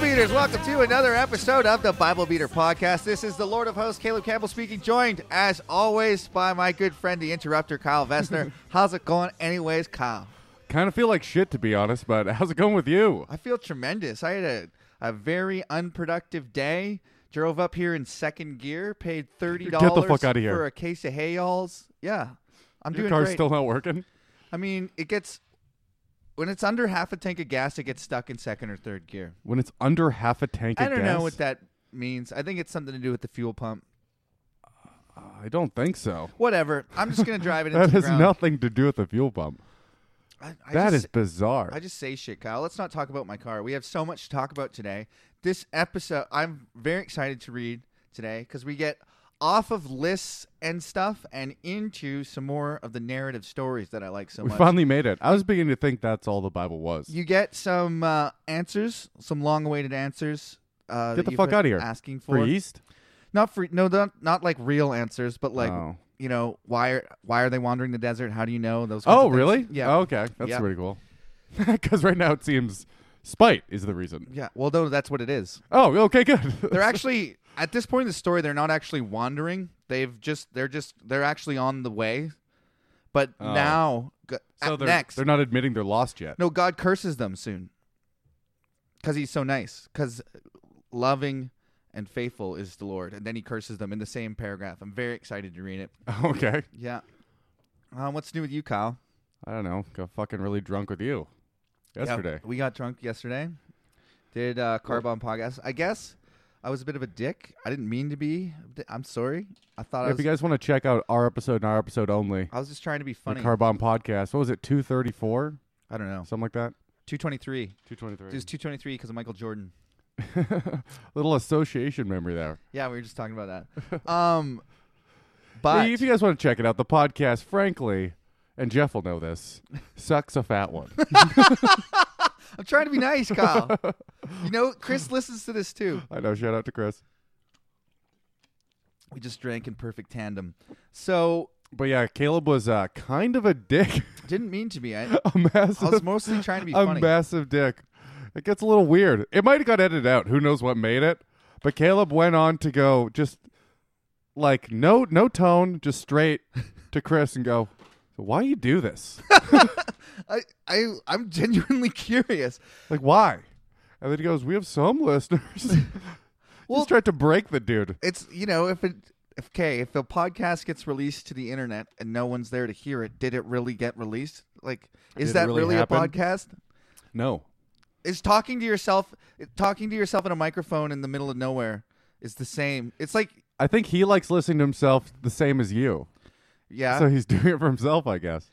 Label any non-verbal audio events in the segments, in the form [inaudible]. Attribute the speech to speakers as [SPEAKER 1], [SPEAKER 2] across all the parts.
[SPEAKER 1] Beaters, welcome to another episode of the Bible Beater Podcast. This is the Lord of Hosts, Caleb Campbell speaking, joined as always by my good friend, the interrupter, Kyle
[SPEAKER 2] [laughs]
[SPEAKER 1] Vessner. How's it going, anyways, Kyle?
[SPEAKER 2] Kind of feel like shit to be honest, but [laughs] how's it going with you?
[SPEAKER 1] I feel tremendous. I had a, a very unproductive day. Drove up here in second gear, paid $30
[SPEAKER 2] Get the fuck outta here.
[SPEAKER 1] for a case of hay alls. Yeah, I'm
[SPEAKER 2] Your
[SPEAKER 1] doing
[SPEAKER 2] car's
[SPEAKER 1] great.
[SPEAKER 2] still not working.
[SPEAKER 1] I mean, it gets, when it's under half a tank of gas, it gets stuck in second or third gear.
[SPEAKER 2] When it's under half a tank,
[SPEAKER 1] I
[SPEAKER 2] of
[SPEAKER 1] don't
[SPEAKER 2] gas,
[SPEAKER 1] know what that means. I think it's something to do with the fuel pump.
[SPEAKER 2] I don't think so.
[SPEAKER 1] Whatever. I'm just gonna drive
[SPEAKER 2] [laughs]
[SPEAKER 1] it into
[SPEAKER 2] That
[SPEAKER 1] the
[SPEAKER 2] has
[SPEAKER 1] ground.
[SPEAKER 2] nothing to do with the fuel pump.
[SPEAKER 1] I, I
[SPEAKER 2] That is
[SPEAKER 1] just,
[SPEAKER 2] bizarre.
[SPEAKER 1] I just say shit, Kyle. Let's not talk about my car. We have so much to talk about today. This episode, I'm very excited to read today because we get off of lists and stuff and into some more of the narrative stories that I like so
[SPEAKER 2] we
[SPEAKER 1] much.
[SPEAKER 2] finally made it. I was beginning to think that's all the Bible was.
[SPEAKER 1] you get some uh, answers, some long-awaited answers. Uh, that
[SPEAKER 2] Get the
[SPEAKER 1] you've
[SPEAKER 2] fuck
[SPEAKER 1] been
[SPEAKER 2] outta here.
[SPEAKER 1] Asking for
[SPEAKER 2] Free East?
[SPEAKER 1] not free, no, not, not like real answers, but like
[SPEAKER 2] oh,
[SPEAKER 1] you know why are why are they wandering the desert? How do you know those? kinds
[SPEAKER 2] oh
[SPEAKER 1] of things.
[SPEAKER 2] really?
[SPEAKER 1] Yeah.
[SPEAKER 2] Oh, okay, that's
[SPEAKER 1] Yeah.
[SPEAKER 2] pretty cool. [laughs] Because right now it seems spite is the reason.
[SPEAKER 1] Yeah. Well, no, that's what it is.
[SPEAKER 2] Oh, okay, good. [laughs]
[SPEAKER 1] They're actually at this point in the story, they're not actually wandering. They've just they're just they're actually on the way. But
[SPEAKER 2] Oh.
[SPEAKER 1] now g-
[SPEAKER 2] so
[SPEAKER 1] at
[SPEAKER 2] they're,
[SPEAKER 1] next,
[SPEAKER 2] they're not admitting they're lost yet.
[SPEAKER 1] no God curses them soon because he's so nice because loving and faithful is the Lord, and then he curses them in the same paragraph. I'm very excited to read it.
[SPEAKER 2] [laughs] Okay,
[SPEAKER 1] Yeah. Um, what's new with you, Kyle?
[SPEAKER 2] I don't know. Got fucking really drunk with you yesterday.
[SPEAKER 1] Yeah, we got drunk yesterday. Did uh, Carbon podcast. I guess I was a bit of a dick. I didn't mean to be. I'm sorry. I thought I
[SPEAKER 2] if
[SPEAKER 1] was.
[SPEAKER 2] you guys want to check out our episode and our episode only,
[SPEAKER 1] I was just trying to be Oh, funny.
[SPEAKER 2] the Carbon Podcast. What was it? Two thirty four,
[SPEAKER 1] I don't
[SPEAKER 2] [laughs]
[SPEAKER 1] know.
[SPEAKER 2] something like that.
[SPEAKER 1] 223.
[SPEAKER 2] Two twenty three.
[SPEAKER 1] It was 223 because of Michael
[SPEAKER 2] [laughs]
[SPEAKER 1] Jordan.
[SPEAKER 2] Little association memory there.
[SPEAKER 1] Yeah, we were just talking about
[SPEAKER 2] [laughs]
[SPEAKER 1] that. um, but
[SPEAKER 2] if you guys want to check it out, the podcast, frankly, and Jeff will know this, sucks a
[SPEAKER 1] [laughs]
[SPEAKER 2] fat one.
[SPEAKER 1] I'm trying to be nice,
[SPEAKER 2] [laughs]
[SPEAKER 1] Kyle. you know, Chris listens to this too.
[SPEAKER 2] I know. Shout out to Chris.
[SPEAKER 1] We just drank in perfect tandem. So
[SPEAKER 2] But yeah, Caleb was uh, kind of a dick, [laughs]
[SPEAKER 1] didn't mean to be. I,
[SPEAKER 2] a
[SPEAKER 1] I was
[SPEAKER 2] [laughs] massive,
[SPEAKER 1] mostly trying to be
[SPEAKER 2] a
[SPEAKER 1] funny.
[SPEAKER 2] massive dick. It gets a little weird. It might have got edited out. Who knows what made it? But Caleb went on to go just like no no tone, just
[SPEAKER 1] [laughs]
[SPEAKER 2] straight to Chris and go, "Why you do this?"
[SPEAKER 1] I, I, I'm genuinely [laughs] curious.
[SPEAKER 2] Like, why? And then he goes, We have some listeners. [laughs]
[SPEAKER 1] Well-
[SPEAKER 2] Just tried to break the dude.
[SPEAKER 1] it's you know if it if okay if a podcast gets released to the internet and no one's there to hear it did it really get released like is
[SPEAKER 2] Did it
[SPEAKER 1] that
[SPEAKER 2] really
[SPEAKER 1] really, a
[SPEAKER 2] happen?
[SPEAKER 1] podcast
[SPEAKER 2] No.
[SPEAKER 1] is talking to yourself talking to yourself in a microphone in the middle of nowhere is the same it's like
[SPEAKER 2] I think he likes listening to himself the same as you.
[SPEAKER 1] yeah
[SPEAKER 2] so he's [laughs] doing it for himself, I guess.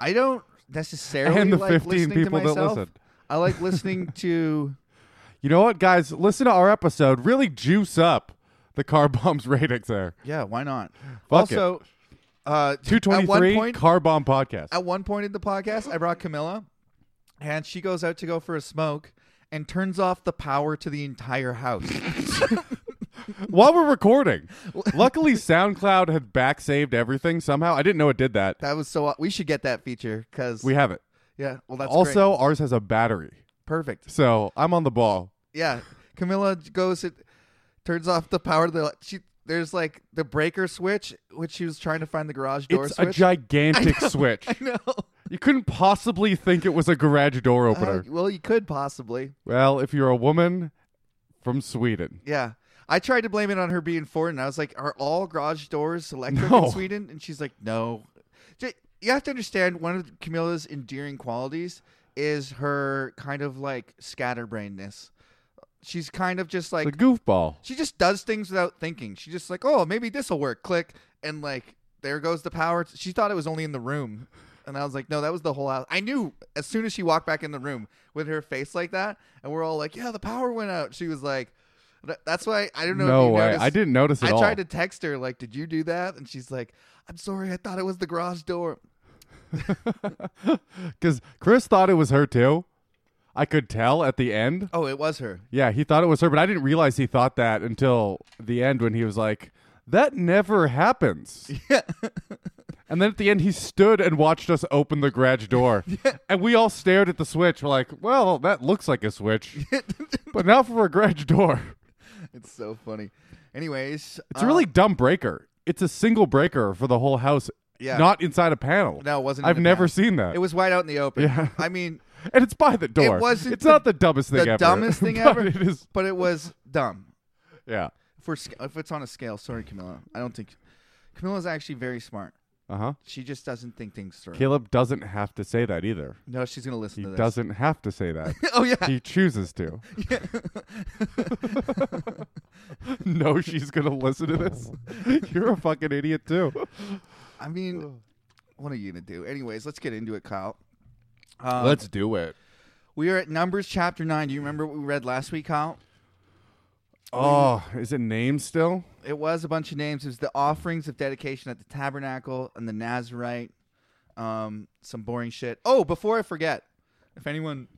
[SPEAKER 1] i don't necessarily
[SPEAKER 2] And the
[SPEAKER 1] like
[SPEAKER 2] 15
[SPEAKER 1] listening
[SPEAKER 2] people
[SPEAKER 1] to
[SPEAKER 2] that
[SPEAKER 1] myself
[SPEAKER 2] listen.
[SPEAKER 1] i like listening to
[SPEAKER 2] You know what, guys? Listen to our episode. Really juice up the car bombs [laughs] ratings there.
[SPEAKER 1] yeah why not
[SPEAKER 2] Fuck it.
[SPEAKER 1] also uh at one
[SPEAKER 2] 223
[SPEAKER 1] point
[SPEAKER 2] car bomb podcast.
[SPEAKER 1] at one point in the podcast, I brought Camilla, and she goes out to go for a smoke and turns off the power to the entire
[SPEAKER 2] [laughs]
[SPEAKER 1] house.
[SPEAKER 2] While we're recording, luckily SoundCloud had back saved everything somehow. I didn't know it did that.
[SPEAKER 1] that was so. We should get that feature because
[SPEAKER 2] We have it.
[SPEAKER 1] yeah. Well, that's great.
[SPEAKER 2] also, ours has a battery.
[SPEAKER 1] perfect.
[SPEAKER 2] So I'm on the ball.
[SPEAKER 1] Yeah, Camilla goes it turns off the power to the she. There's like the breaker switch, which she was trying to find the garage door
[SPEAKER 2] It's a
[SPEAKER 1] switch.
[SPEAKER 2] gigantic switch.
[SPEAKER 1] [laughs] I know.
[SPEAKER 2] You couldn't possibly think it was a garage door
[SPEAKER 1] Uh,
[SPEAKER 2] opener.
[SPEAKER 1] well, you could possibly.
[SPEAKER 2] well, if you're a woman from Sweden,
[SPEAKER 1] Yeah. I tried to blame it on her being foreign. I was like, are all garage doors electric
[SPEAKER 2] No.
[SPEAKER 1] in Sweden? And she's like, no. J- You have to understand one of Camilla's endearing qualities is her kind of like scatterbrainedness. She's kind of just
[SPEAKER 2] it's
[SPEAKER 1] like,
[SPEAKER 2] a goofball.
[SPEAKER 1] she just does things without thinking. She just like, oh, maybe this will work. Click. And like, there goes the power. She thought it was only in the room. And I was like, no, that was the whole house. I knew as soon as she walked back in the room with her face like that, and we're all like, yeah, the power went out. She was like, th- that's why I don't know. if
[SPEAKER 2] No
[SPEAKER 1] you
[SPEAKER 2] way.
[SPEAKER 1] noticed.
[SPEAKER 2] I didn't notice it
[SPEAKER 1] I
[SPEAKER 2] all.
[SPEAKER 1] tried to text her like, did you do that? And she's like, I'm sorry, I thought it was the garage door.
[SPEAKER 2] Because Chris thought it was her too. I could tell at the end.
[SPEAKER 1] Oh, it was her. [laughs]
[SPEAKER 2] Yeah, he thought it was her, but I didn't realize he thought
[SPEAKER 1] [laughs]
[SPEAKER 2] that until the end when he was like, that never happens.
[SPEAKER 1] Yeah.
[SPEAKER 2] And then at the end, he stood and watched us open the garage
[SPEAKER 1] [laughs]
[SPEAKER 2] door. And we all stared at the switch. We're like, well, that looks like
[SPEAKER 1] [laughs]
[SPEAKER 2] a switch. but now for a garage door.
[SPEAKER 1] It's so funny. Anyways,
[SPEAKER 2] It's a really dumb breaker. It's a single breaker for the whole house,
[SPEAKER 1] Yeah.
[SPEAKER 2] not inside a panel.
[SPEAKER 1] No, it wasn't in
[SPEAKER 2] I've
[SPEAKER 1] a
[SPEAKER 2] never
[SPEAKER 1] panel.
[SPEAKER 2] seen that.
[SPEAKER 1] um, It was wide out in the open.
[SPEAKER 2] [laughs] Yeah.
[SPEAKER 1] I mean,
[SPEAKER 2] and it's by the door.
[SPEAKER 1] wasn't
[SPEAKER 2] it's
[SPEAKER 1] the-
[SPEAKER 2] not the dumbest thing
[SPEAKER 1] the
[SPEAKER 2] ever.
[SPEAKER 1] dumbest thing
[SPEAKER 2] [laughs] but
[SPEAKER 1] ever.
[SPEAKER 2] It is.
[SPEAKER 1] but it was dumb.
[SPEAKER 2] Yeah.
[SPEAKER 1] If we're sc- if it's on a scale, sorry, Camilla. I don't think Camilla's actually very smart.
[SPEAKER 2] Uh huh.
[SPEAKER 1] She just doesn't think things through.
[SPEAKER 2] Caleb doesn't have to say that either.
[SPEAKER 1] no, she's gonna listen
[SPEAKER 2] He
[SPEAKER 1] to this.
[SPEAKER 2] doesn't have to say that.
[SPEAKER 1] [laughs] oh yeah. [laughs]
[SPEAKER 2] he chooses to. [laughs] no, she's gonna listen
[SPEAKER 1] [laughs]
[SPEAKER 2] to this. You're a fucking idiot too.
[SPEAKER 1] I mean, what are you gonna do? Anyways, let's get into it, Kyle. Um,
[SPEAKER 2] do it.
[SPEAKER 1] We are at Numbers chapter nine. Do you remember what we read last week, Kyle?
[SPEAKER 2] Oh, is it named still?
[SPEAKER 1] It was a bunch of names. It was the offerings of dedication at the tabernacle and the Nazarite. Um, some boring shit. Oh, before I forget, if anyone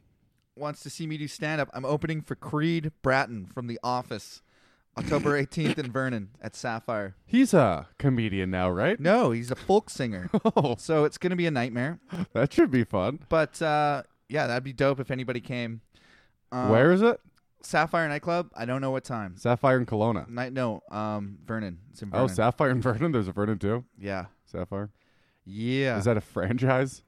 [SPEAKER 1] wants to see me do stand up, I'm opening for Creed Bratton from The Office,
[SPEAKER 2] [laughs]
[SPEAKER 1] October 18th in Vernon at Sapphire.
[SPEAKER 2] He's a comedian now, right?
[SPEAKER 1] [laughs] No, he's a folk
[SPEAKER 2] [laughs]
[SPEAKER 1] singer,
[SPEAKER 2] Oh,
[SPEAKER 1] so it's gonna be a nightmare.
[SPEAKER 2] that should be fun.
[SPEAKER 1] But uh, yeah, that'd be dope if anybody came. Um,
[SPEAKER 2] Where is it?
[SPEAKER 1] Sapphire nightclub. I don't know what time.
[SPEAKER 2] Sapphire and Kelowna.
[SPEAKER 1] Night no, um, Vernon. It's in
[SPEAKER 2] Oh,
[SPEAKER 1] Vernon.
[SPEAKER 2] Sapphire and Vernon. There's a Vernon too.
[SPEAKER 1] yeah,
[SPEAKER 2] Sapphire.
[SPEAKER 1] yeah.
[SPEAKER 2] Is that a franchise?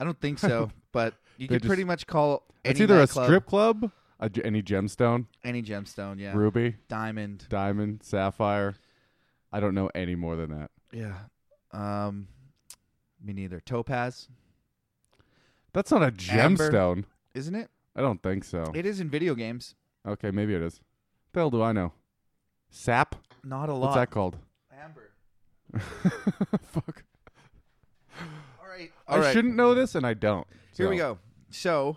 [SPEAKER 1] I don't think
[SPEAKER 2] [laughs]
[SPEAKER 1] so, but you
[SPEAKER 2] They
[SPEAKER 1] could pretty much call any
[SPEAKER 2] it's either a
[SPEAKER 1] nightclub,
[SPEAKER 2] strip club, a ge- any gemstone,
[SPEAKER 1] any gemstone, yeah,
[SPEAKER 2] ruby,
[SPEAKER 1] diamond,
[SPEAKER 2] diamond, sapphire. I don't know any more than that.
[SPEAKER 1] yeah. Um, me neither. Topaz,
[SPEAKER 2] That's not a
[SPEAKER 1] Amber.
[SPEAKER 2] gemstone.
[SPEAKER 1] isn't it?
[SPEAKER 2] I don't think so.
[SPEAKER 1] It is in video games.
[SPEAKER 2] Okay, maybe it is. The hell do I know? Sap?
[SPEAKER 1] Not a lot.
[SPEAKER 2] What's that called? [laughs]
[SPEAKER 1] Amber.
[SPEAKER 2] Fuck.
[SPEAKER 1] All right. All
[SPEAKER 2] I
[SPEAKER 1] right.
[SPEAKER 2] shouldn't know this, and I don't.
[SPEAKER 1] Here we
[SPEAKER 2] So,
[SPEAKER 1] go. So,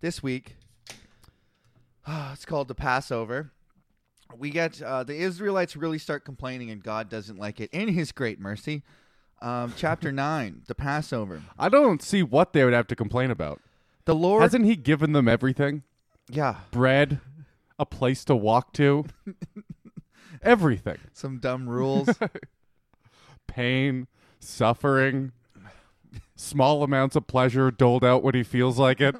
[SPEAKER 1] this week, [sighs] it's called the Passover. We get uh, the Israelites really start complaining, and God doesn't like it in His great mercy. Um,
[SPEAKER 2] [laughs]
[SPEAKER 1] chapter nine, the Passover.
[SPEAKER 2] I don't see what they would have to complain about.
[SPEAKER 1] The Lord,
[SPEAKER 2] Hasn't he given them everything?
[SPEAKER 1] yeah,
[SPEAKER 2] Bread, a place to
[SPEAKER 1] [laughs]
[SPEAKER 2] walk to, everything.
[SPEAKER 1] some dumb rules.
[SPEAKER 2] Pain, suffering, small amounts of pleasure doled out when he feels like it.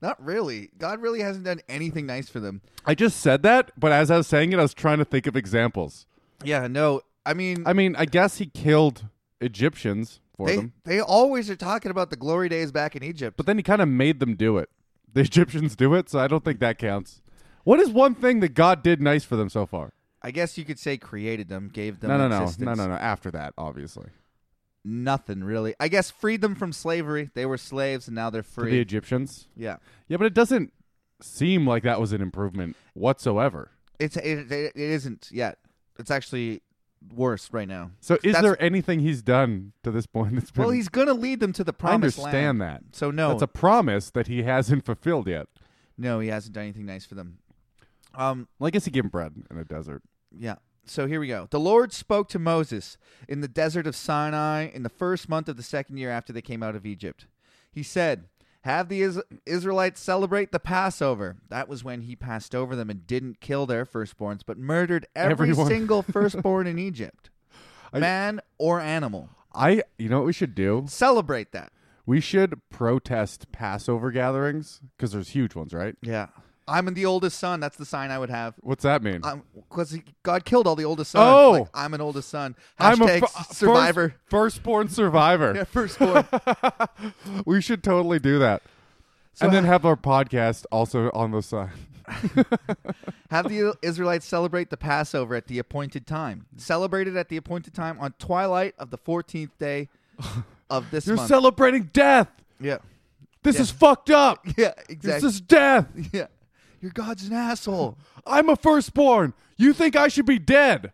[SPEAKER 1] Not really. God really hasn't done anything nice for them.
[SPEAKER 2] I just said that, but as I was saying it, I was trying to think of examples.
[SPEAKER 1] Yeah, no. I mean,
[SPEAKER 2] I mean, I guess he killed Egyptians for
[SPEAKER 1] they
[SPEAKER 2] them.
[SPEAKER 1] they always are talking about the glory days back in Egypt.
[SPEAKER 2] But then he kind of made them do it. [laughs] The Egyptians do it, so I don't think that counts. What is one thing that God did nice for them so far?
[SPEAKER 1] I guess you could say created them, gave them
[SPEAKER 2] No, no, no,
[SPEAKER 1] existence.
[SPEAKER 2] no, no, no. After that, obviously,
[SPEAKER 1] Nothing really. I guess freed them from slavery. They were slaves and now they're
[SPEAKER 2] For the
[SPEAKER 1] free.
[SPEAKER 2] Egyptians.
[SPEAKER 1] yeah.
[SPEAKER 2] Yeah, but it doesn't seem like that was an improvement whatsoever.
[SPEAKER 1] It's it, it, it isn't yet. It's actually worse right now.
[SPEAKER 2] So, is
[SPEAKER 1] That's-
[SPEAKER 2] there anything he's done to this point that's been?
[SPEAKER 1] Well, he's going to lead them to the
[SPEAKER 2] I
[SPEAKER 1] promised land.
[SPEAKER 2] understand that.
[SPEAKER 1] So no.
[SPEAKER 2] That's a promise that he hasn't fulfilled yet.
[SPEAKER 1] no, he hasn't done anything nice for them. Um
[SPEAKER 2] Well, I guess he gave him bread in a desert.
[SPEAKER 1] Yeah. So here we go. The Lord spoke to Moses in the desert of Sinai in the first month of the second year after they came out of Egypt. He said, Have the Is- Israelites celebrate the Passover. That was when he passed over them and didn't kill their firstborns, but murdered every
[SPEAKER 2] Everyone. [laughs]
[SPEAKER 1] single firstborn in Egypt,
[SPEAKER 2] I-
[SPEAKER 1] man or animal.
[SPEAKER 2] I, you know what we should do?
[SPEAKER 1] Celebrate that.
[SPEAKER 2] We should protest Passover gatherings because there's huge ones, right?
[SPEAKER 1] Yeah. I'm the oldest son. That's the sign I would have.
[SPEAKER 2] What's that mean?
[SPEAKER 1] Uh, Because God killed all the oldest sons.
[SPEAKER 2] Oh.
[SPEAKER 1] Like, I'm an oldest son.
[SPEAKER 2] I'm a
[SPEAKER 1] Hashtag
[SPEAKER 2] fir-
[SPEAKER 1] s- survivor.
[SPEAKER 2] first- firstborn
[SPEAKER 1] [laughs]
[SPEAKER 2] survivor.
[SPEAKER 1] Yeah,
[SPEAKER 2] [laughs]
[SPEAKER 1] firstborn.
[SPEAKER 2] we should totally do that. and then have our podcast also on the side.
[SPEAKER 1] Have the Israelites celebrate the Passover at the appointed time. Celebrate it at the appointed time on twilight of the 14th day of this
[SPEAKER 2] You're
[SPEAKER 1] month.
[SPEAKER 2] celebrating death.
[SPEAKER 1] yeah. [laughs]
[SPEAKER 2] This is fucked up.
[SPEAKER 1] Yeah,
[SPEAKER 2] This
[SPEAKER 1] [laughs] exactly.
[SPEAKER 2] is death.
[SPEAKER 1] [laughs] yeah. Your God's an asshole.
[SPEAKER 2] I'm a firstborn. You think I should be dead.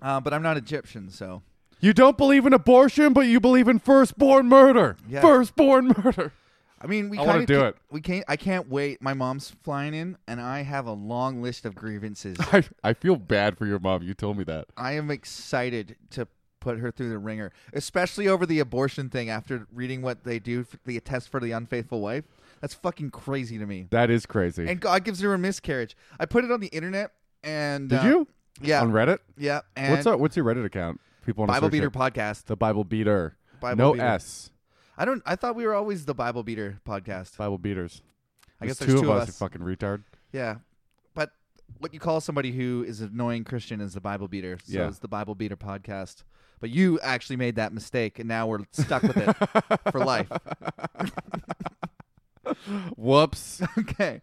[SPEAKER 1] Uh, but I'm not Egyptian, so.
[SPEAKER 2] You don't believe in abortion, but you believe in firstborn murder.
[SPEAKER 1] Yeah.
[SPEAKER 2] Firstborn
[SPEAKER 1] [laughs]
[SPEAKER 2] murder.
[SPEAKER 1] I mean, we
[SPEAKER 2] I
[SPEAKER 1] kind
[SPEAKER 2] wanna
[SPEAKER 1] of
[SPEAKER 2] do it.
[SPEAKER 1] We can't. I can't wait. My mom's flying in, and I have a long list of
[SPEAKER 2] [laughs]
[SPEAKER 1] grievances.
[SPEAKER 2] I, I feel bad for your mom. You told me that.
[SPEAKER 1] I am excited to put her through the ringer, especially over the abortion thing. After reading what they do, for the test for the unfaithful wife, that's fucking crazy to me.
[SPEAKER 2] That is crazy.
[SPEAKER 1] and God gives her a miscarriage. I put it on the internet, and
[SPEAKER 2] Did
[SPEAKER 1] uh,
[SPEAKER 2] you?
[SPEAKER 1] Yeah,
[SPEAKER 2] On Reddit?
[SPEAKER 1] yeah. And
[SPEAKER 2] What's, our, what's your Reddit account? people want to
[SPEAKER 1] Bible
[SPEAKER 2] search
[SPEAKER 1] Beater
[SPEAKER 2] it.
[SPEAKER 1] podcast.
[SPEAKER 2] The Bible Beater.
[SPEAKER 1] Bible
[SPEAKER 2] no
[SPEAKER 1] Beater.
[SPEAKER 2] S.
[SPEAKER 1] I don't. I thought we were always the Bible Beater podcast.
[SPEAKER 2] Bible Beaters.
[SPEAKER 1] I guess
[SPEAKER 2] There's
[SPEAKER 1] there's
[SPEAKER 2] two,
[SPEAKER 1] two
[SPEAKER 2] of
[SPEAKER 1] of
[SPEAKER 2] us, you
[SPEAKER 1] us.
[SPEAKER 2] fucking retard.
[SPEAKER 1] Yeah, but what you call somebody who is an annoying Christian is the Bible Beater. So
[SPEAKER 2] Yeah.
[SPEAKER 1] it's the Bible Beater podcast. But you actually made that mistake, and now we're stuck with it
[SPEAKER 2] [laughs]
[SPEAKER 1] for life. [laughs]
[SPEAKER 2] Whoops.
[SPEAKER 1] Okay.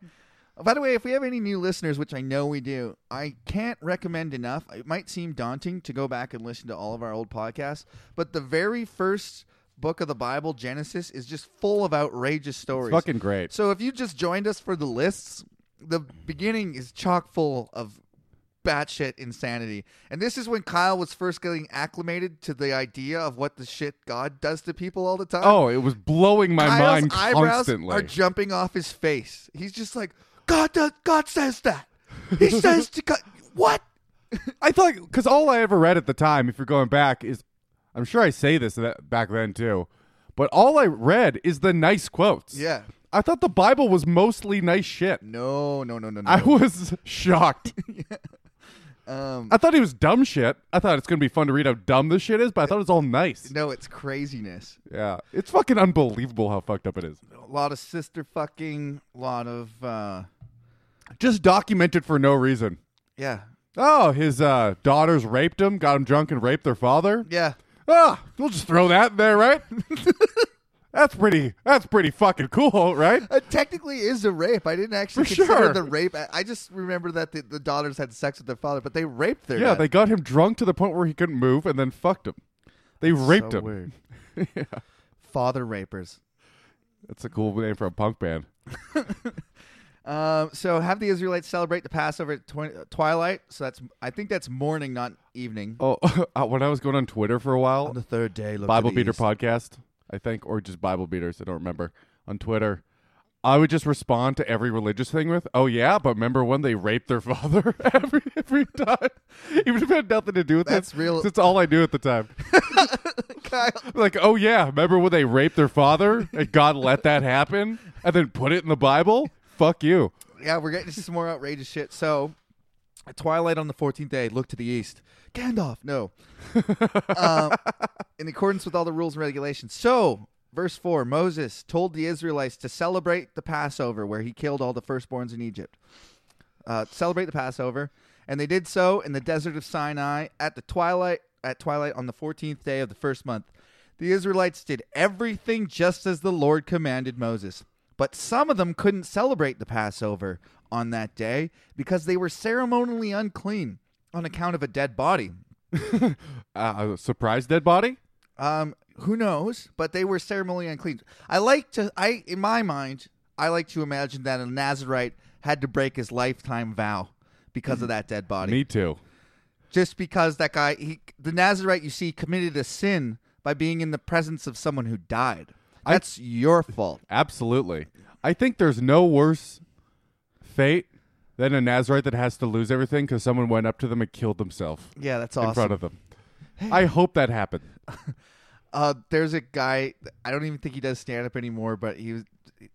[SPEAKER 1] By the way, if we have any new listeners, which I know we do, I can't recommend enough. It might seem daunting to go back and listen to all of our old podcasts, but the very first book of the Bible, Genesis, is just full of outrageous stories.
[SPEAKER 2] fucking great.
[SPEAKER 1] So if you just joined us for the lists, the beginning is chock full of batshit insanity. And this is when Kyle was first getting acclimated to the idea of what the shit God does to people all the time.
[SPEAKER 2] Oh, it was blowing my
[SPEAKER 1] Kyle's
[SPEAKER 2] mind
[SPEAKER 1] eyebrows
[SPEAKER 2] constantly.
[SPEAKER 1] are jumping off his face. He's just like, God, does, God says that. He
[SPEAKER 2] [laughs]
[SPEAKER 1] says to God, what?
[SPEAKER 2] I thought because all I ever read at the time, if you're going back, is I'm sure I say this that, back then too, but all I read is the nice quotes.
[SPEAKER 1] Yeah.
[SPEAKER 2] I thought the Bible was mostly nice shit.
[SPEAKER 1] No, no, no, no, no.
[SPEAKER 2] I was
[SPEAKER 1] [laughs]
[SPEAKER 2] shocked.
[SPEAKER 1] um,
[SPEAKER 2] I thought it was dumb shit. I thought it's gonna be fun to read how dumb this shit is, but I thought it was all nice.
[SPEAKER 1] no, it's craziness.
[SPEAKER 2] Yeah, it's fucking unbelievable how fucked up it is.
[SPEAKER 1] A lot of sister fucking, a lot of, uh,
[SPEAKER 2] Just documented for no reason.
[SPEAKER 1] yeah,
[SPEAKER 2] Oh, his uh, daughters raped him, got him drunk, and raped their father.
[SPEAKER 1] yeah.
[SPEAKER 2] Ah, we'll just throw that in
[SPEAKER 1] [laughs]
[SPEAKER 2] there, right? that's pretty. That's pretty fucking cool, right?
[SPEAKER 1] It technically is a rape. I didn't actually
[SPEAKER 2] For
[SPEAKER 1] consider
[SPEAKER 2] sure.
[SPEAKER 1] the rape. I- I just remember that the, the daughters had sex with their father, but they raped their
[SPEAKER 2] Yeah,
[SPEAKER 1] dad.
[SPEAKER 2] they got him drunk to the point where he couldn't move, and then fucked him. They raped
[SPEAKER 1] so
[SPEAKER 2] him. [laughs]
[SPEAKER 1] Weird. Father rapers.
[SPEAKER 2] That's a cool name for a punk band.
[SPEAKER 1] Um, so have the Israelites celebrate the Passover at twi- twilight. So that's I think that's morning, not evening.
[SPEAKER 2] [laughs] Oh, when I was going on Twitter for a while,
[SPEAKER 1] On the third day, look
[SPEAKER 2] Bible
[SPEAKER 1] to the
[SPEAKER 2] Beater
[SPEAKER 1] east.
[SPEAKER 2] podcast, I think, or just Bible Beaters. I don't remember on Twitter. I would just respond to every religious thing with, "Oh yeah, but remember when they raped their [laughs] father every every time, [laughs] even if it had nothing to do with
[SPEAKER 1] That's
[SPEAKER 2] it,
[SPEAKER 1] real-
[SPEAKER 2] That's all I knew at the time.
[SPEAKER 1] [laughs]
[SPEAKER 2] [laughs]
[SPEAKER 1] Kyle,
[SPEAKER 2] Like, oh yeah, remember when they raped their father and God let that happen and then put it in the Bible? Fuck you.
[SPEAKER 1] yeah, we're getting some more outrageous shit. So at twilight on the fourteenth day, look to the east. Gandalf,
[SPEAKER 2] [laughs]
[SPEAKER 1] no. um, in accordance with all the rules and regulations. So verse four, Moses told the Israelites to celebrate the Passover, where he killed all the firstborns in Egypt. uh, celebrate the Passover, and they did so in the desert of Sinai at the twilight at twilight on the fourteenth day of the first month. The Israelites did everything just as the Lord commanded Moses. But some of them couldn't celebrate the Passover on that day because they were ceremonially unclean on account of a dead body.
[SPEAKER 2] Uh, a surprise dead body.
[SPEAKER 1] Um, who knows? But they were ceremonially unclean. I like to, I in my mind, I like to imagine that a Nazarite had to break his lifetime vow because of that dead body.
[SPEAKER 2] Me too.
[SPEAKER 1] just because that guy he the Nazarite you see committed a sin by being in the presence of someone who died.
[SPEAKER 2] I-
[SPEAKER 1] That's your fault.
[SPEAKER 2] Absolutely. I think there's no worse fate than a Nazarite that has to lose everything because someone went up to them and killed themselves
[SPEAKER 1] Yeah, that's
[SPEAKER 2] in front
[SPEAKER 1] awesome.
[SPEAKER 2] of them. I hope that happened.
[SPEAKER 1] Uh, there's a guy I don't even think he does stand up anymore, but he was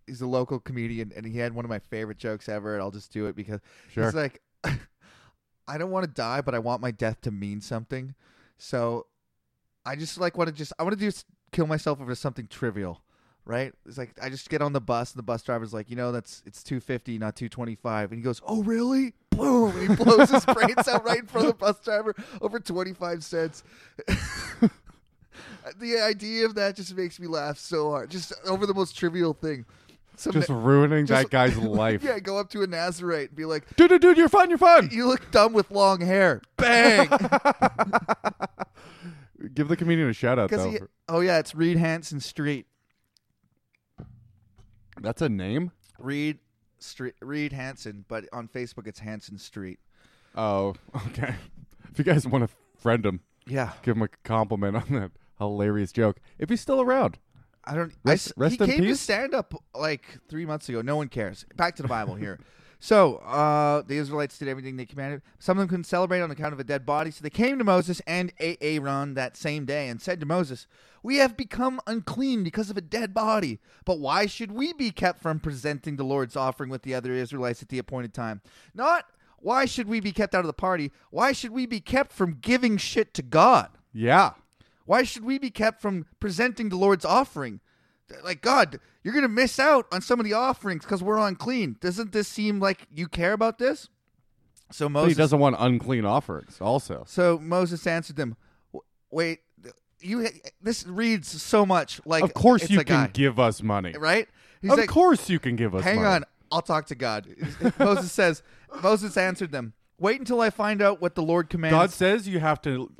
[SPEAKER 1] he's a local comedian and he had one of my favorite jokes ever, and I'll just do it because
[SPEAKER 2] Sure.
[SPEAKER 1] he's like, [laughs] I don't want to die, but I want my death to mean something. So I just like want to just I want to just kill myself over something trivial, right? It's like I just get on the bus and the bus driver's like, you know, that's it's two fifty, not two twenty five, and he goes, oh really? Boom! And he blows his brains out right in front of the bus driver over twenty five cents. [laughs] the idea of that just makes me laugh so hard, just over the most trivial thing. Some
[SPEAKER 2] Just
[SPEAKER 1] na-
[SPEAKER 2] ruining
[SPEAKER 1] just-
[SPEAKER 2] that guy's
[SPEAKER 1] [laughs]
[SPEAKER 2] life.
[SPEAKER 1] yeah, go up to a Nazarite and be like,
[SPEAKER 2] Dude, dude, dude, you're fine, you're fine.
[SPEAKER 1] you look dumb with long hair.
[SPEAKER 2] [laughs]
[SPEAKER 1] Bang! [laughs]
[SPEAKER 2] Give the comedian a shout out,
[SPEAKER 1] Because
[SPEAKER 2] though.
[SPEAKER 1] he, oh yeah, it's Reed Hanson Street.
[SPEAKER 2] That's a name?
[SPEAKER 1] Reed Street, Reed Hanson, but on Facebook it's Hanson Street.
[SPEAKER 2] Oh, [laughs] okay. If you guys want to friend him,
[SPEAKER 1] Yeah,
[SPEAKER 2] give him a compliment on that hilarious joke. If he's still around.
[SPEAKER 1] I don't.
[SPEAKER 2] Rest-
[SPEAKER 1] I, s-
[SPEAKER 2] rest
[SPEAKER 1] he
[SPEAKER 2] in
[SPEAKER 1] came to
[SPEAKER 2] peace?
[SPEAKER 1] stand up like three months ago. No one cares. Back to the Bible here. [laughs] So uh, the Israelites did everything they commanded. Some of them couldn't celebrate on account of a dead body, so they came to Moses and Aaron that same day and said to Moses, "We have become unclean because of a dead body. But why should we be kept from presenting the Lord's offering with the other Israelites at the appointed time? Not why should we be kept out of the party? Why should we be kept from giving shit to God?"
[SPEAKER 2] Yeah.
[SPEAKER 1] Why should we be kept from presenting the Lord's offering? Th- Like, God, you're going to miss out on some of the offerings because we're unclean. Doesn't this seem like you care about this? So
[SPEAKER 2] But he
[SPEAKER 1] Moses,
[SPEAKER 2] doesn't want unclean offerings, also.
[SPEAKER 1] so Moses answered them, "W- "Wait, th- you. This reads so much like
[SPEAKER 2] Of course
[SPEAKER 1] it's
[SPEAKER 2] you
[SPEAKER 1] a
[SPEAKER 2] can
[SPEAKER 1] guy,
[SPEAKER 2] give us money.
[SPEAKER 1] right? He's
[SPEAKER 2] of
[SPEAKER 1] like,
[SPEAKER 2] course you can give us
[SPEAKER 1] Hang
[SPEAKER 2] money.
[SPEAKER 1] on, I'll talk to God. [laughs] Moses says, Moses answered them, Wait until I find out what the Lord commands.
[SPEAKER 2] God says you have to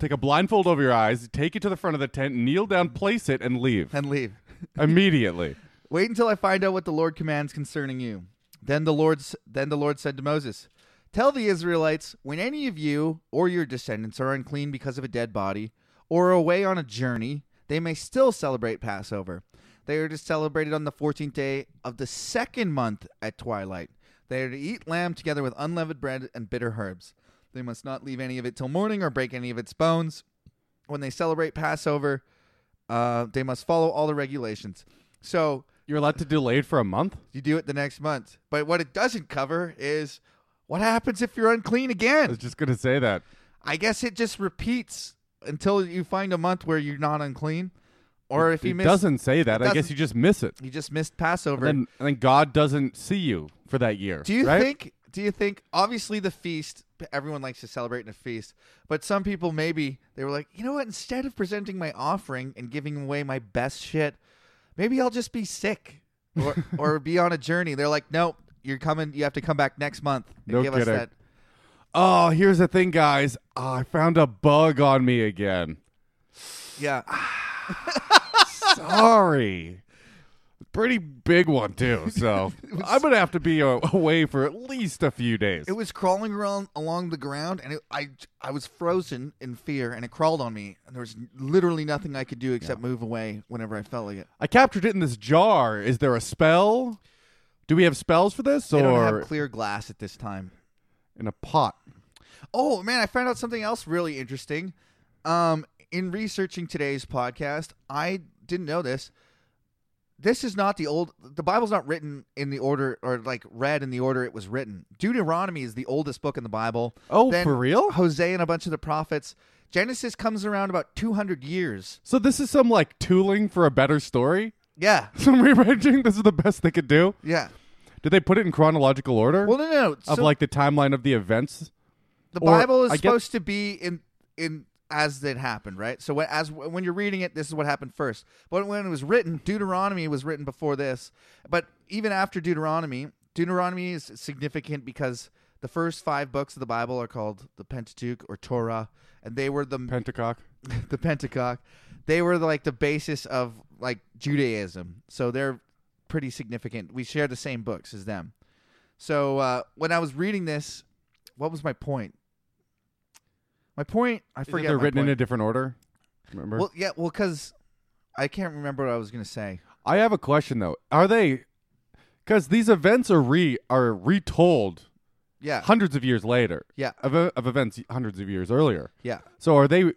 [SPEAKER 2] take a blindfold over your eyes, take it to the front of the tent, kneel down, place it,
[SPEAKER 1] [laughs]
[SPEAKER 2] and leave
[SPEAKER 1] and leave.
[SPEAKER 2] immediately.
[SPEAKER 1] Wait until I find out what the Lord commands concerning you. Then the Lord s- then the Lord said to Moses, Tell the Israelites, when any of you or your descendants are unclean because of a dead body or are away on a journey, they may still celebrate Passover. They are to celebrate it on the 14th day of the second month at twilight. They are to eat lamb together with unleavened bread and bitter herbs. They must not leave any of it till morning or break any of its bones. When they celebrate Passover, uh, they must follow all the regulations. So
[SPEAKER 2] You're allowed to delay it for a month.
[SPEAKER 1] you do it the next month. But what it doesn't cover is what happens if you're unclean
[SPEAKER 2] I was
[SPEAKER 1] again.
[SPEAKER 2] just gonna say that.
[SPEAKER 1] I guess it just repeats until you find a month where you're not unclean, or if
[SPEAKER 2] He
[SPEAKER 1] you miss,
[SPEAKER 2] doesn't say that. I guess
[SPEAKER 1] doesn't-
[SPEAKER 2] you just miss it.
[SPEAKER 1] you just missed Passover.
[SPEAKER 2] And then, and then God doesn't see you for that year.
[SPEAKER 1] do you
[SPEAKER 2] right?
[SPEAKER 1] think? Do you think? Obviously, the feast. Everyone likes to celebrate in a feast, but some people maybe they were like, you know what? Instead of presenting my offering and giving away my best shit, maybe I'll just be sick or
[SPEAKER 2] [laughs]
[SPEAKER 1] or be on a journey. They're like, nope, you're coming. You have to come back next month and
[SPEAKER 2] No
[SPEAKER 1] give
[SPEAKER 2] kidding.
[SPEAKER 1] us that.
[SPEAKER 2] Oh, here's the thing, guys. Oh, I found a bug on me
[SPEAKER 1] [laughs]
[SPEAKER 2] again.
[SPEAKER 1] Yeah.
[SPEAKER 2] Sorry. Pretty big one
[SPEAKER 1] [laughs]
[SPEAKER 2] too. So I'm gonna have to be a- away for at least a few days.
[SPEAKER 1] It was crawling around along the ground, and it, I I was frozen in fear, and it crawled on me, and there was literally nothing I could do except move away whenever I felt like it.
[SPEAKER 2] I captured it in this jar. Is there a spell? Do we have spells for this,
[SPEAKER 1] They don't
[SPEAKER 2] or
[SPEAKER 1] have clear glass at this time.
[SPEAKER 2] in a pot?
[SPEAKER 1] Oh man, I found out something else really interesting. Um, in researching today's podcast, I didn't know this. This is not the old. The Bible's not written in the order, or like read in the order it was written. Deuteronomy is the oldest book in the Bible.
[SPEAKER 2] Oh,
[SPEAKER 1] Then
[SPEAKER 2] for real?
[SPEAKER 1] Hosea and a bunch of the prophets. Genesis comes around about 200 years.
[SPEAKER 2] So this is some like tooling for a better story. [laughs]
[SPEAKER 1] Yeah,
[SPEAKER 2] Some rearranging. This is the best they could do.
[SPEAKER 1] yeah.
[SPEAKER 2] Did they put it in chronological order
[SPEAKER 1] Well, no, no. no.
[SPEAKER 2] of
[SPEAKER 1] So
[SPEAKER 2] like the timeline of the events?
[SPEAKER 1] the
[SPEAKER 2] or
[SPEAKER 1] Bible is
[SPEAKER 2] I get-
[SPEAKER 1] supposed to be in in as it happened, right? So when, as when you're reading it, this is what happened first. But when it was written, Deuteronomy was written before this. But even after Deuteronomy, Deuteronomy is significant because the first five books of the Bible are called the Pentateuch or Torah, and they were the
[SPEAKER 2] Pentacock.
[SPEAKER 1] [laughs] the Pentateuch, they were like the basis of like Judaism. So they're pretty significant. We share the same books as them. So uh, when I was reading this, what was my point? My point, I
[SPEAKER 2] Isn't
[SPEAKER 1] forget.
[SPEAKER 2] they're
[SPEAKER 1] my
[SPEAKER 2] written in a
[SPEAKER 1] point.
[SPEAKER 2] different order. Remember?
[SPEAKER 1] well, yeah, well, because I can't remember what I was gonna say.
[SPEAKER 2] I have a question though. Are they? Because these events are re are retold
[SPEAKER 1] Yeah,
[SPEAKER 2] hundreds of years later
[SPEAKER 1] yeah,
[SPEAKER 2] of of events hundreds of years earlier.
[SPEAKER 1] yeah.
[SPEAKER 2] So are they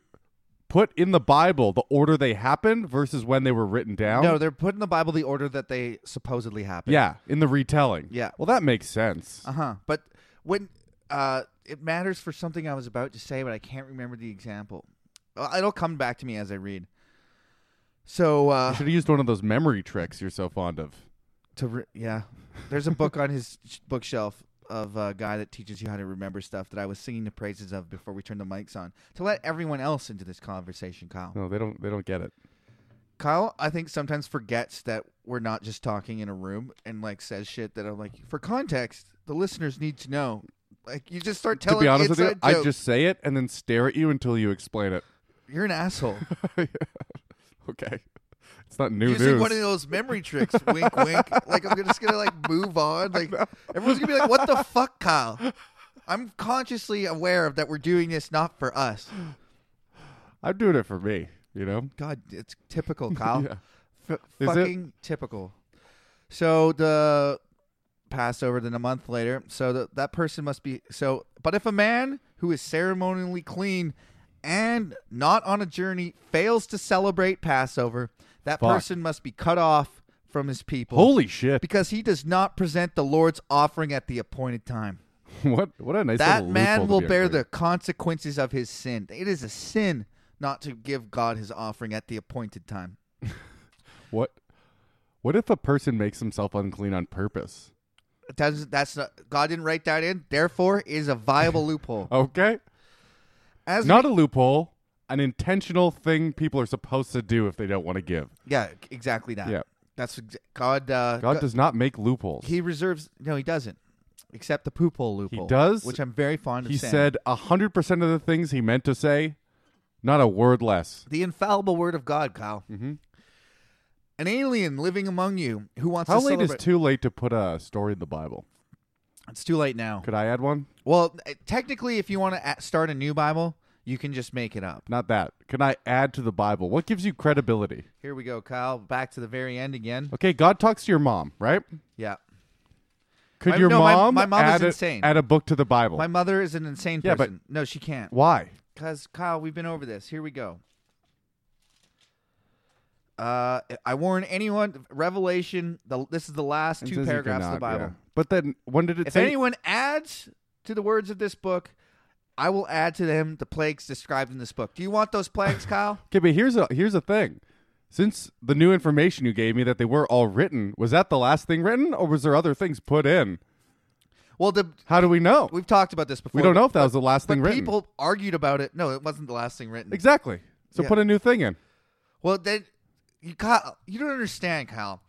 [SPEAKER 2] put in the Bible the order they happened versus when they were written down?
[SPEAKER 1] No, they're put in the Bible the order that they supposedly happened.
[SPEAKER 2] yeah, in the retelling.
[SPEAKER 1] Yeah.
[SPEAKER 2] Well, that makes sense.
[SPEAKER 1] Uh huh. But when uh, it matters for something I was about to say, but I can't remember the example. Uh, It'll come back to me as I read. So
[SPEAKER 2] you
[SPEAKER 1] uh,
[SPEAKER 2] should have used one of those memory tricks you're so fond of.
[SPEAKER 1] to re- yeah, there's a book on his sh- bookshelf of a guy that teaches you how to remember stuff that I was singing the praises of before we turned the mics on to let everyone else into this conversation, Kyle.
[SPEAKER 2] No, they don't. They don't get it.
[SPEAKER 1] Kyle, I think sometimes forgets that we're not just talking in a room and like says shit that I'm like for context, the listeners need to know. Like you just start telling
[SPEAKER 2] to be honest with you,
[SPEAKER 1] inside
[SPEAKER 2] I
[SPEAKER 1] jokes.
[SPEAKER 2] just say it and then stare at you until you explain it. [laughs]
[SPEAKER 1] You're an asshole.
[SPEAKER 2] okay. It's not new
[SPEAKER 1] Using
[SPEAKER 2] news.
[SPEAKER 1] one of those memory tricks, wink, wink. Like I'm just gonna like move on. Like everyone's gonna be like, "What the fuck, Kyle?" I'm consciously aware of that we're doing this not for us.
[SPEAKER 2] I'm doing it for me. You know.
[SPEAKER 1] God, it's
[SPEAKER 2] [laughs]
[SPEAKER 1] typical, Kyle.
[SPEAKER 2] Yeah.
[SPEAKER 1] F-
[SPEAKER 2] Is it?
[SPEAKER 1] fucking typical. So the Passover, then a month later. So the, that person must be so. But if a man who is ceremonially clean and not on a journey fails to celebrate Passover, that
[SPEAKER 2] Fuck.
[SPEAKER 1] person must be cut off from his people
[SPEAKER 2] Holy shit!
[SPEAKER 1] because he does not present the Lord's offering at the appointed time.
[SPEAKER 2] [laughs] What? What a nice.
[SPEAKER 1] That
[SPEAKER 2] little
[SPEAKER 1] man
[SPEAKER 2] loophole
[SPEAKER 1] will
[SPEAKER 2] to be
[SPEAKER 1] bear
[SPEAKER 2] avoided.
[SPEAKER 1] the consequences of his sin. It is a sin not to give God his offering at the appointed time.
[SPEAKER 2] What? What if a person makes himself unclean on purpose?
[SPEAKER 1] That's, that's not, God didn't write that in. Therefore, it is a
[SPEAKER 2] [laughs]
[SPEAKER 1] viable
[SPEAKER 2] Oh,
[SPEAKER 1] loophole.
[SPEAKER 2] Okay,
[SPEAKER 1] As
[SPEAKER 2] not a loophole, an intentional thing people are supposed to do if they don't want to give.
[SPEAKER 1] yeah, exactly that.
[SPEAKER 2] Yeah.
[SPEAKER 1] That's exa- God. Uh,
[SPEAKER 2] God does not make loopholes.
[SPEAKER 1] He reserves. No, he doesn't. Except the poop hole loophole.
[SPEAKER 2] does?
[SPEAKER 1] which I'm very fond of.
[SPEAKER 2] He
[SPEAKER 1] saying.
[SPEAKER 2] said a hundred percent of the things he meant to say, not a word less.
[SPEAKER 1] the infallible word of God, Kyle.
[SPEAKER 2] Mhm.
[SPEAKER 1] An alien living among you who wants
[SPEAKER 2] How
[SPEAKER 1] to
[SPEAKER 2] late
[SPEAKER 1] celebrate.
[SPEAKER 2] is too late to put a story in the Bible?
[SPEAKER 1] it's too late now.
[SPEAKER 2] Could I add one?
[SPEAKER 1] Well, uh, technically, if you want to a- start a new Bible, you can just make it up.
[SPEAKER 2] Not that. Can I add to the Bible? What gives you credibility?
[SPEAKER 1] Here we go, Kyle. Back to the very end again.
[SPEAKER 2] Okay, God talks to your mom, right?
[SPEAKER 1] Yeah,
[SPEAKER 2] Could
[SPEAKER 1] My-
[SPEAKER 2] your
[SPEAKER 1] no, my-
[SPEAKER 2] mom,
[SPEAKER 1] my mom is
[SPEAKER 2] add, a-
[SPEAKER 1] insane.
[SPEAKER 2] add a book to the Bible?
[SPEAKER 1] my mother is an insane
[SPEAKER 2] Yeah, but-
[SPEAKER 1] person. no, she can't.
[SPEAKER 2] Why?
[SPEAKER 1] Because Kyle, we've been over this. Here we go. Uh, I warn anyone. Revelation. The this is the last
[SPEAKER 2] It
[SPEAKER 1] two
[SPEAKER 2] says you
[SPEAKER 1] paragraphs of the
[SPEAKER 2] cannot,
[SPEAKER 1] Bible.
[SPEAKER 2] yeah. But then when did it
[SPEAKER 1] If
[SPEAKER 2] say
[SPEAKER 1] anyone adds to the words of this book, I will add to them the plagues described in this book. Do you want those
[SPEAKER 2] [laughs]
[SPEAKER 1] plagues, Kyle?
[SPEAKER 2] Okay, but here's a here's a thing. Since the new information you gave me that they were all written, was that the last thing written or was there other things put in?
[SPEAKER 1] Well, the,
[SPEAKER 2] How do we know?
[SPEAKER 1] we've talked about this before.
[SPEAKER 2] We don't know if that
[SPEAKER 1] but-
[SPEAKER 2] was the last
[SPEAKER 1] But
[SPEAKER 2] thing written.
[SPEAKER 1] people argued about it. No, it wasn't the last thing written.
[SPEAKER 2] Exactly. So
[SPEAKER 1] Yeah.
[SPEAKER 2] put a new thing in.
[SPEAKER 1] Well, then you Kyle, you don't understand, Kyle.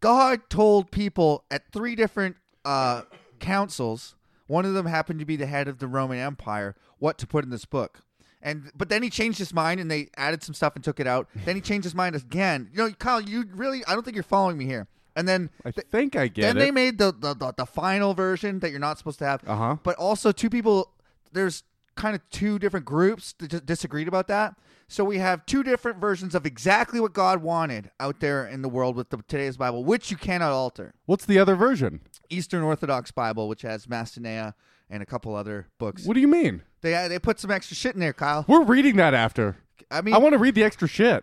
[SPEAKER 1] God told people at three different uh, councils. One of them happened to be the head of the Roman Empire. What to put in this book, and but then he changed his mind and they added some stuff and took it out. Then he changed his mind again. You know, Kyle, you really I don't think you're following me here. And then
[SPEAKER 2] I
[SPEAKER 1] th-
[SPEAKER 2] think I get
[SPEAKER 1] then
[SPEAKER 2] it.
[SPEAKER 1] they made the, the the the final version that you're not supposed to have.
[SPEAKER 2] Uh-huh.
[SPEAKER 1] But also, two people. There's kind of two different groups that dis- disagreed about that. So we have two different versions of exactly what God wanted out there in the world with the today's Bible, which you cannot alter.
[SPEAKER 2] What's the other version?
[SPEAKER 1] Eastern Orthodox Bible, which has Mastinea and a couple other books.
[SPEAKER 2] What do you mean?
[SPEAKER 1] They they put some extra shit in there, Kyle.
[SPEAKER 2] We're reading that after.
[SPEAKER 1] I mean,
[SPEAKER 2] I want to read the extra shit.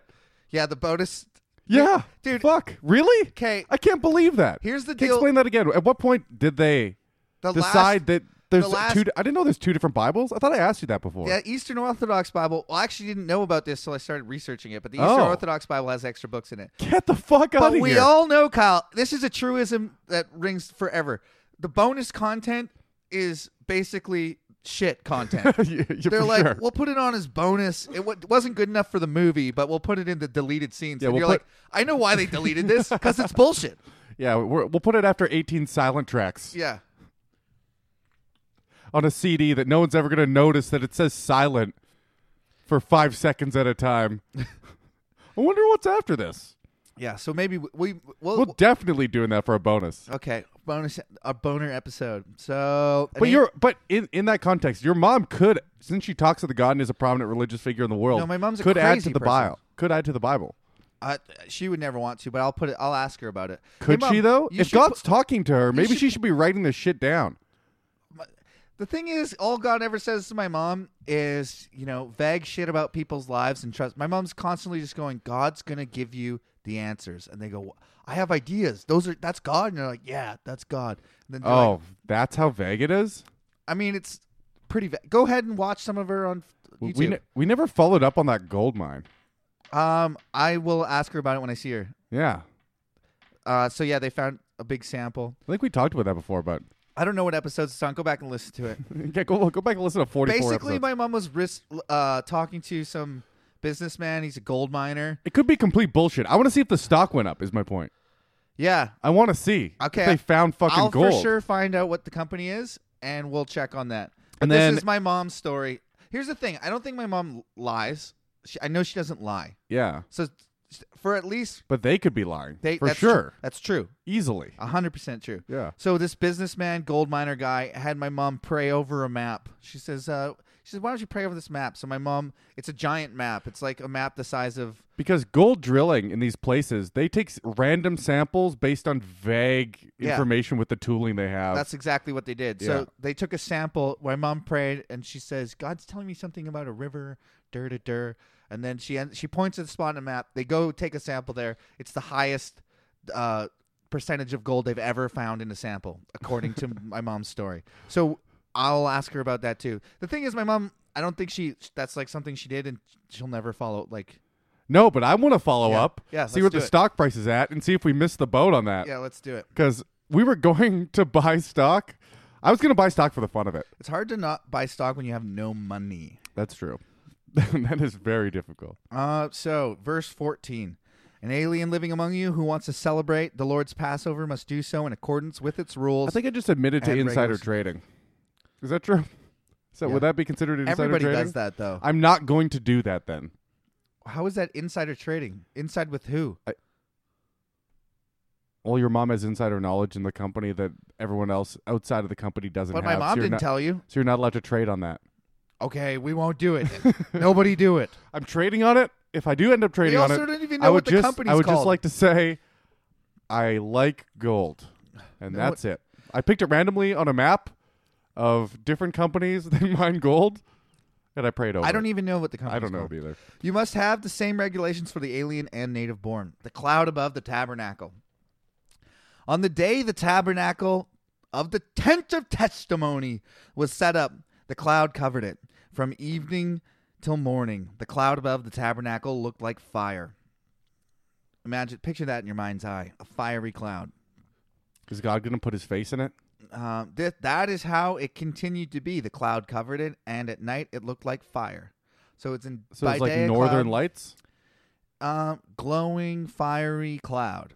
[SPEAKER 1] yeah, the bonus.
[SPEAKER 2] Yeah.
[SPEAKER 1] dude.
[SPEAKER 2] Fuck. Really?
[SPEAKER 1] 'Kay.
[SPEAKER 2] I can't believe that.
[SPEAKER 1] Here's the
[SPEAKER 2] Okay,
[SPEAKER 1] deal-
[SPEAKER 2] Explain that again. At what point did they
[SPEAKER 1] The
[SPEAKER 2] decide
[SPEAKER 1] last,
[SPEAKER 2] that there's
[SPEAKER 1] the last-
[SPEAKER 2] two? I didn't know there's two different Bibles. I thought I asked you that before.
[SPEAKER 1] Yeah, Eastern Orthodox Bible. Well, I actually didn't know about this till I started researching it. But the Eastern
[SPEAKER 2] Oh.
[SPEAKER 1] Orthodox Bible has extra books in it.
[SPEAKER 2] Get the fuck out
[SPEAKER 1] But
[SPEAKER 2] of
[SPEAKER 1] we
[SPEAKER 2] here.
[SPEAKER 1] all know, Kyle, this is a truism that rings forever. The bonus content is basically shit content.
[SPEAKER 2] [laughs] Yeah, yeah,
[SPEAKER 1] They're
[SPEAKER 2] for
[SPEAKER 1] like,
[SPEAKER 2] sure.
[SPEAKER 1] we'll put it on as bonus. It w- wasn't good enough for the movie, but we'll put it in the deleted scenes.
[SPEAKER 2] Yeah,
[SPEAKER 1] and
[SPEAKER 2] we'll
[SPEAKER 1] you're
[SPEAKER 2] put-
[SPEAKER 1] like, I know why they deleted this because it's bullshit.
[SPEAKER 2] yeah, we're, we'll put it after 18 silent tracks
[SPEAKER 1] Yeah.
[SPEAKER 2] on a CD that no one's ever going to notice that it says silent for five seconds at a time. [laughs] I wonder what's after this.
[SPEAKER 1] Yeah. So maybe we, we will.
[SPEAKER 2] We're definitely doing that for a bonus.
[SPEAKER 1] okay. Bonus, a boner episode. So.
[SPEAKER 2] But you're but in, in that context, your mom could, since she talks to the God and is a prominent religious figure in the world,
[SPEAKER 1] No, my mom's a
[SPEAKER 2] could add to
[SPEAKER 1] crazy
[SPEAKER 2] the
[SPEAKER 1] person.
[SPEAKER 2] Bible. Could add to the Bible.
[SPEAKER 1] I, she would never want to, but I'll put it. I'll ask her about it. Hey,
[SPEAKER 2] Could
[SPEAKER 1] Mom,
[SPEAKER 2] she though?
[SPEAKER 1] you
[SPEAKER 2] If
[SPEAKER 1] should
[SPEAKER 2] God's talking to her, maybe
[SPEAKER 1] should
[SPEAKER 2] she should be writing this shit down.
[SPEAKER 1] The thing is, all God ever says to my mom is, you know, vague shit about people's lives and trust. My mom's constantly just going, "God's gonna give you the answers," and they go, "I have ideas. Those are that's God." And they're like, "Yeah, that's God." And then they're
[SPEAKER 2] Oh,
[SPEAKER 1] like,
[SPEAKER 2] that's how vague it is.
[SPEAKER 1] I mean, it's pretty. Va- go ahead and watch some of her on
[SPEAKER 2] We
[SPEAKER 1] YouTube.
[SPEAKER 2] we, ne- we never followed up on that gold mine.
[SPEAKER 1] um, I will ask her about it when I see her.
[SPEAKER 2] Yeah.
[SPEAKER 1] Uh, so yeah, they found a big sample.
[SPEAKER 2] I think we talked about that before, but [laughs]
[SPEAKER 1] I don't know what episodes it's on. Go back and listen to it.
[SPEAKER 2] yeah, go go back and listen to forty four
[SPEAKER 1] Basically,
[SPEAKER 2] episodes.
[SPEAKER 1] my mom was risk, uh, talking to some businessman. He's a gold miner.
[SPEAKER 2] it could be complete bullshit. I want to see if the stock went up. Is my point.
[SPEAKER 1] Yeah,
[SPEAKER 2] I want to see. if
[SPEAKER 1] Okay,
[SPEAKER 2] they found fucking
[SPEAKER 1] I'll
[SPEAKER 2] gold.
[SPEAKER 1] for sure find out what the company is, and we'll check on that. But
[SPEAKER 2] And
[SPEAKER 1] this
[SPEAKER 2] then-
[SPEAKER 1] is my mom's story. Here's the thing: I don't think my mom lies. She, I know she doesn't lie.
[SPEAKER 2] Yeah,
[SPEAKER 1] So s- for at least
[SPEAKER 2] but they could be lying
[SPEAKER 1] they
[SPEAKER 2] for
[SPEAKER 1] that's
[SPEAKER 2] sure,
[SPEAKER 1] True. That's true.
[SPEAKER 2] easily.
[SPEAKER 1] hundred percent true.
[SPEAKER 2] Yeah.
[SPEAKER 1] So this businessman, gold miner guy, had my mom pray over a map. She says, uh, "She says, why don't you pray over this map?" So my mom, it's a giant map. It's like a map the size of
[SPEAKER 2] Because gold drilling in these places, they take s- random samples based on vague
[SPEAKER 1] Yeah.
[SPEAKER 2] information with the tooling they have.
[SPEAKER 1] That's exactly what they did.
[SPEAKER 2] Yeah.
[SPEAKER 1] So they took a sample. My mom prayed, and she says, "God's telling me something about a river." Dur dur dur. And then she en- she points at the spot on the map. They go take a sample there. It's the highest uh, percentage of gold they've ever found in a sample, according to my mom's story. So I'll ask her about that too. The thing is, my mom. I don't think she. That's like something she did, and she'll never follow. Like,
[SPEAKER 2] No, but I want to follow
[SPEAKER 1] Yeah.
[SPEAKER 2] up.
[SPEAKER 1] Yeah,
[SPEAKER 2] see
[SPEAKER 1] let's
[SPEAKER 2] what
[SPEAKER 1] do
[SPEAKER 2] the
[SPEAKER 1] it.
[SPEAKER 2] stock price is at and see if we missed the boat on that.
[SPEAKER 1] yeah, let's do it.
[SPEAKER 2] Because we were [laughs] going to buy stock. I was going to buy stock for the fun of it.
[SPEAKER 1] It's hard to not buy stock when you have no money.
[SPEAKER 2] That's true. [laughs] that is very difficult.
[SPEAKER 1] Uh, so verse 14. An alien living among you who wants to celebrate the Lord's Passover must do so in accordance with its rules.
[SPEAKER 2] I think I just admitted to
[SPEAKER 1] And
[SPEAKER 2] insider
[SPEAKER 1] regulars.
[SPEAKER 2] trading. Is that true? So
[SPEAKER 1] Yeah.
[SPEAKER 2] would that be considered insider
[SPEAKER 1] everybody
[SPEAKER 2] trading?
[SPEAKER 1] does that though.
[SPEAKER 2] I'm not going to do that then.
[SPEAKER 1] How is that insider trading? Inside with who?
[SPEAKER 2] Well, your mom has insider knowledge in the company that everyone else outside of the company doesn't
[SPEAKER 1] But
[SPEAKER 2] have.
[SPEAKER 1] my
[SPEAKER 2] so
[SPEAKER 1] mom
[SPEAKER 2] you're
[SPEAKER 1] didn't
[SPEAKER 2] not-
[SPEAKER 1] tell you.
[SPEAKER 2] So you're not allowed to trade on that.
[SPEAKER 1] Okay, we won't do
[SPEAKER 2] [laughs]
[SPEAKER 1] it. Nobody do it.
[SPEAKER 2] I'm trading on it. If I do end up trading
[SPEAKER 1] We
[SPEAKER 2] on
[SPEAKER 1] also
[SPEAKER 2] it,
[SPEAKER 1] don't even
[SPEAKER 2] I
[SPEAKER 1] know
[SPEAKER 2] would
[SPEAKER 1] what the
[SPEAKER 2] just
[SPEAKER 1] company's
[SPEAKER 2] I would just
[SPEAKER 1] called.
[SPEAKER 2] like to say, I like gold, and
[SPEAKER 1] No,
[SPEAKER 2] that's it. I picked it randomly on a map of different companies [laughs] than mine gold, and I prayed over.
[SPEAKER 1] I don't
[SPEAKER 2] it.
[SPEAKER 1] even know what the company.
[SPEAKER 2] I don't know either.
[SPEAKER 1] You must have the same regulations for the alien and native born. The cloud above the tabernacle. On the day the tabernacle of the tent of testimony was set up, the cloud covered it. From evening till morning, the cloud above the tabernacle looked like fire. Imagine, picture that in your mind's eye a fiery cloud.
[SPEAKER 2] Is God going to put His face in it?
[SPEAKER 1] Um, th- that is how it continued to be. The cloud covered it, and at night it looked like fire. So it's in
[SPEAKER 2] So
[SPEAKER 1] by
[SPEAKER 2] it's like
[SPEAKER 1] day a
[SPEAKER 2] Northern
[SPEAKER 1] cloud-
[SPEAKER 2] Lights.
[SPEAKER 1] Um, glowing fiery cloud.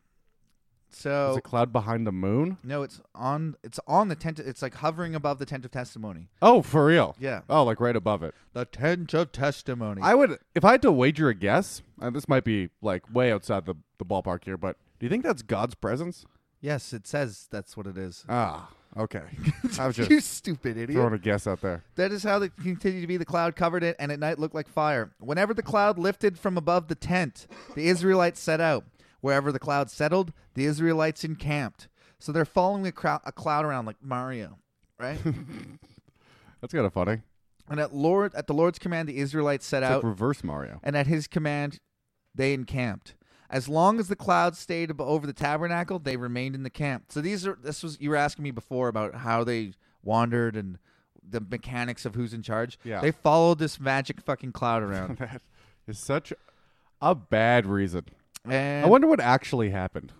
[SPEAKER 2] Is
[SPEAKER 1] So
[SPEAKER 2] a cloud behind the moon?
[SPEAKER 1] no, it's on. It's on the tent. It's like hovering above the tent of testimony.
[SPEAKER 2] Oh, for real?
[SPEAKER 1] Yeah,
[SPEAKER 2] Oh, like right above it.
[SPEAKER 1] the tent of testimony.
[SPEAKER 2] I would, if I had to wager a guess, uh, this might be like way outside the, the ballpark here, but do you think that's God's presence?
[SPEAKER 1] yes, it says that's what it is.
[SPEAKER 2] Ah,
[SPEAKER 1] [laughs]
[SPEAKER 2] okay. I was
[SPEAKER 1] you
[SPEAKER 2] just
[SPEAKER 1] stupid idiot.
[SPEAKER 2] throwing a guess out there.
[SPEAKER 1] That is how they continued to be. The cloud covered it, and at night looked like fire. Whenever the cloud lifted from above the tent, the Israelites set out. Wherever the cloud settled, the Israelites encamped. So they're following a, crowd, a cloud around like Mario,
[SPEAKER 2] [laughs]
[SPEAKER 1] right?
[SPEAKER 2] That's kind of funny.
[SPEAKER 1] and at Lord at the Lord's command, the Israelites set
[SPEAKER 2] It's
[SPEAKER 1] out,
[SPEAKER 2] like reverse Mario.
[SPEAKER 1] and at His command, they encamped. As long as the cloud stayed ab- over the tabernacle, they remained in the camp. So these are this was you were asking me before about how they wandered and the mechanics of who's in charge.
[SPEAKER 2] Yeah.
[SPEAKER 1] They followed this magic fucking cloud
[SPEAKER 2] [laughs]
[SPEAKER 1] around.
[SPEAKER 2] [laughs] that is such a bad reason.
[SPEAKER 1] And
[SPEAKER 2] I wonder what actually happened.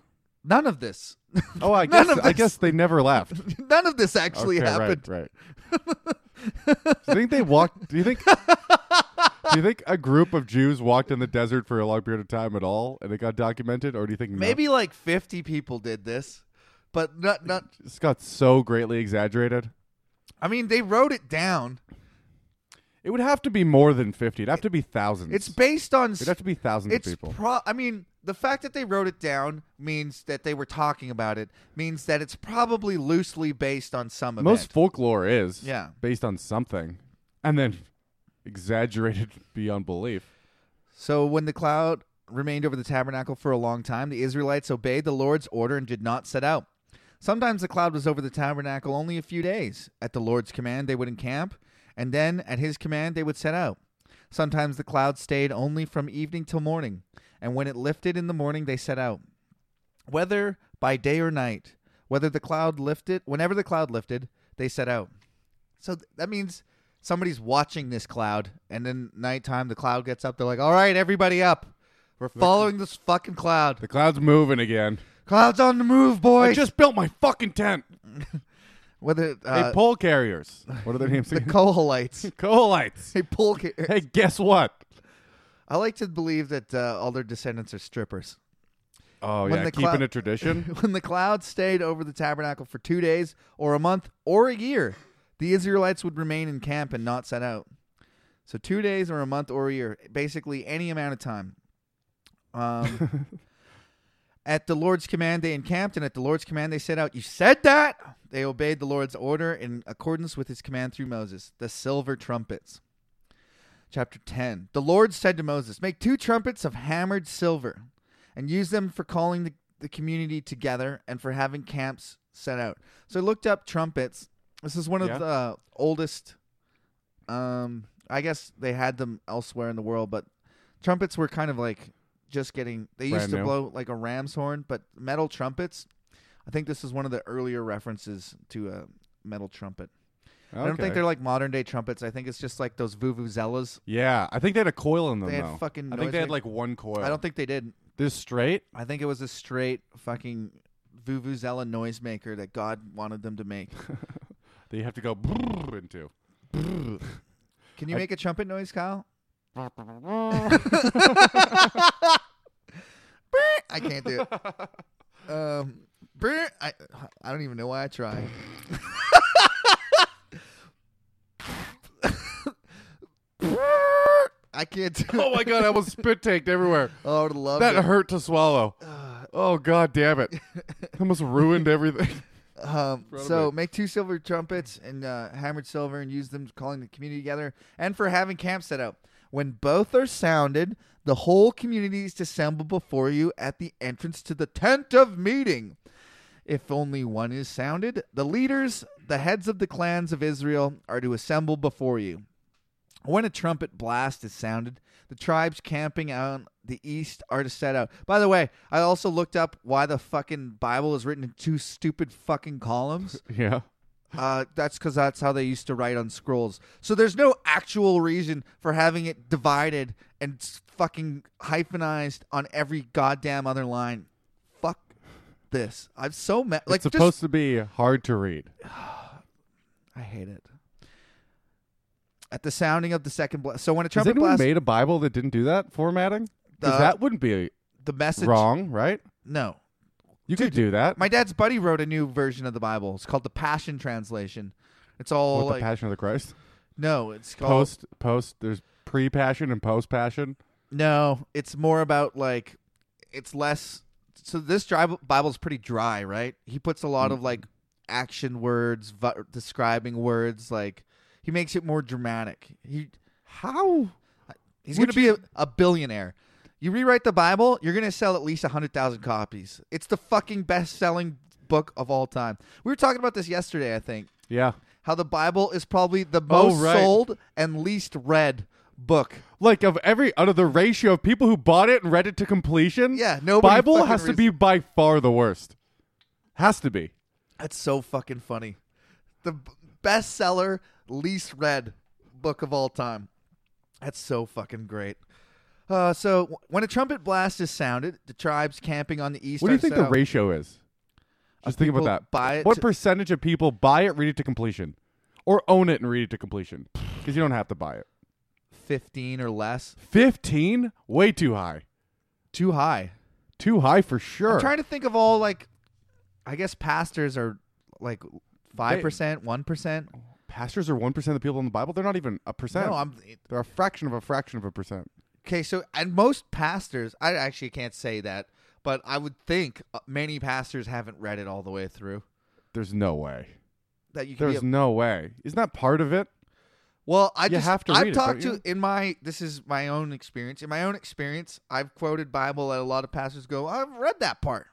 [SPEAKER 1] none of this. [laughs]
[SPEAKER 2] Oh, I
[SPEAKER 1] None
[SPEAKER 2] guess
[SPEAKER 1] of
[SPEAKER 2] I
[SPEAKER 1] this.
[SPEAKER 2] guess they never left.
[SPEAKER 1] none of this [laughs] actually
[SPEAKER 2] Okay,
[SPEAKER 1] happened. [laughs]
[SPEAKER 2] Right, right. do you think they walked? Do you think? do you think a group of Jews walked in the desert for a long period of time at all, and it got documented, or do you think no?
[SPEAKER 1] Maybe like 50 people did this. But not not
[SPEAKER 2] This got so greatly exaggerated.
[SPEAKER 1] I mean they wrote it down.
[SPEAKER 2] It would have to be more than fifty. It'd have to be thousands.
[SPEAKER 1] It's based on
[SPEAKER 2] It'd have to be thousands
[SPEAKER 1] it's
[SPEAKER 2] of people.
[SPEAKER 1] Pro- I mean, the fact that they wrote it down means that they were talking about it. Means that it's probably loosely based on some event.
[SPEAKER 2] Most folklore is
[SPEAKER 1] Yeah.
[SPEAKER 2] based on something, and then exaggerated [laughs] beyond belief.
[SPEAKER 1] so when the cloud remained over the tabernacle for a long time, the Israelites obeyed the Lord's order and did not set out. Sometimes the cloud was over the tabernacle only a few days. At the Lord's command, they would encamp, and then at His command, they would set out. Sometimes the cloud stayed only from evening till morning, and when it lifted in the morning, they set out. whether by day or night, whether the cloud lifted, whenever the cloud lifted, they set out. So th- that means somebody's watching this cloud, and then nighttime the cloud gets up. They're like, "All right, everybody up! We're following this fucking cloud.
[SPEAKER 2] The cloud's moving again.
[SPEAKER 1] Cloud's on the move,
[SPEAKER 2] I
[SPEAKER 1] boys."
[SPEAKER 2] just built my fucking tent.
[SPEAKER 1] Whether
[SPEAKER 2] hey,
[SPEAKER 1] uh,
[SPEAKER 2] pole carriers. What are their names?
[SPEAKER 1] the
[SPEAKER 2] again? [laughs]
[SPEAKER 1] Koholites,
[SPEAKER 2] Coalites.
[SPEAKER 1] [laughs] they pull. ca-
[SPEAKER 2] Hey, guess what?
[SPEAKER 1] I like to believe that uh, all their descendants are strippers. [laughs]
[SPEAKER 2] Oh
[SPEAKER 1] When
[SPEAKER 2] yeah,
[SPEAKER 1] the
[SPEAKER 2] keeping
[SPEAKER 1] clou-
[SPEAKER 2] a tradition.
[SPEAKER 1] when the cloud stayed over the tabernacle for two days or a month or a year, the Israelites would remain in camp and not set out. So two days or a month or a year, basically any amount of time. Um, at the Lord's command, they encamped, and at the Lord's command, they set out. You said that they obeyed the Lord's order in accordance with His command through Moses, the silver trumpets. Chapter 10. The Lord said to Moses, Make two trumpets of hammered silver and use them for calling the, the community together and for having camps set out. So I looked up trumpets. This is one of
[SPEAKER 2] Yeah.
[SPEAKER 1] the oldest. Um, I guess they had them elsewhere in the world, but trumpets were kind of like just getting. They
[SPEAKER 2] Brand
[SPEAKER 1] used to
[SPEAKER 2] new.
[SPEAKER 1] blow like a ram's horn, but metal trumpets. [laughs] I think this is one of the earlier references to a metal trumpet. I don't
[SPEAKER 2] Okay.
[SPEAKER 1] think they're like modern day trumpets. I think it's just like those vuvuzelas.
[SPEAKER 2] Yeah, I think they had a coil in them.
[SPEAKER 1] They had
[SPEAKER 2] though.
[SPEAKER 1] fucking
[SPEAKER 2] I think they
[SPEAKER 1] noise
[SPEAKER 2] had
[SPEAKER 1] ma-
[SPEAKER 2] like one coil.
[SPEAKER 1] I don't think they did.
[SPEAKER 2] this straight.
[SPEAKER 1] I think it was a straight fucking vuvuzela noisemaker that God wanted them to make.
[SPEAKER 2] That you have to go brrr
[SPEAKER 1] [laughs]
[SPEAKER 2] into.
[SPEAKER 1] Can you
[SPEAKER 2] I-
[SPEAKER 1] make a trumpet noise, Kyle? [laughs] I can't do it.
[SPEAKER 2] [laughs]
[SPEAKER 1] Um, brr, I I don't even know why I tried. [laughs] I can't do
[SPEAKER 2] [laughs] oh
[SPEAKER 1] it.
[SPEAKER 2] my god, I was spit
[SPEAKER 1] [laughs]
[SPEAKER 2] taked everywhere.
[SPEAKER 1] Oh, I would love
[SPEAKER 2] That
[SPEAKER 1] it.
[SPEAKER 2] hurt to swallow.
[SPEAKER 1] Uh,
[SPEAKER 2] Oh god,
[SPEAKER 1] [laughs]
[SPEAKER 2] damn it! Almost ruined everything.
[SPEAKER 1] Um,
[SPEAKER 2] Proud of
[SPEAKER 1] so
[SPEAKER 2] me.
[SPEAKER 1] make two silver trumpets and uh, hammered silver and use them to calling the community together and for having camp set up. When both are sounded, the whole community is to assemble before you at the entrance to the tent of meeting. If only one is sounded, the leaders, the heads of the clans of Israel, are to assemble before you. When a trumpet blast is sounded, the tribes camping on the east are to set out. By the way, I also looked up why the fucking Bible is written in two stupid fucking
[SPEAKER 2] [laughs]
[SPEAKER 1] columns.
[SPEAKER 2] Yeah.
[SPEAKER 1] Uh, that's because that's how they used to write on scrolls. So there's no actual reason for having it divided and s- fucking hyphenized on every goddamn other line. Fuck this. I'm so mad. Like,
[SPEAKER 2] it's
[SPEAKER 1] just-
[SPEAKER 2] supposed to be hard to read.
[SPEAKER 1] I hate it. At the sounding of the second blast. So when a
[SPEAKER 2] Has
[SPEAKER 1] trumpet
[SPEAKER 2] anyone
[SPEAKER 1] blast,
[SPEAKER 2] made a Bible that didn't do that formatting? 'Cause
[SPEAKER 1] Uh,
[SPEAKER 2] that wouldn't be
[SPEAKER 1] the message.
[SPEAKER 2] wrong, right?
[SPEAKER 1] No,
[SPEAKER 2] You could do that.
[SPEAKER 1] My dad's buddy wrote a new version of the Bible. It's called the Passion Translation. It's all
[SPEAKER 2] with
[SPEAKER 1] like
[SPEAKER 2] the Passion of the Christ.
[SPEAKER 1] no, it's called
[SPEAKER 2] Post, post. There's pre-passion and post-passion.
[SPEAKER 1] no. It's more about like it's less. So this dry, Bible's pretty dry, right? He puts a lot of
[SPEAKER 2] Mm-hmm.
[SPEAKER 1] like action words, v- describing words. Like he makes it more dramatic. He
[SPEAKER 2] How?
[SPEAKER 1] he's
[SPEAKER 2] Would
[SPEAKER 1] going to be a, a billionaire. You rewrite the Bible, you're going to sell at least 100,000 copies. It's the fucking best-selling book of all time. We were talking about this yesterday, I think.
[SPEAKER 2] Yeah.
[SPEAKER 1] how the Bible is probably the
[SPEAKER 2] Oh,
[SPEAKER 1] most
[SPEAKER 2] right.
[SPEAKER 1] sold and least read book.
[SPEAKER 2] Like of every out of the ratio of people who bought it and read it to completion.
[SPEAKER 1] Yeah, nobody
[SPEAKER 2] Bible
[SPEAKER 1] fucking
[SPEAKER 2] has to
[SPEAKER 1] reads-
[SPEAKER 2] be by far the worst. Has to be.
[SPEAKER 1] That's so fucking funny. The b- bestseller, least read book of all time. That's so fucking great. Uh, so w- when a trumpet blast is sounded, the tribes camping on the east.
[SPEAKER 2] What do you
[SPEAKER 1] are
[SPEAKER 2] think
[SPEAKER 1] set
[SPEAKER 2] the
[SPEAKER 1] out-
[SPEAKER 2] ratio is? Just think about
[SPEAKER 1] people
[SPEAKER 2] that.
[SPEAKER 1] buy it
[SPEAKER 2] what
[SPEAKER 1] to-
[SPEAKER 2] percentage of people buy it, read it to completion, or own it and read it to completion? Because you don't have to buy it.
[SPEAKER 1] Fifteen or less.
[SPEAKER 2] Fifteen, way too high.
[SPEAKER 1] Too high.
[SPEAKER 2] Too high for sure.
[SPEAKER 1] I'm trying to think of all like, I guess pastors are like five percent, one percent.
[SPEAKER 2] Pastors are one percent of the people in the Bible. They're not even a percent.
[SPEAKER 1] No, I'm
[SPEAKER 2] They're a fraction of a fraction of a percent.
[SPEAKER 1] Okay, so and most pastors, I actually can't say that, but I would think uh, many pastors haven't read it all the way through.
[SPEAKER 2] There's no way.
[SPEAKER 1] That you can
[SPEAKER 2] There's
[SPEAKER 1] be a-
[SPEAKER 2] no way. Isn't that part of it?
[SPEAKER 1] well, I
[SPEAKER 2] you
[SPEAKER 1] just
[SPEAKER 2] have to
[SPEAKER 1] I've
[SPEAKER 2] read it,
[SPEAKER 1] talked
[SPEAKER 2] don't you?
[SPEAKER 1] to in my this is my own experience. In my own experience, I've quoted Bible that a lot of pastors go, I've read that part.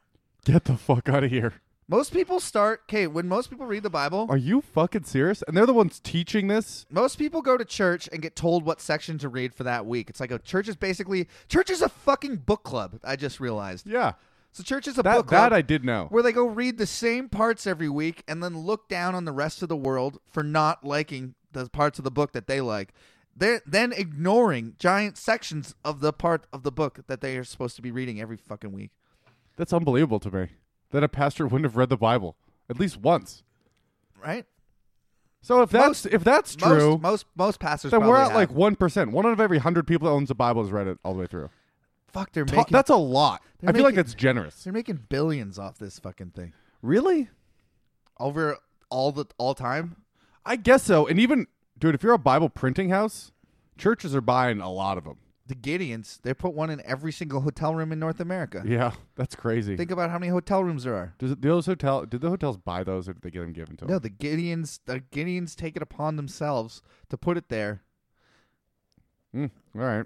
[SPEAKER 2] Get the fuck out of here.
[SPEAKER 1] Most people start okay when most people read the Bible.
[SPEAKER 2] Are you fucking serious? And they're the ones teaching this.
[SPEAKER 1] Most people go to church and get told what section to read for that week. It's like a church is basically church is a fucking book club. I just realized.
[SPEAKER 2] Yeah.
[SPEAKER 1] So church is a
[SPEAKER 2] That
[SPEAKER 1] book club.
[SPEAKER 2] that I did know.
[SPEAKER 1] where they go read the same parts every week and then look down on the rest of the world for not liking the parts of the book that they like. They're then ignoring giant sections of the part of the book that they are supposed to be reading every fucking week.
[SPEAKER 2] That's unbelievable to me that a pastor wouldn't have read the Bible at least once.
[SPEAKER 1] Right?
[SPEAKER 2] So if that's if that's true,
[SPEAKER 1] Most most most pastors.
[SPEAKER 2] then we're
[SPEAKER 1] probably
[SPEAKER 2] at
[SPEAKER 1] have.
[SPEAKER 2] like one percent. One out of every hundred people that owns a Bible has read it all the way through.
[SPEAKER 1] fuck. They're
[SPEAKER 2] Ta-
[SPEAKER 1] making
[SPEAKER 2] that's a lot. I
[SPEAKER 1] They're
[SPEAKER 2] feel like
[SPEAKER 1] making-
[SPEAKER 2] that's generous.
[SPEAKER 1] they're making billions off this fucking thing
[SPEAKER 2] Really?
[SPEAKER 1] over all the all time.
[SPEAKER 2] I guess so. And even dude, if you're a Bible printing house, churches are buying a lot of them.
[SPEAKER 1] The Gideons they put one in every single hotel room in North America.
[SPEAKER 2] Yeah, [laughs] that's crazy.
[SPEAKER 1] Think about how many hotel rooms there are.
[SPEAKER 2] Does it, those hotel did the hotels buy those or did they get them given to them?
[SPEAKER 1] No, the Gideons the Gideons take it upon themselves to put it there
[SPEAKER 2] Mm, all right.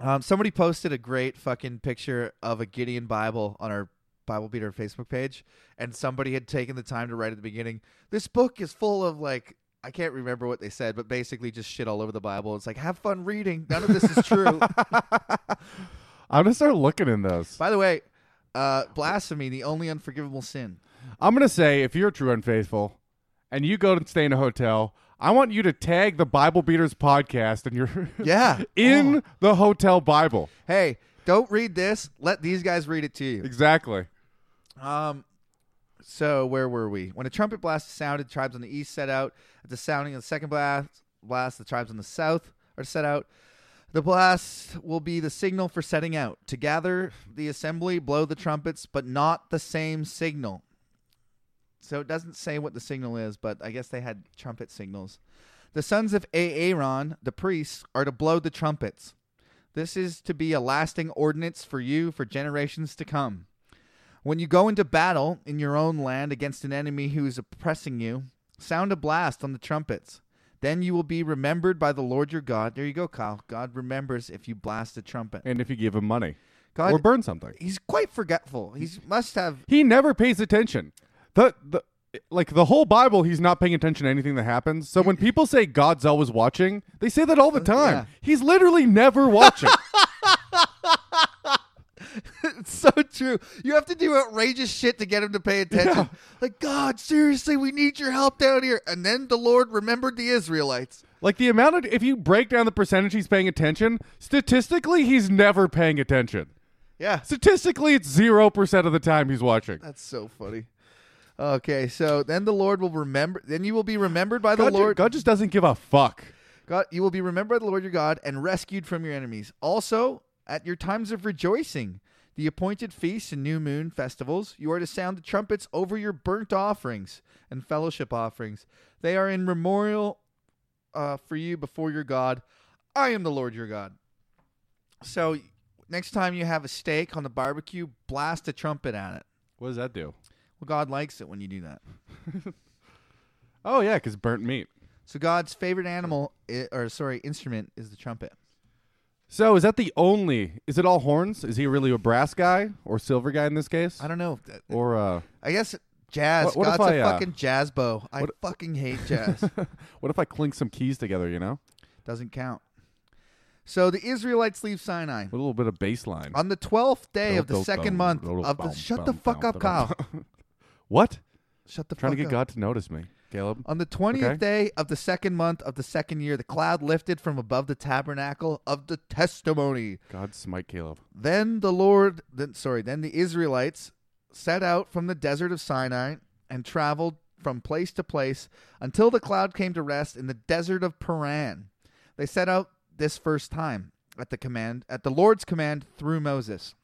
[SPEAKER 1] Um, somebody posted a great fucking picture of a Gideon Bible on our Bible Beater Facebook page, and somebody had taken the time to write at the beginning. This book is full of like I can't remember what they said, but basically just shit all over the Bible. It's like have fun reading. None of this is true.
[SPEAKER 2] I'm gonna start looking in those.
[SPEAKER 1] By the way, uh, blasphemy, the only unforgivable sin.
[SPEAKER 2] I'm gonna say if you're true and faithful and you go and stay in a hotel, I want you to tag the Bible Beaters podcast and [laughs] you're
[SPEAKER 1] Yeah. Oh.
[SPEAKER 2] in the hotel Bible.
[SPEAKER 1] Hey, don't read this. Let these guys read it to you.
[SPEAKER 2] Exactly.
[SPEAKER 1] Um, so where were we? When a trumpet blast sounded, tribes on the east set out. At the sounding of the second blast, blast the tribes on the south are set out. The blast will be the signal for setting out. To gather the assembly, blow the trumpets, but not the same signal. So it doesn't say what the signal is, but I guess they had trumpet signals. The sons of Aaron, the priests, are to blow the trumpets. This is to be a lasting ordinance for you for generations to come. When you go into battle in your own land against an enemy who is oppressing you, sound a blast on the trumpets. Then you will be remembered by the Lord your God. There you go, Kyle. God remembers if you blast a trumpet.
[SPEAKER 2] And if you give him money
[SPEAKER 1] God,
[SPEAKER 2] or burn something.
[SPEAKER 1] he's quite forgetful. He must have.
[SPEAKER 2] He never pays attention. The the like the whole Bible, he's not paying attention to anything that happens. So when people say God's always watching, they say that all the time.
[SPEAKER 1] Uh, yeah.
[SPEAKER 2] He's
[SPEAKER 1] [laughs]
[SPEAKER 2] literally never watching.
[SPEAKER 1] It's so true. You have to do outrageous shit to get him to pay attention. Like, God, seriously, we need your help down here. And then the Lord remembered the Israelites.
[SPEAKER 2] like the amount of if you break down the percentage he's paying attention, statistically he's never paying attention.
[SPEAKER 1] Yeah.
[SPEAKER 2] Statistically, it's zero percent of the time he's watching.
[SPEAKER 1] That's so funny. Okay, so then the Lord will remember. Then you will be remembered by the
[SPEAKER 2] God, ju-
[SPEAKER 1] Lord.
[SPEAKER 2] God just doesn't give a fuck.
[SPEAKER 1] God, you will be remembered by the Lord your God and rescued from your enemies. Also, at your times of rejoicing, the appointed feasts and new moon festivals, you are to sound the trumpets over your burnt offerings and fellowship offerings. They are in memorial uh, for you before your God. I am the Lord your God. So, next time you have a steak on the barbecue, blast a trumpet at it.
[SPEAKER 2] What does that do?
[SPEAKER 1] Well, God likes it when you do that.
[SPEAKER 2] Oh yeah, because burnt meat.
[SPEAKER 1] So, God's favorite animal, i- or sorry, instrument is the trumpet.
[SPEAKER 2] So is that the only? Is it all horns? Is he really a brass guy or silver guy in this case?
[SPEAKER 1] I don't know. if that-
[SPEAKER 2] Or uh,
[SPEAKER 1] I guess jazz.
[SPEAKER 2] What- what if
[SPEAKER 1] God's
[SPEAKER 2] I,
[SPEAKER 1] a
[SPEAKER 2] uh,
[SPEAKER 1] fucking jazz bow. I fucking
[SPEAKER 2] [laughs]
[SPEAKER 1] hate jazz.
[SPEAKER 2] what if I clink some keys together? You know,
[SPEAKER 1] Doesn't count. So the Israelites leave Sinai
[SPEAKER 2] a little bit of bass line.
[SPEAKER 1] on the twelfth day of the second month of the. Shut the fuck up,
[SPEAKER 2] [laughs]
[SPEAKER 1] Kyle.
[SPEAKER 2] what?
[SPEAKER 1] Shut the
[SPEAKER 2] Trying
[SPEAKER 1] fuck
[SPEAKER 2] to get
[SPEAKER 1] up.
[SPEAKER 2] God to notice me, Caleb.
[SPEAKER 1] On the twentieth
[SPEAKER 2] Okay.
[SPEAKER 1] day of the second month of the second year, the cloud lifted from above the tabernacle of the testimony.
[SPEAKER 2] God smite Caleb.
[SPEAKER 1] Then the Lord, then, sorry, then the Israelites set out from the desert of Sinai and traveled from place to place until the cloud came to rest in the desert of Paran. They set out this first time at the command at the Lord's command through Moses.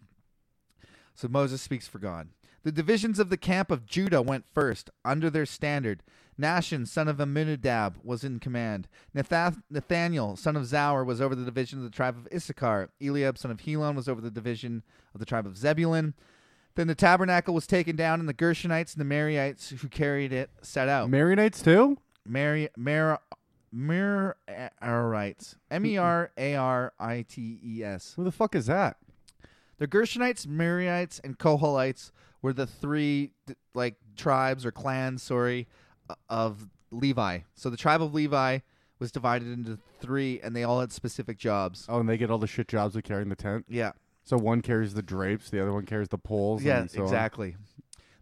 [SPEAKER 1] So Moses speaks for God. The divisions of the camp of Judah went first, under their standard. Nashon, son of Amminadab, was in command. Nathath- Nathaniel, son of Zaur, was over the division of the tribe of Issachar. Eliab, son of Helon, was over the division of the tribe of Zebulun. Then the tabernacle was taken down, and the Gershonites and the Mariites who carried it set out.
[SPEAKER 2] Marionettes too.
[SPEAKER 1] Mary Mer Merarites. M E R A R I T E S.
[SPEAKER 2] Who the fuck is that?
[SPEAKER 1] The Gershonites, Merarites, and Koholites were the three th- like tribes or clans, sorry, o- of Levi. So the tribe of Levi was divided into three, and they all had specific jobs.
[SPEAKER 2] Oh, and they get all the shit jobs of carrying the tent.
[SPEAKER 1] Yeah.
[SPEAKER 2] So one carries the drapes, the other one carries the poles.
[SPEAKER 1] Yeah,
[SPEAKER 2] and so on.
[SPEAKER 1] exactly.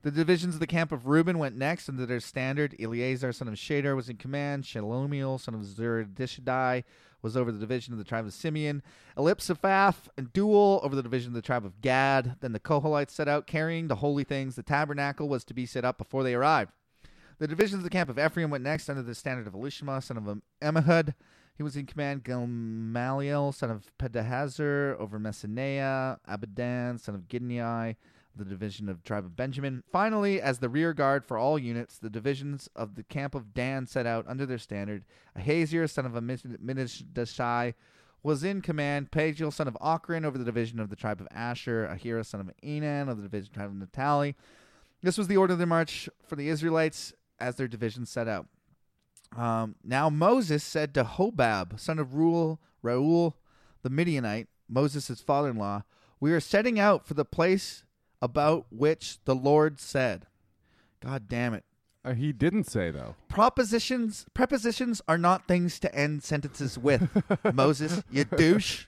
[SPEAKER 1] The divisions of the camp of Reuben went next under their standard. Eleazar, son of Shadar, was in command. Shalumiel, son of Zeradishaddai, was over the division of the tribe of Simeon. Elipsaphath and Duel over the division of the tribe of Gad. Then the Koholites set out carrying the holy things. The tabernacle was to be set up before they arrived. The divisions of the camp of Ephraim went next under the standard of Elishama, son of Ammihud. He was in command. Gamaliel, son of Pedahazar, over Messenia. Abidan, son of Gidnei, the division of tribe of Benjamin. Finally, as the rear guard for all units, the divisions of the camp of Dan set out under their standard. Ahaziah, son of Amminadashai, was in command. Pagiel, son of Ochran, over the division of the tribe of Asher. Ahira, son of Enan, of the division tribe of Naphtali. This was the order of their march for the Israelites as their division set out. Um, now Moses said to Hobab, son of Ruel, Raul the Midianite, Moses' father in law, We are setting out for the place about which the Lord said. God damn it.
[SPEAKER 2] Uh, he didn't say though.
[SPEAKER 1] Propositions prepositions are not things to end sentences
[SPEAKER 2] [laughs]
[SPEAKER 1] with. Moses, you douche.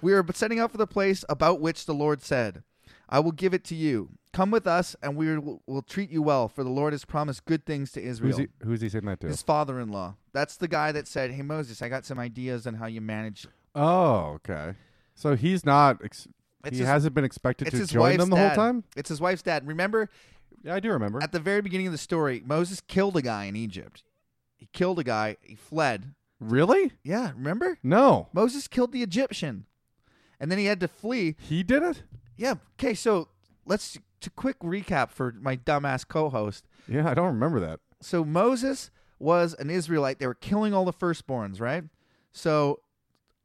[SPEAKER 1] We are setting out for the place about which the Lord said. I will give it to you. Come with us, and we will will treat you well, for the Lord has promised good things to Israel.
[SPEAKER 2] Who's he, who's he saying that to?
[SPEAKER 1] His father-in-law. That's the guy that said, "Hey Moses, I got some ideas on how you manage."
[SPEAKER 2] oh, okay. So he's not. Ex-
[SPEAKER 1] It's
[SPEAKER 2] he
[SPEAKER 1] his-
[SPEAKER 2] hasn't been expected
[SPEAKER 1] It's
[SPEAKER 2] to
[SPEAKER 1] his
[SPEAKER 2] join
[SPEAKER 1] wife's
[SPEAKER 2] them the
[SPEAKER 1] dad.
[SPEAKER 2] whole time.
[SPEAKER 1] It's his wife's dad. Remember,
[SPEAKER 2] Yeah, I do remember.
[SPEAKER 1] at the very beginning of the story, Moses killed a guy in Egypt. He killed a guy. He fled.
[SPEAKER 2] really?
[SPEAKER 1] Yeah, remember?
[SPEAKER 2] No,
[SPEAKER 1] Moses killed the Egyptian, and then he had to flee.
[SPEAKER 2] he did it.
[SPEAKER 1] Yeah. Okay. So let's to quick recap for my dumbass co-host.
[SPEAKER 2] Yeah, I don't remember that.
[SPEAKER 1] So Moses was an Israelite. They were killing all the firstborns, right? So,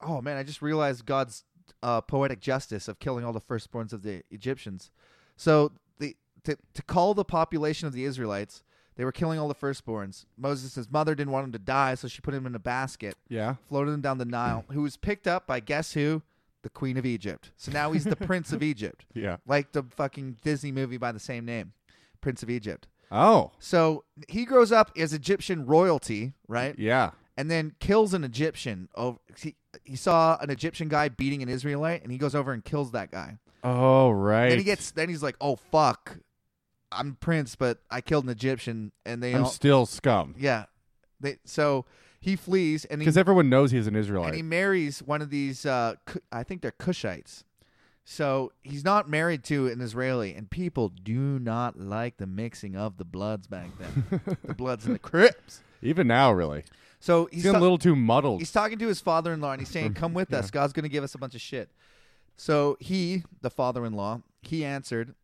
[SPEAKER 1] oh man, I just realized God's uh, poetic justice of killing all the firstborns of the Egyptians. So the to, to call the population of the Israelites, they were killing all the firstborns. Moses' mother didn't want him to die, so she put him in a basket
[SPEAKER 2] Yeah.
[SPEAKER 1] floated him down the Nile, who was picked up by guess who? The Queen of Egypt. So now he's the Prince of
[SPEAKER 2] [laughs]
[SPEAKER 1] Egypt,
[SPEAKER 2] Yeah.
[SPEAKER 1] like the fucking Disney movie by the same name, Prince of Egypt.
[SPEAKER 2] Oh.
[SPEAKER 1] So he grows up as Egyptian royalty, right?
[SPEAKER 2] Yeah.
[SPEAKER 1] And then kills an Egyptian. Over, he, he saw an Egyptian guy beating an Israelite, and he goes over and kills that guy.
[SPEAKER 2] Oh right.
[SPEAKER 1] Then he gets, then he's like, oh fuck, I'm Prince, but I killed an Egyptian, and they,
[SPEAKER 2] I'm
[SPEAKER 1] all,
[SPEAKER 2] still scum
[SPEAKER 1] yeah, they. So he flees, and he
[SPEAKER 2] because everyone knows he's an
[SPEAKER 1] and he
[SPEAKER 2] Israelite.
[SPEAKER 1] marries one of these uh, Cu- i think they're cushites so he's not married to an israeli and people do not like the mixing of the bloods back then
[SPEAKER 2] [laughs]
[SPEAKER 1] the bloods and the crips
[SPEAKER 2] Even now, really,
[SPEAKER 1] so he's,
[SPEAKER 2] he's getting
[SPEAKER 1] ta-
[SPEAKER 2] a little too muddled.
[SPEAKER 1] he's talking to his father-in-law and he's saying come with us god's going to give us a bunch of shit so he the father-in-law he answered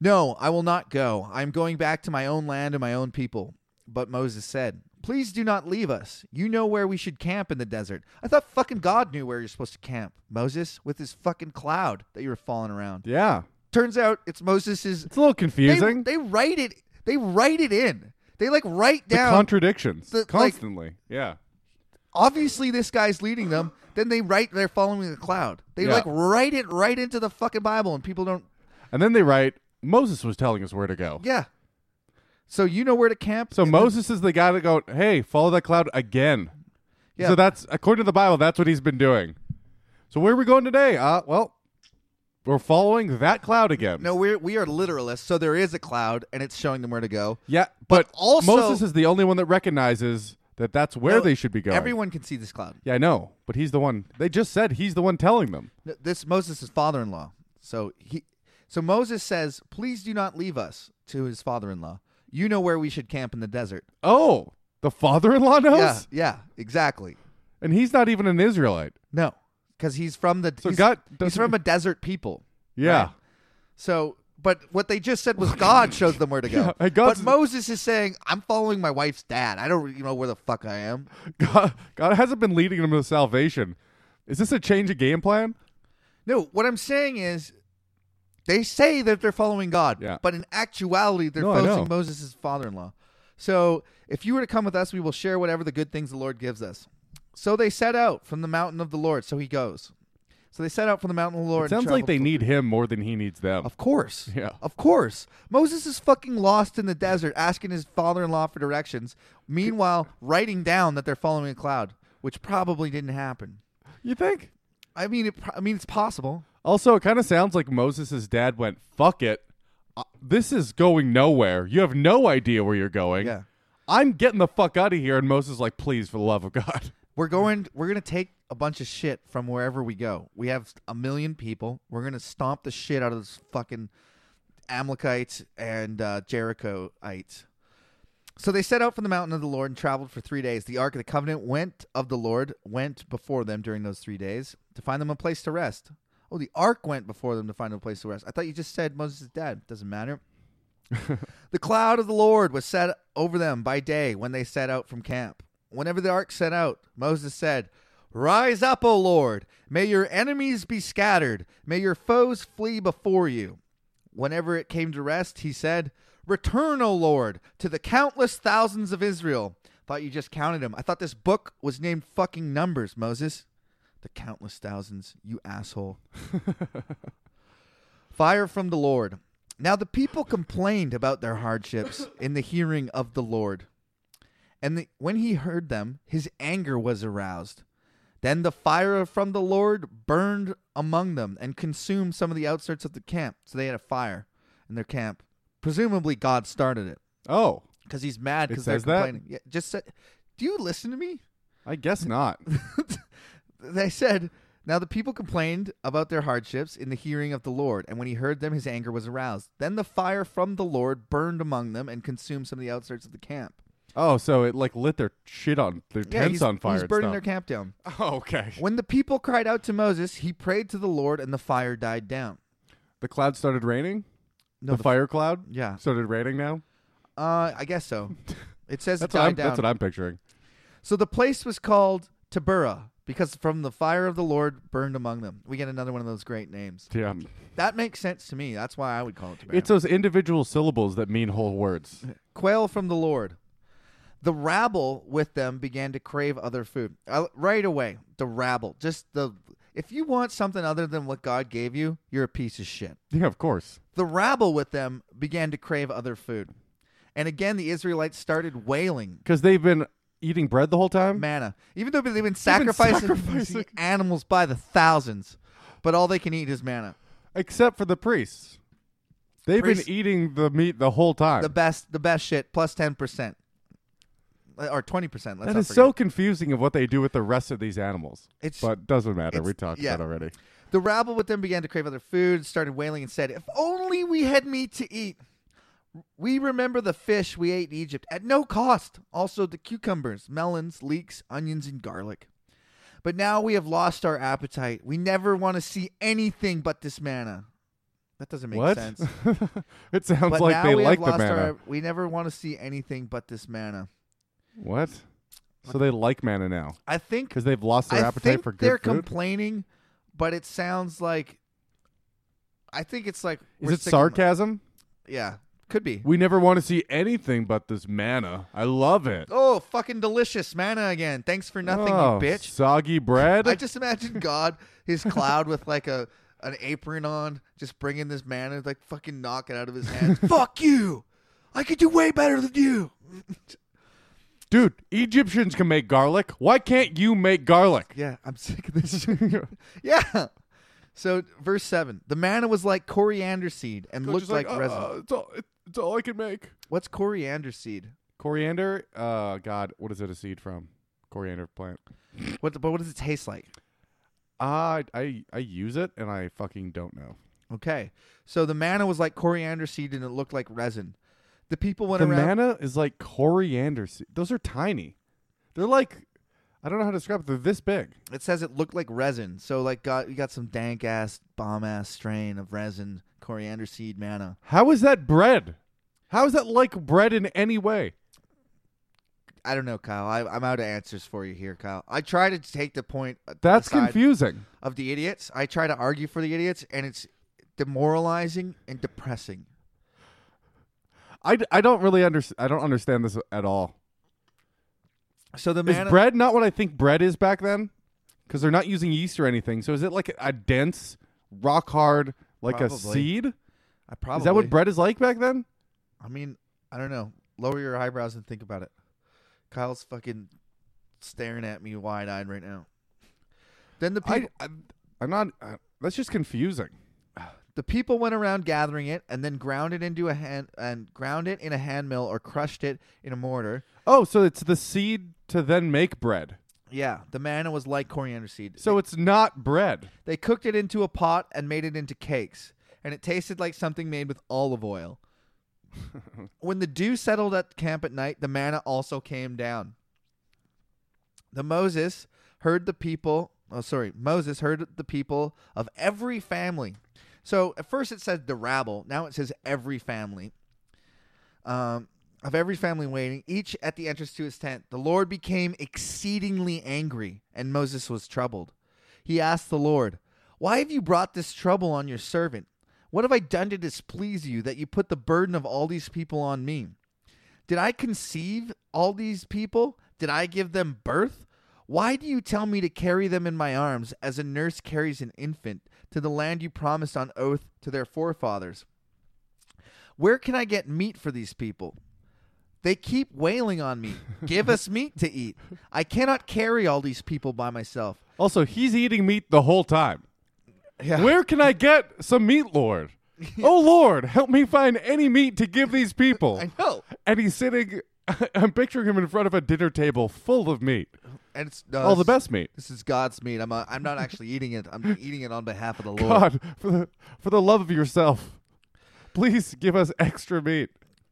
[SPEAKER 1] no i will not go i'm going back to my own land and my own people but moses said please do not leave us you know where we should camp in the desert i thought fucking god knew where you're supposed to camp moses with his fucking cloud that you were falling around
[SPEAKER 2] yeah,
[SPEAKER 1] turns out it's moses's
[SPEAKER 2] it's a little
[SPEAKER 1] they,
[SPEAKER 2] confusing.
[SPEAKER 1] they write it they write it in they like write
[SPEAKER 2] the
[SPEAKER 1] down
[SPEAKER 2] contradictions
[SPEAKER 1] The- like-
[SPEAKER 2] constantly. yeah.
[SPEAKER 1] obviously this guy's leading them then they write they're following the cloud they
[SPEAKER 2] Yeah.
[SPEAKER 1] like write it right into the fucking bible and people don't
[SPEAKER 2] And then they write Moses was telling us where to go.
[SPEAKER 1] yeah so you know where to camp
[SPEAKER 2] So
[SPEAKER 1] and then-
[SPEAKER 2] Moses is the guy that go, hey, follow that cloud again.
[SPEAKER 1] Yeah.
[SPEAKER 2] So that's according to the Bible, that's what he's been doing. So where are we going today? Uh well, we're following that cloud again.
[SPEAKER 1] no we're we are literalists so there is a cloud and it's showing them where to go
[SPEAKER 2] Yeah, but,
[SPEAKER 1] also-
[SPEAKER 2] Moses is the only one that recognizes that that's where
[SPEAKER 1] No,
[SPEAKER 2] they should be going.
[SPEAKER 1] everyone can see this cloud
[SPEAKER 2] yeah, I know, but he's the one. They just said he's the one telling them.
[SPEAKER 1] N- this moses' father-in-law so he so moses says please do not leave us to his father-in-law you know where we should camp in the desert
[SPEAKER 2] Oh, the father-in-law knows,
[SPEAKER 1] yeah yeah exactly
[SPEAKER 2] and he's not even an Israelite.
[SPEAKER 1] no because he's from the
[SPEAKER 2] So
[SPEAKER 1] he's,
[SPEAKER 2] God
[SPEAKER 1] he's
[SPEAKER 2] doesn't-
[SPEAKER 1] from a desert people
[SPEAKER 2] Yeah,
[SPEAKER 1] Right. So, but what they just said was God shows them
[SPEAKER 2] [laughs]
[SPEAKER 1] where to go.
[SPEAKER 2] Yeah, and God's-
[SPEAKER 1] but Moses is saying, "I'm following my wife's dad. I don't really know where the fuck I am."
[SPEAKER 2] God, God hasn't been leading them to salvation. Is this a change of game plan?
[SPEAKER 1] No, what I'm saying is, they say that they're following God,
[SPEAKER 2] Yeah.
[SPEAKER 1] but in actuality, they're
[SPEAKER 2] No, I know.
[SPEAKER 1] following Moses' father-in-law. So, if you were to come with us, we will share whatever the good things the Lord gives us. So they set out from the mountain of the Lord. So he goes. So they set out from the mountain of the Lord.
[SPEAKER 2] It
[SPEAKER 1] and
[SPEAKER 2] sounds like
[SPEAKER 1] traveled
[SPEAKER 2] they
[SPEAKER 1] for-
[SPEAKER 2] need him more than he needs them.
[SPEAKER 1] Of course.
[SPEAKER 2] Yeah.
[SPEAKER 1] Of course. Moses is fucking lost in the desert asking his father in law for directions, meanwhile, writing down that they're following a cloud, which probably didn't happen.
[SPEAKER 2] You think?
[SPEAKER 1] I mean, it, pro- I mean, it's possible.
[SPEAKER 2] Also, it kind of sounds like Moses' dad went, fuck it. Uh, This is going nowhere. You have no idea where you're going.
[SPEAKER 1] Yeah.
[SPEAKER 2] I'm getting the fuck out of here. And Moses is like, please, for the love of God. [laughs]
[SPEAKER 1] We're going, we're going to take a bunch of shit from wherever we go. We have a million people. We're going to stomp the shit out of this fucking Amalekites and uh, Jerichoites. So they set out from the mountain of the Lord and traveled for three days. The ark of the covenant went of the Lord went before them during those three days to find them a place to rest. Oh, the ark went before them to find a place to rest. I thought you just said Moses is dead. Doesn't matter. the cloud of the Lord was set over them by day when they set out from camp. Whenever the ark set out, Moses said, Rise up, O Lord. May your enemies be scattered. May your foes flee before you. Whenever it came to rest, he said, Return, O Lord, to the countless thousands of Israel. Thought you just counted them. I thought this book was named fucking Numbers, Moses. The countless thousands, you asshole. Fire from the Lord. Now the people complained about their hardships in the hearing of the Lord. And the, when he heard them, his anger was aroused. Then the fire from the Lord burned among them and consumed some of the outskirts of the camp. So they had a fire in their camp. Presumably, God started it
[SPEAKER 2] Oh,
[SPEAKER 1] because he's mad
[SPEAKER 2] It
[SPEAKER 1] because they're
[SPEAKER 2] says that?
[SPEAKER 1] complaining. Yeah, just say, do you listen to me?
[SPEAKER 2] I guess not.
[SPEAKER 1] they said, Now the people complained about their hardships in the hearing of the Lord, and when he heard them, his anger was aroused. Then the fire from the Lord burned among them and consumed some of the outskirts of the camp.
[SPEAKER 2] [laughs] Oh, so it like lit their shit on their
[SPEAKER 1] Yeah,
[SPEAKER 2] tents
[SPEAKER 1] he's,
[SPEAKER 2] on fire.
[SPEAKER 1] he's
[SPEAKER 2] and
[SPEAKER 1] burning
[SPEAKER 2] stuff.
[SPEAKER 1] their camp down.
[SPEAKER 2] [laughs] Oh, okay.
[SPEAKER 1] When the people cried out to Moses, he prayed to the Lord, and the fire died down.
[SPEAKER 2] The cloud started raining.
[SPEAKER 1] No,
[SPEAKER 2] the,
[SPEAKER 1] the-
[SPEAKER 2] fire cloud
[SPEAKER 1] Yeah,
[SPEAKER 2] started raining now.
[SPEAKER 1] uh, I guess
[SPEAKER 2] [laughs]
[SPEAKER 1] so. It says
[SPEAKER 2] That's
[SPEAKER 1] it
[SPEAKER 2] what,
[SPEAKER 1] died
[SPEAKER 2] I'm,
[SPEAKER 1] down.
[SPEAKER 2] that's what I'm picturing.
[SPEAKER 1] So the place was called Taberah because from the fire of the Lord burned among them. We get another one of those great names.
[SPEAKER 2] Yeah.
[SPEAKER 1] That makes sense to me. That's why I would call it Taberah.
[SPEAKER 2] It's those individual syllables that mean whole words.
[SPEAKER 1] quail from the Lord. The rabble with them began to crave other food. I, right away, the rabble. Just the if you want something other than what God gave you, you're a piece of shit.
[SPEAKER 2] Yeah, of course.
[SPEAKER 1] The rabble with them began to crave other food. And again, the Israelites started wailing
[SPEAKER 2] Because they've been eating bread the whole time.
[SPEAKER 1] manna, even though they've been sacrificing,
[SPEAKER 2] sacrificing.
[SPEAKER 1] animals by the thousands, but all they can eat is manna.
[SPEAKER 2] Except for the priests. They've
[SPEAKER 1] Priests-
[SPEAKER 2] been eating the meat the whole time.
[SPEAKER 1] The best, the best shit, plus ten percent or twenty percent. Let's
[SPEAKER 2] that
[SPEAKER 1] not
[SPEAKER 2] is
[SPEAKER 1] forget.
[SPEAKER 2] so confusing of what they do with the rest of these animals.
[SPEAKER 1] It's-
[SPEAKER 2] but doesn't matter.
[SPEAKER 1] it's-
[SPEAKER 2] We talked
[SPEAKER 1] yeah.
[SPEAKER 2] about already.
[SPEAKER 1] The rabble with them began to crave other food, started wailing, and said, If only we had meat to eat. We remember the fish we ate in Egypt at no cost, also the cucumbers, melons, leeks, onions, and garlic. But now we have lost our appetite. We never want to see anything but this manna. That doesn't make
[SPEAKER 2] what? [laughs]
[SPEAKER 1] sense.
[SPEAKER 2] it sounds
[SPEAKER 1] But
[SPEAKER 2] like
[SPEAKER 1] now
[SPEAKER 2] they
[SPEAKER 1] we
[SPEAKER 2] like
[SPEAKER 1] have
[SPEAKER 2] the
[SPEAKER 1] lost
[SPEAKER 2] manna.
[SPEAKER 1] Our, we never want to see anything but this manna.
[SPEAKER 2] What? So they like manna now
[SPEAKER 1] I think
[SPEAKER 2] because they've lost their
[SPEAKER 1] I
[SPEAKER 2] appetite
[SPEAKER 1] think
[SPEAKER 2] for good
[SPEAKER 1] they're
[SPEAKER 2] food.
[SPEAKER 1] complaining, but it sounds like. I think it's like.
[SPEAKER 2] Is
[SPEAKER 1] we're
[SPEAKER 2] it
[SPEAKER 1] sick of-
[SPEAKER 2] sarcasm?
[SPEAKER 1] Yeah, could be.
[SPEAKER 2] We never want to see anything but this manna. I love it.
[SPEAKER 1] Oh, fucking delicious manna again. Thanks for nothing,
[SPEAKER 2] Oh,
[SPEAKER 1] you bitch.
[SPEAKER 2] Soggy bread.
[SPEAKER 1] I just imagine God, his cloud with like a an apron on, just bringing this manna, like fucking knock it out of his hands. [laughs] Fuck you! I could do way better than you.
[SPEAKER 2] Dude, Egyptians can make garlic. Why can't you make garlic?
[SPEAKER 1] Yeah, I'm sick of this. shit. [laughs] yeah. So verse seven, the manna was like coriander seed and looked like, "Uh." resin.
[SPEAKER 2] "Uh, it's, all, it's all I can make.
[SPEAKER 1] What's coriander seed?
[SPEAKER 2] Coriander. Uh, God, what is it a seed from? Coriander plant.
[SPEAKER 1] What? But what does it taste like?
[SPEAKER 2] Uh, I I use it and I fucking don't know.
[SPEAKER 1] Okay. So the manna was like coriander seed and it looked like resin. The people went
[SPEAKER 2] the
[SPEAKER 1] around.
[SPEAKER 2] manna is like coriander seed. Those are tiny. They're like, I don't know how to describe it. They're this big.
[SPEAKER 1] It says it looked like resin. So like got you got some dank ass bomb ass strain of resin, coriander seed, manna.
[SPEAKER 2] How is that bread? How is that like bread in any way?
[SPEAKER 1] I don't know, Kyle. I, I'm out of answers for you here, Kyle. I try to take the point uh,
[SPEAKER 2] That's
[SPEAKER 1] the side
[SPEAKER 2] confusing.
[SPEAKER 1] of the idiots. I try to argue for the idiots, and it's demoralizing and depressing.
[SPEAKER 2] I, d- I don't really understand. I don't understand this at all.
[SPEAKER 1] So the
[SPEAKER 2] is
[SPEAKER 1] manna,
[SPEAKER 2] bread not what I think bread is back then? Because they're not using yeast or anything. So is it like a dense, rock hard, like
[SPEAKER 1] Probably.
[SPEAKER 2] a seed?
[SPEAKER 1] I probably
[SPEAKER 2] Is that what bread is like back then?
[SPEAKER 1] I mean, I don't know. Lower your eyebrows and think about it. Kyle's fucking staring at me wide eyed right now. Then the people,
[SPEAKER 2] I, I I'm not. I, that's just confusing.
[SPEAKER 1] The people went around gathering it and then ground it into a hand and ground it in a hand mill or crushed it in a mortar.
[SPEAKER 2] Oh, so it's the seed to then make bread.
[SPEAKER 1] Yeah, the manna was like coriander seed.
[SPEAKER 2] So it's not bread.
[SPEAKER 1] they cooked it into a pot and made it into cakes, and it tasted like something made with olive oil. when the dew settled at camp at night, the manna also came down. The Moses heard the people. Oh, sorry. Moses heard the people of every family. So at first it said the rabble. Now it says every family. Um, of every family waiting, each at the entrance to his tent. The Lord became exceedingly angry, and Moses was troubled. He asked the Lord, Why have you brought this trouble on your servant? What have I done to displease you that you put the burden of all these people on me? Did I conceive all these people? Did I give them birth? Why do you tell me to carry them in my arms as a nurse carries an infant to the land you promised on oath to their forefathers? Where can I get meat for these people? They keep wailing on me. Give us meat to eat. I cannot carry all these people by myself.
[SPEAKER 2] Also, he's eating meat the whole time.
[SPEAKER 1] Yeah.
[SPEAKER 2] Where can I get some meat, Lord? [laughs] oh, Lord, help me find any meat to give these people. [laughs]
[SPEAKER 1] I know.
[SPEAKER 2] And he's sitting, [laughs] I'm picturing him in front of a dinner table full of meat.
[SPEAKER 1] And it's no,
[SPEAKER 2] All the
[SPEAKER 1] this-
[SPEAKER 2] best meat.
[SPEAKER 1] This is God's meat. I'm uh, I'm not actually eating it. I'm eating it on behalf of
[SPEAKER 2] [laughs]
[SPEAKER 1] the Lord.
[SPEAKER 2] God, for the, for the love of yourself, please give us extra meat.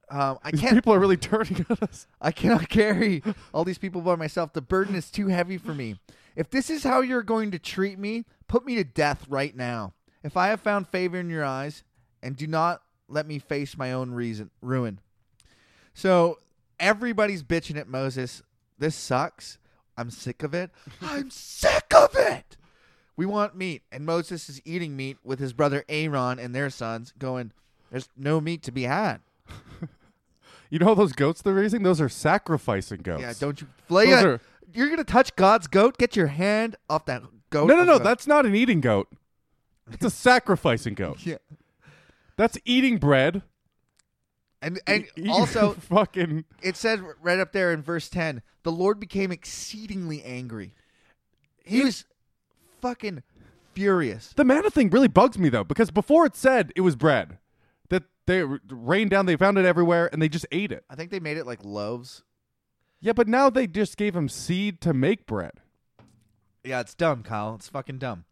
[SPEAKER 1] Um, I
[SPEAKER 2] These
[SPEAKER 1] can't.
[SPEAKER 2] people are really turning on us.
[SPEAKER 1] I cannot [laughs] carry all these people by myself. The burden is too heavy for me. If this is how you're going to treat me, put me to death right now. If I have found favor in your eyes, and do not let me face my own reason ruin. So everybody's bitching at Moses. This sucks. I'm sick of it. I'm sick of it. We want meat, and Moses is eating meat with his brother Aaron and their sons, going, "There's no meat to be had."
[SPEAKER 2] You know those goats they're raising? Those are sacrificing goats.
[SPEAKER 1] Yeah, don't you flay
[SPEAKER 2] Those
[SPEAKER 1] it.
[SPEAKER 2] are-
[SPEAKER 1] You're gonna touch God's goat. Get your hand off that goat.
[SPEAKER 2] No, no,
[SPEAKER 1] off
[SPEAKER 2] no.
[SPEAKER 1] the-
[SPEAKER 2] That's not an eating goat. It's a sacrificing goat.
[SPEAKER 1] [laughs] yeah.
[SPEAKER 2] That's eating bread. E,
[SPEAKER 1] And
[SPEAKER 2] [laughs]
[SPEAKER 1] and
[SPEAKER 2] Eating
[SPEAKER 1] also,
[SPEAKER 2] fucking.
[SPEAKER 1] it said right up there in verse ten, the Lord became exceedingly angry. He was fucking furious.
[SPEAKER 2] The manna thing really bugs me though, because before it said it was bread, that they it rained down, they found it everywhere, and they just ate it.
[SPEAKER 1] I think they made it like loaves.
[SPEAKER 2] Yeah, but now they just gave him seed to make bread.
[SPEAKER 1] Yeah, it's dumb, Kyle. It's fucking dumb.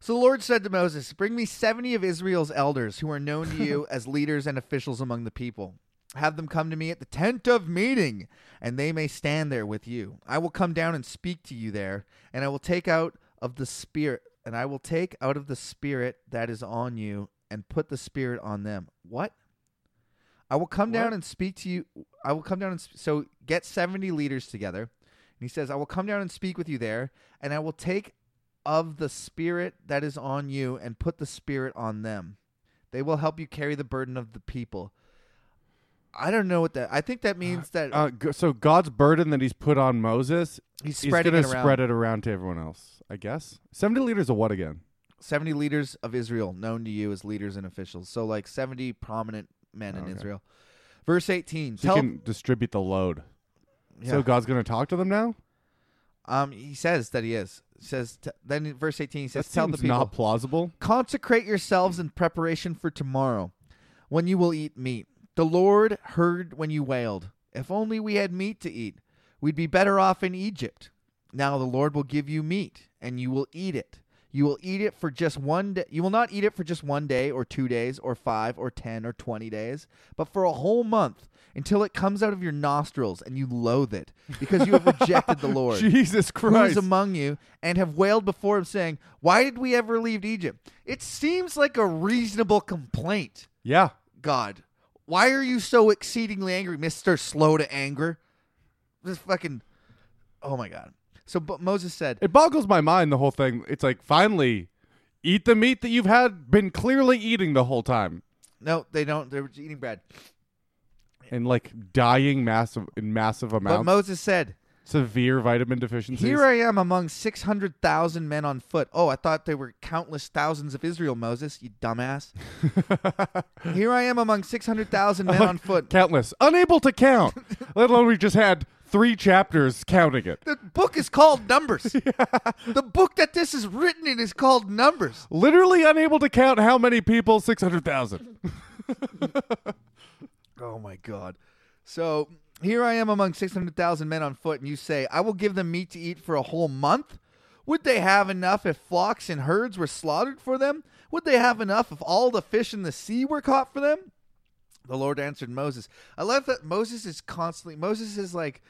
[SPEAKER 1] So the Lord said to Moses, Bring me 70 of Israel's elders who are known to you as leaders and officials among the people. Have them come to me at the tent of meeting, and they may stand there with you. I will come down and speak to you there, and I will take out of the spirit, and I will take out of the spirit that is on you and put the spirit on them. What? I will come down
[SPEAKER 2] What?
[SPEAKER 1] and speak to you. I will come down and sp- so get 70 leaders together. And he says, I will come down and speak with you there, and I will take of the spirit that is on you and put the spirit on them. They will help you carry the burden of the people. I don't know what that. I think that means that
[SPEAKER 2] Uh, g- so God's burden that He's put on Moses,
[SPEAKER 1] he's
[SPEAKER 2] he's
[SPEAKER 1] spreading
[SPEAKER 2] gonna
[SPEAKER 1] it around.
[SPEAKER 2] spread it around to everyone else. I guess seventy liters of what again?
[SPEAKER 1] 70 leaders of Israel known to you as leaders and officials. So like 70 prominent men in
[SPEAKER 2] Okay.
[SPEAKER 1] Israel. Verse 18.
[SPEAKER 2] So
[SPEAKER 1] tell
[SPEAKER 2] he can distribute the load.
[SPEAKER 1] Yeah.
[SPEAKER 2] So God's gonna talk to them now.
[SPEAKER 1] um he says that he is. He says t- then in verse 18 he
[SPEAKER 2] That
[SPEAKER 1] says tell the
[SPEAKER 2] seems
[SPEAKER 1] people
[SPEAKER 2] not plausible.
[SPEAKER 1] Consecrate yourselves in preparation for tomorrow, when you will eat meat. The Lord heard when you wailed. If only we had meat to eat, we'd be better off in Egypt. Now the Lord will give you meat, and you will eat it. You will eat it for just one day. You will not eat it for just one day, or two days, or five, or ten, or twenty days, but for a whole month until it comes out of your nostrils and you loathe it because you have rejected
[SPEAKER 2] [laughs]
[SPEAKER 1] the Lord
[SPEAKER 2] Jesus
[SPEAKER 1] who is
[SPEAKER 2] Christ!
[SPEAKER 1] among you, and have wailed before him, saying, Why did we ever leave Egypt? It seems like a reasonable complaint,
[SPEAKER 2] yeah,
[SPEAKER 1] God. Why are you so exceedingly angry, Mr. Slow to Anger? This fucking. Oh my God. So but Moses said,
[SPEAKER 2] It boggles my mind the whole thing. It's like finally eat the meat that you've had been clearly eating the whole time
[SPEAKER 1] No, they don't. They're eating bread.
[SPEAKER 2] and like dying massive in massive
[SPEAKER 1] But
[SPEAKER 2] amounts,
[SPEAKER 1] Moses said,
[SPEAKER 2] severe vitamin deficiencies.
[SPEAKER 1] Here I am among 600,000 men on foot. Oh, I thought they were countless thousands of Israel, Moses, you dumbass. Here I am among 600,000 men on foot.
[SPEAKER 2] Countless, unable
[SPEAKER 1] [laughs]
[SPEAKER 2] to count. let alone we just had three chapters counting it.
[SPEAKER 1] The book is called Numbers. The book that this is written in is called Numbers.
[SPEAKER 2] Literally unable to count how many people. Six hundred thousand.
[SPEAKER 1] Oh my God. So here I am among 600,000 men on foot, and you say, I will give them meat to eat for a whole month? Would they have enough if flocks and herds were slaughtered for them? Would they have enough if all the fish in the sea were caught for them? The Lord answered Moses. I love that Moses is constantly, Moses is like,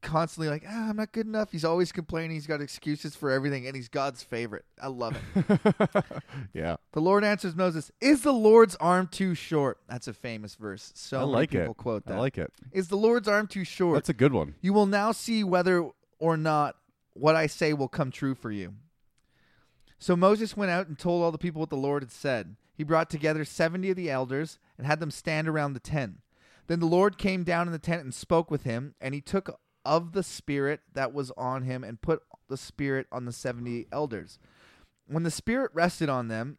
[SPEAKER 1] constantly like, ah, I'm not good enough. He's always complaining. He's got excuses for everything, and he's God's favorite. I love it.
[SPEAKER 2] yeah,
[SPEAKER 1] The Lord answers Moses, "Is the Lord's arm too short?" That's a famous verse. So
[SPEAKER 2] I
[SPEAKER 1] many
[SPEAKER 2] like
[SPEAKER 1] people
[SPEAKER 2] it.
[SPEAKER 1] quote that.
[SPEAKER 2] I like it.
[SPEAKER 1] Is the Lord's arm too short?
[SPEAKER 2] That's a good one.
[SPEAKER 1] you will now see whether or not what I say will come true for you. So Moses went out and told all the people what the Lord had said. He brought together 70 of the elders and had them stand around the tent. Then the Lord came down in the tent and spoke with him, and he took of the spirit that was on him and put the spirit on the 70 elders. When the spirit rested on them,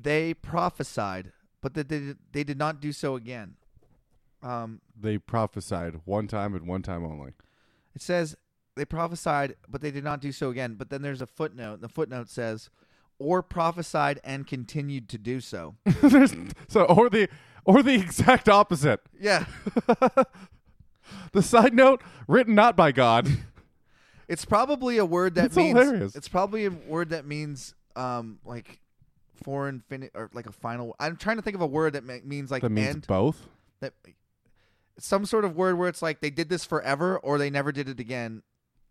[SPEAKER 1] they prophesied, but that they, they did not do so again. Um, [laughs]
[SPEAKER 2] They prophesied one time and one time only. [laughs]
[SPEAKER 1] it says, they prophesied, but they did not do so again. But then there's a footnote, and the footnote says, or prophesied and continued to do
[SPEAKER 2] [laughs]
[SPEAKER 1] so.
[SPEAKER 2] There's, so or the or the [laughs] exact opposite.
[SPEAKER 1] yeah.
[SPEAKER 2] The side note written not
[SPEAKER 1] [laughs]
[SPEAKER 2] by God.
[SPEAKER 1] It's probably a word that
[SPEAKER 2] That's
[SPEAKER 1] means
[SPEAKER 2] hilarious.
[SPEAKER 1] it's probably a word that means um like foreign fin or like a final I'm trying to think of a word that ma- means like
[SPEAKER 2] That means
[SPEAKER 1] end
[SPEAKER 2] both.
[SPEAKER 1] that some sort of word where it's like they did this forever or they never did it again.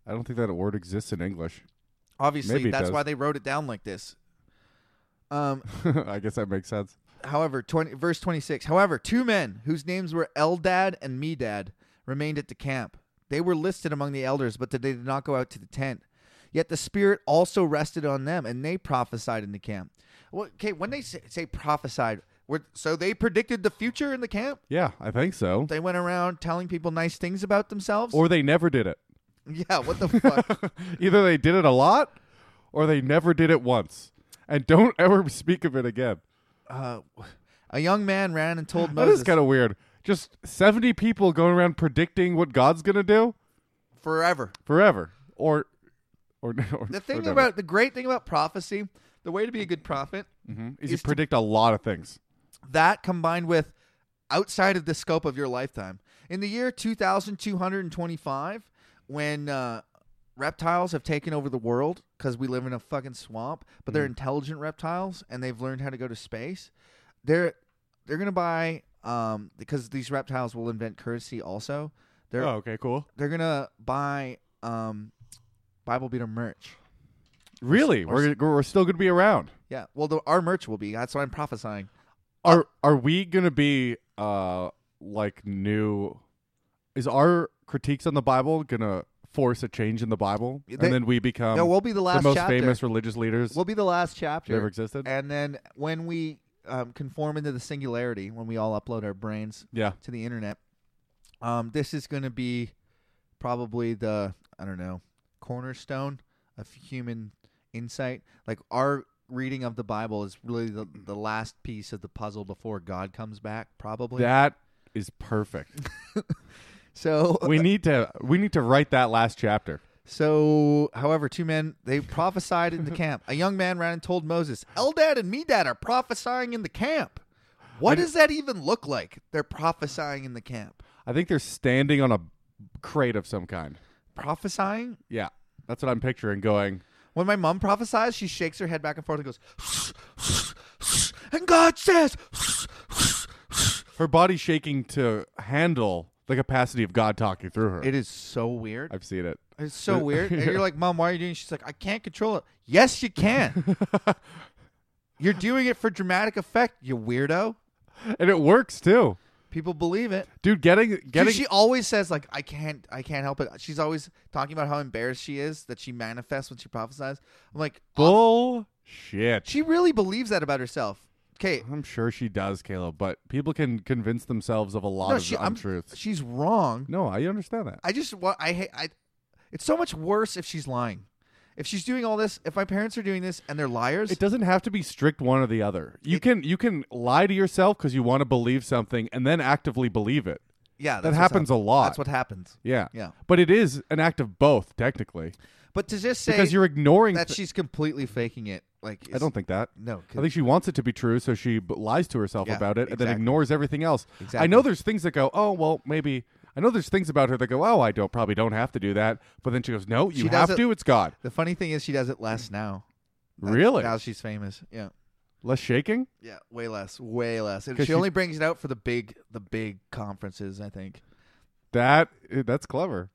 [SPEAKER 2] I don't think that word exists in English. [laughs]
[SPEAKER 1] Obviously,
[SPEAKER 2] Maybe it
[SPEAKER 1] that's
[SPEAKER 2] does.
[SPEAKER 1] why they wrote it down like this. Um
[SPEAKER 2] I guess that makes sense.
[SPEAKER 1] However, 20, verse 26. However, two men whose names were Eldad and Medad remained at the camp. They were listed among the elders, but they did not go out to the tent. Yet the Spirit also rested on them, and they prophesied in the camp. Well, okay, when they say, say prophesied, were, so they predicted the future in the camp?
[SPEAKER 2] Yeah, I think so.
[SPEAKER 1] They went around telling people nice things about themselves?
[SPEAKER 2] Or they never did it.
[SPEAKER 1] [laughs]
[SPEAKER 2] [laughs]
[SPEAKER 1] yeah, what the fuck?
[SPEAKER 2] Either they did it a lot or they never did it once. And don't [laughs] ever speak of it again.
[SPEAKER 1] Uh, a young man ran and told
[SPEAKER 2] That is
[SPEAKER 1] Moses
[SPEAKER 2] kind of weird. Just 70 people going around predicting what God's going to do
[SPEAKER 1] forever.
[SPEAKER 2] forever. Or, or, [laughs] or
[SPEAKER 1] The
[SPEAKER 2] or
[SPEAKER 1] thing
[SPEAKER 2] never.
[SPEAKER 1] about the great thing about prophecy, the way to be a good prophet
[SPEAKER 2] Mhm. is you
[SPEAKER 1] is to-
[SPEAKER 2] predict a lot of things.
[SPEAKER 1] that combined with outside of the scope of your lifetime in the year 2225 when uh, reptiles have taken over the world because we live in a fucking swamp but
[SPEAKER 2] Mm.
[SPEAKER 1] they're intelligent reptiles and they've learned how to go to space they're they're gonna buy um because these reptiles will invent currency also they're
[SPEAKER 2] Oh, okay, cool.
[SPEAKER 1] they're gonna buy um bible beater merch
[SPEAKER 2] Really?
[SPEAKER 1] or
[SPEAKER 2] we're, we're still going to be around.
[SPEAKER 1] yeah well the, our merch will be that's what i'm prophesying
[SPEAKER 2] Are are we gonna be uh like new? Is our critiques on the Bible gonna force a change in the Bible,
[SPEAKER 1] They-
[SPEAKER 2] and then we become
[SPEAKER 1] no we'll be the
[SPEAKER 2] Um, the
[SPEAKER 1] last
[SPEAKER 2] most
[SPEAKER 1] chapter
[SPEAKER 2] famous religious leaders
[SPEAKER 1] we'll be the last chapter
[SPEAKER 2] that ever existed?
[SPEAKER 1] And then when we um, conform into the singularity, when we all upload our brains
[SPEAKER 2] yeah,
[SPEAKER 1] to the internet, um, this is going to be probably the I don't know cornerstone of human insight. Like our reading of the Bible is really the the last piece of the puzzle before God comes back, probably.
[SPEAKER 2] that is
[SPEAKER 1] [laughs]
[SPEAKER 2] perfect.
[SPEAKER 1] so [laughs]
[SPEAKER 2] we need to we need to write that last chapter.
[SPEAKER 1] So, however, two men they prophesied in the camp. A young man ran and told Moses, "Eldad and Medad are prophesying in the camp." What does that even look like? They're prophesying in the camp.
[SPEAKER 2] I think they're standing on a crate of some kind.
[SPEAKER 1] Prophesying?
[SPEAKER 2] Yeah, that's what I'm picturing. Going,
[SPEAKER 1] When my mom prophesies, she shakes her head back and forth and goes, and God says,
[SPEAKER 2] her body shaking to handle the capacity of God talking through her.
[SPEAKER 1] it is so weird.
[SPEAKER 2] I've seen it.
[SPEAKER 1] It's so weird. And you're like, Mom, why are you doing? it?" She's like, I can't control it. Yes, you can. you're doing it for dramatic effect, you weirdo.
[SPEAKER 2] and it works too,
[SPEAKER 1] People believe it.
[SPEAKER 2] dude. Getting
[SPEAKER 1] Dude,
[SPEAKER 2] getting
[SPEAKER 1] she always says like I can't I can't help it. She's always talking about how embarrassed she is that she manifests when she prophesies. I'm like
[SPEAKER 2] Bullshit.
[SPEAKER 1] she really believes that about herself. Okay,
[SPEAKER 2] I'm sure she does, Caleb, but people can convince themselves of a lot
[SPEAKER 1] no,
[SPEAKER 2] of
[SPEAKER 1] she, I'm,
[SPEAKER 2] untruths.
[SPEAKER 1] she's wrong.
[SPEAKER 2] no, I understand that.
[SPEAKER 1] I just want I hate I. It's so much worse if she's lying. If she's doing all this, if my parents are doing this and they're liars,
[SPEAKER 2] It doesn't have to be strict one or the other. You can you can lie to yourself because you want to believe something and then actively believe it.
[SPEAKER 1] yeah, that's
[SPEAKER 2] That
[SPEAKER 1] what's
[SPEAKER 2] happens
[SPEAKER 1] hap-
[SPEAKER 2] a lot.
[SPEAKER 1] That's what happens.
[SPEAKER 2] yeah.
[SPEAKER 1] Yeah.
[SPEAKER 2] But it is an act of both, technically,
[SPEAKER 1] But to just say
[SPEAKER 2] because you're ignoring.
[SPEAKER 1] that
[SPEAKER 2] thi-
[SPEAKER 1] she's completely faking it, like
[SPEAKER 2] I
[SPEAKER 1] is-
[SPEAKER 2] don't think that.
[SPEAKER 1] no.
[SPEAKER 2] I think she wants it to be true, so she b- lies to herself
[SPEAKER 1] Yeah,
[SPEAKER 2] about it and then
[SPEAKER 1] exactly.
[SPEAKER 2] ignores everything else. I
[SPEAKER 1] Exactly.
[SPEAKER 2] know there's things that go, oh well, maybe. I know there's things about her that go, oh, I don't probably don't have to do that, but then she goes, no, you
[SPEAKER 1] She does
[SPEAKER 2] have
[SPEAKER 1] it-
[SPEAKER 2] to. It's God.
[SPEAKER 1] the funny thing is she does it less now. That's-
[SPEAKER 2] Really?
[SPEAKER 1] Now she's famous. Yeah.
[SPEAKER 2] Less shaking?
[SPEAKER 1] Yeah, way less, way less. And
[SPEAKER 2] 'Cause
[SPEAKER 1] she,
[SPEAKER 2] she-
[SPEAKER 1] only brings it out for the big, the big conferences, I think.
[SPEAKER 2] That eh, that's clever.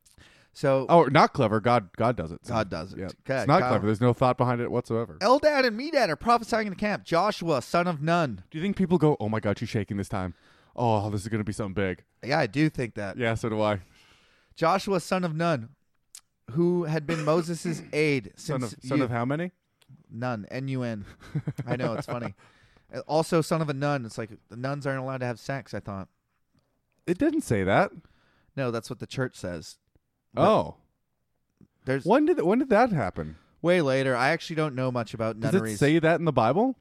[SPEAKER 1] So
[SPEAKER 2] Oh, not clever. God God does it.
[SPEAKER 1] God does it.
[SPEAKER 2] Yeah.
[SPEAKER 1] Okay,
[SPEAKER 2] it's not
[SPEAKER 1] Kyle.
[SPEAKER 2] clever. There's no thought behind it whatsoever.
[SPEAKER 1] Eldad and Medad are prophesying in the camp. Joshua, son of Nun.
[SPEAKER 2] do you think people go, "Oh my god, she's shaking this time. Oh, this is going to be something big."
[SPEAKER 1] Yeah, I do think that.
[SPEAKER 2] Yeah, so do I.
[SPEAKER 1] Joshua, son of Nun, who had been
[SPEAKER 2] [coughs]
[SPEAKER 1] Moses' aid
[SPEAKER 2] Son
[SPEAKER 1] since
[SPEAKER 2] of son
[SPEAKER 1] you-
[SPEAKER 2] of how many?
[SPEAKER 1] Nun, N U
[SPEAKER 2] [laughs]
[SPEAKER 1] N. I know it's funny. Uh, Also, son of a nun. It's like the nuns aren't allowed to have sex. I thought.
[SPEAKER 2] It didn't say that.
[SPEAKER 1] No, that's what the church says. But
[SPEAKER 2] Oh.
[SPEAKER 1] There's
[SPEAKER 2] When did when did that happen?
[SPEAKER 1] way later. I actually don't know much about
[SPEAKER 2] Does
[SPEAKER 1] nunneries.
[SPEAKER 2] it say that in the Bible?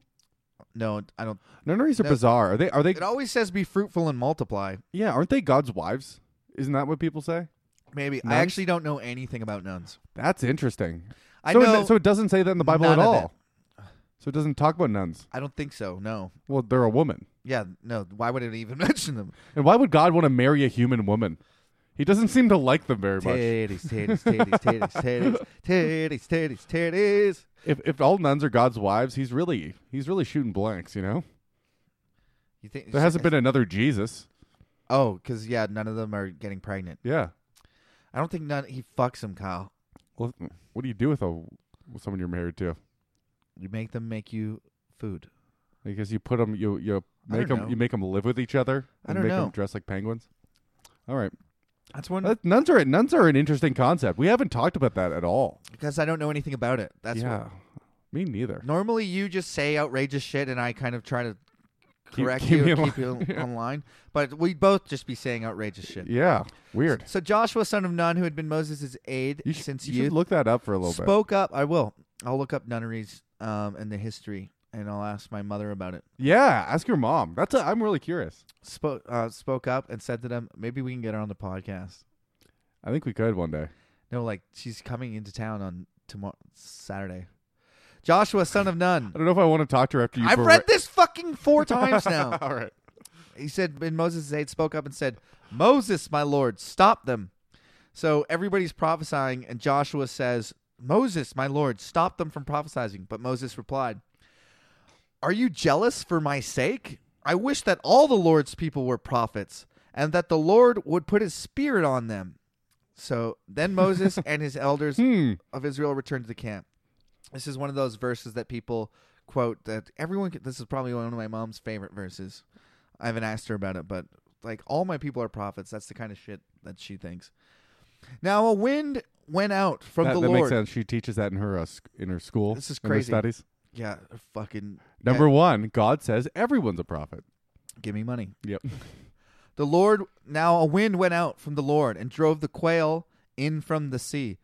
[SPEAKER 1] no, I don't.
[SPEAKER 2] Nunneries are
[SPEAKER 1] No.
[SPEAKER 2] bizarre. Are they are they
[SPEAKER 1] It always says be fruitful and multiply.
[SPEAKER 2] Yeah, aren't they God's wives? Isn't that what people say?
[SPEAKER 1] Maybe I
[SPEAKER 2] Nuns?
[SPEAKER 1] actually don't know anything about nuns.
[SPEAKER 2] That's interesting.
[SPEAKER 1] I
[SPEAKER 2] so, it-
[SPEAKER 1] know.
[SPEAKER 2] so it doesn't say that in the Bible at
[SPEAKER 1] none of it.
[SPEAKER 2] all. So it doesn't talk about nuns.
[SPEAKER 1] I don't think so. No.
[SPEAKER 2] Well, they're a woman.
[SPEAKER 1] Yeah. No. Why would it even [laughs] mention them?
[SPEAKER 2] And why would God want to marry a human woman? He doesn't seem to like them very much.
[SPEAKER 1] Titties, titties, titties, titties, titties,
[SPEAKER 2] [laughs]
[SPEAKER 1] titties, titties, titties.
[SPEAKER 2] If if all nuns are God's wives, he's really he's really shooting blanks, you know?
[SPEAKER 1] You think
[SPEAKER 2] There hasn't been another Jesus.
[SPEAKER 1] Oh, because yeah, none of them are getting pregnant.
[SPEAKER 2] Yeah.
[SPEAKER 1] I don't think none. He fucks them, Kyle.
[SPEAKER 2] Well, what do you do with a with someone you're married to?
[SPEAKER 1] You make them make you food.
[SPEAKER 2] I guess you put them you you
[SPEAKER 1] I don't
[SPEAKER 2] make them
[SPEAKER 1] know.
[SPEAKER 2] you make them live with each other
[SPEAKER 1] I
[SPEAKER 2] and
[SPEAKER 1] don't
[SPEAKER 2] make
[SPEAKER 1] know.
[SPEAKER 2] them dress like penguins. All right.
[SPEAKER 1] That's one
[SPEAKER 2] That- nuns are nuns are an interesting concept. We haven't talked about that at all.
[SPEAKER 1] because I don't know anything about it. That's
[SPEAKER 2] yeah.
[SPEAKER 1] what,
[SPEAKER 2] Me neither.
[SPEAKER 1] normally you just say outrageous shit, and I kind of try to
[SPEAKER 2] Keep-
[SPEAKER 1] correct
[SPEAKER 2] keep
[SPEAKER 1] you,
[SPEAKER 2] me
[SPEAKER 1] or
[SPEAKER 2] in
[SPEAKER 1] keep you
[SPEAKER 2] [laughs] line. Yeah.
[SPEAKER 1] online. But we both just be saying outrageous shit.
[SPEAKER 2] Yeah. Weird.
[SPEAKER 1] So Joshua, son of Nun, who had been Moses' aide
[SPEAKER 2] You should,
[SPEAKER 1] since
[SPEAKER 2] you should
[SPEAKER 1] youth,
[SPEAKER 2] look that up for a little bit.
[SPEAKER 1] spoke up. I will. I'll look up nunneries um, and the history, and I'll ask my mother about it.
[SPEAKER 2] Yeah, ask your mom. That's a, I'm really curious.
[SPEAKER 1] Spoke uh, spoke up and said to them, maybe we can get her on the podcast.
[SPEAKER 2] I think we could one day.
[SPEAKER 1] No, like she's coming into town on tomorrow Saturday. Joshua, son of Nun.
[SPEAKER 2] I don't know if I want to talk to her after you.
[SPEAKER 1] I've
[SPEAKER 2] berate-
[SPEAKER 1] read this fucking
[SPEAKER 2] [laughs]
[SPEAKER 1] four times now.
[SPEAKER 2] All right.
[SPEAKER 1] He said, and Moses' aide spoke up and said, Moses, my lord, stop them. So everybody's prophesying, and Joshua says, Moses, my lord, stop them from prophesying. But Moses replied, Are you jealous for my sake? I wish that all the Lord's people were prophets, and that the Lord would put his spirit on them. So then
[SPEAKER 2] [laughs]
[SPEAKER 1] Moses and his elders
[SPEAKER 2] Hmm.
[SPEAKER 1] of Israel returned to the camp. This is one of those verses that people quote that everyone. could- This is probably one of my mom's favorite verses. I haven't asked her about it, but like all my people are prophets. That's the kind of shit that she thinks. Now a wind went out from
[SPEAKER 2] that
[SPEAKER 1] the
[SPEAKER 2] that
[SPEAKER 1] Lord.
[SPEAKER 2] makes sense. She teaches that in her uh, sc- in her school.
[SPEAKER 1] This is
[SPEAKER 2] in her
[SPEAKER 1] crazy.
[SPEAKER 2] studies.
[SPEAKER 1] Yeah, fucking
[SPEAKER 2] Number
[SPEAKER 1] yeah,
[SPEAKER 2] one, God says everyone's a prophet.
[SPEAKER 1] Give me money.
[SPEAKER 2] Yep.
[SPEAKER 1] The Lord now a wind went out from the Lord and drove the quail in from the sea.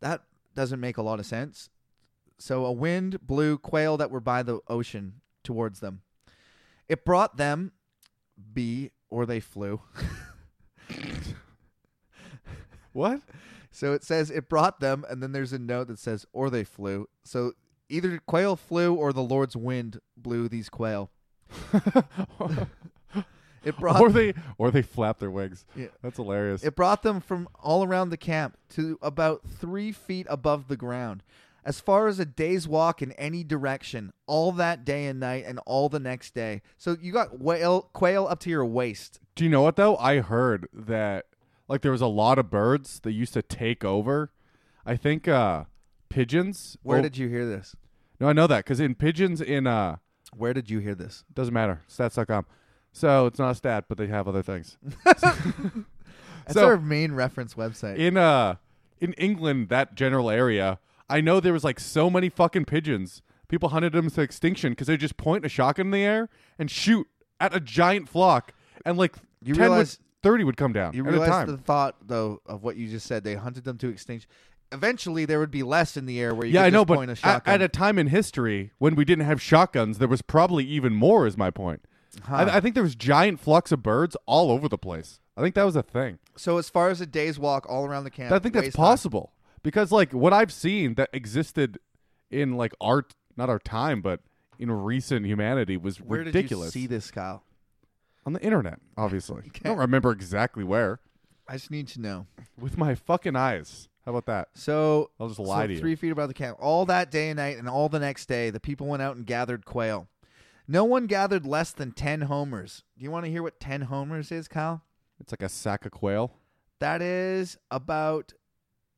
[SPEAKER 1] That doesn't make a lot of sense. So a wind blew quail that were by the ocean towards them. It brought them bee or they flew. [laughs]
[SPEAKER 2] [laughs]
[SPEAKER 1] [laughs]
[SPEAKER 2] What?
[SPEAKER 1] So it says it brought them and then there's a note that says or they flew. So either quail flew or the Lord's wind blew these quail. It brought
[SPEAKER 2] or they or they flap their wings.
[SPEAKER 1] Yeah.
[SPEAKER 2] That's hilarious.
[SPEAKER 1] It brought them from all around the camp to about three feet above the ground. As far as a day's walk in any direction, all that day and night, and all the next day. So you got whale, quail up to your waist.
[SPEAKER 2] Do you know what though? I heard that like there was a lot of birds that used to take over. I think uh pigeons.
[SPEAKER 1] Where
[SPEAKER 2] oh,
[SPEAKER 1] did you hear this?
[SPEAKER 2] no? I know that because in pigeons in uh
[SPEAKER 1] Where did you hear this?
[SPEAKER 2] Doesn't matter. Stats.com. So it's not a stat, but they have other things.
[SPEAKER 1] That's
[SPEAKER 2] So-
[SPEAKER 1] our main reference website.
[SPEAKER 2] In uh in England, that general area, I know there was like so many fucking pigeons. People hunted them to extinction because they just point a shotgun in the air and shoot at a giant flock, and like
[SPEAKER 1] You
[SPEAKER 2] 10 would-
[SPEAKER 1] realize-
[SPEAKER 2] thirty would come down
[SPEAKER 1] you
[SPEAKER 2] at a
[SPEAKER 1] realize
[SPEAKER 2] time.
[SPEAKER 1] the thought, though, of what you just said. They hunted them to extinction. Eventually, there would be less in the air where you
[SPEAKER 2] yeah,
[SPEAKER 1] could
[SPEAKER 2] I know,
[SPEAKER 1] just
[SPEAKER 2] but
[SPEAKER 1] point a
[SPEAKER 2] at-
[SPEAKER 1] shotgun.
[SPEAKER 2] at a time in history when we didn't have shotguns, there was probably even more. Is my point.
[SPEAKER 1] Huh.
[SPEAKER 2] I, I think there was giant flocks of birds all over the place. I think that was a thing.
[SPEAKER 1] so as far as a day's walk all around the camp,
[SPEAKER 2] I think that's
[SPEAKER 1] waist high.
[SPEAKER 2] possible because like what I've seen that existed in like art, not our time, but in recent humanity was
[SPEAKER 1] Where
[SPEAKER 2] ridiculous
[SPEAKER 1] did you see this, Kyle?
[SPEAKER 2] on the internet. Obviously, I don't remember exactly where.
[SPEAKER 1] I just need to know.
[SPEAKER 2] With my fucking eyes. How about that?
[SPEAKER 1] So
[SPEAKER 2] I'll just lie
[SPEAKER 1] so
[SPEAKER 2] to you.
[SPEAKER 1] Three feet above the camp. All that day and night, and all the next day, the people went out and gathered quail. No one gathered less than ten homers. Do you want to hear what ten homers is, Kyle?
[SPEAKER 2] It's like a sack of quail. [laughs]
[SPEAKER 1] That is about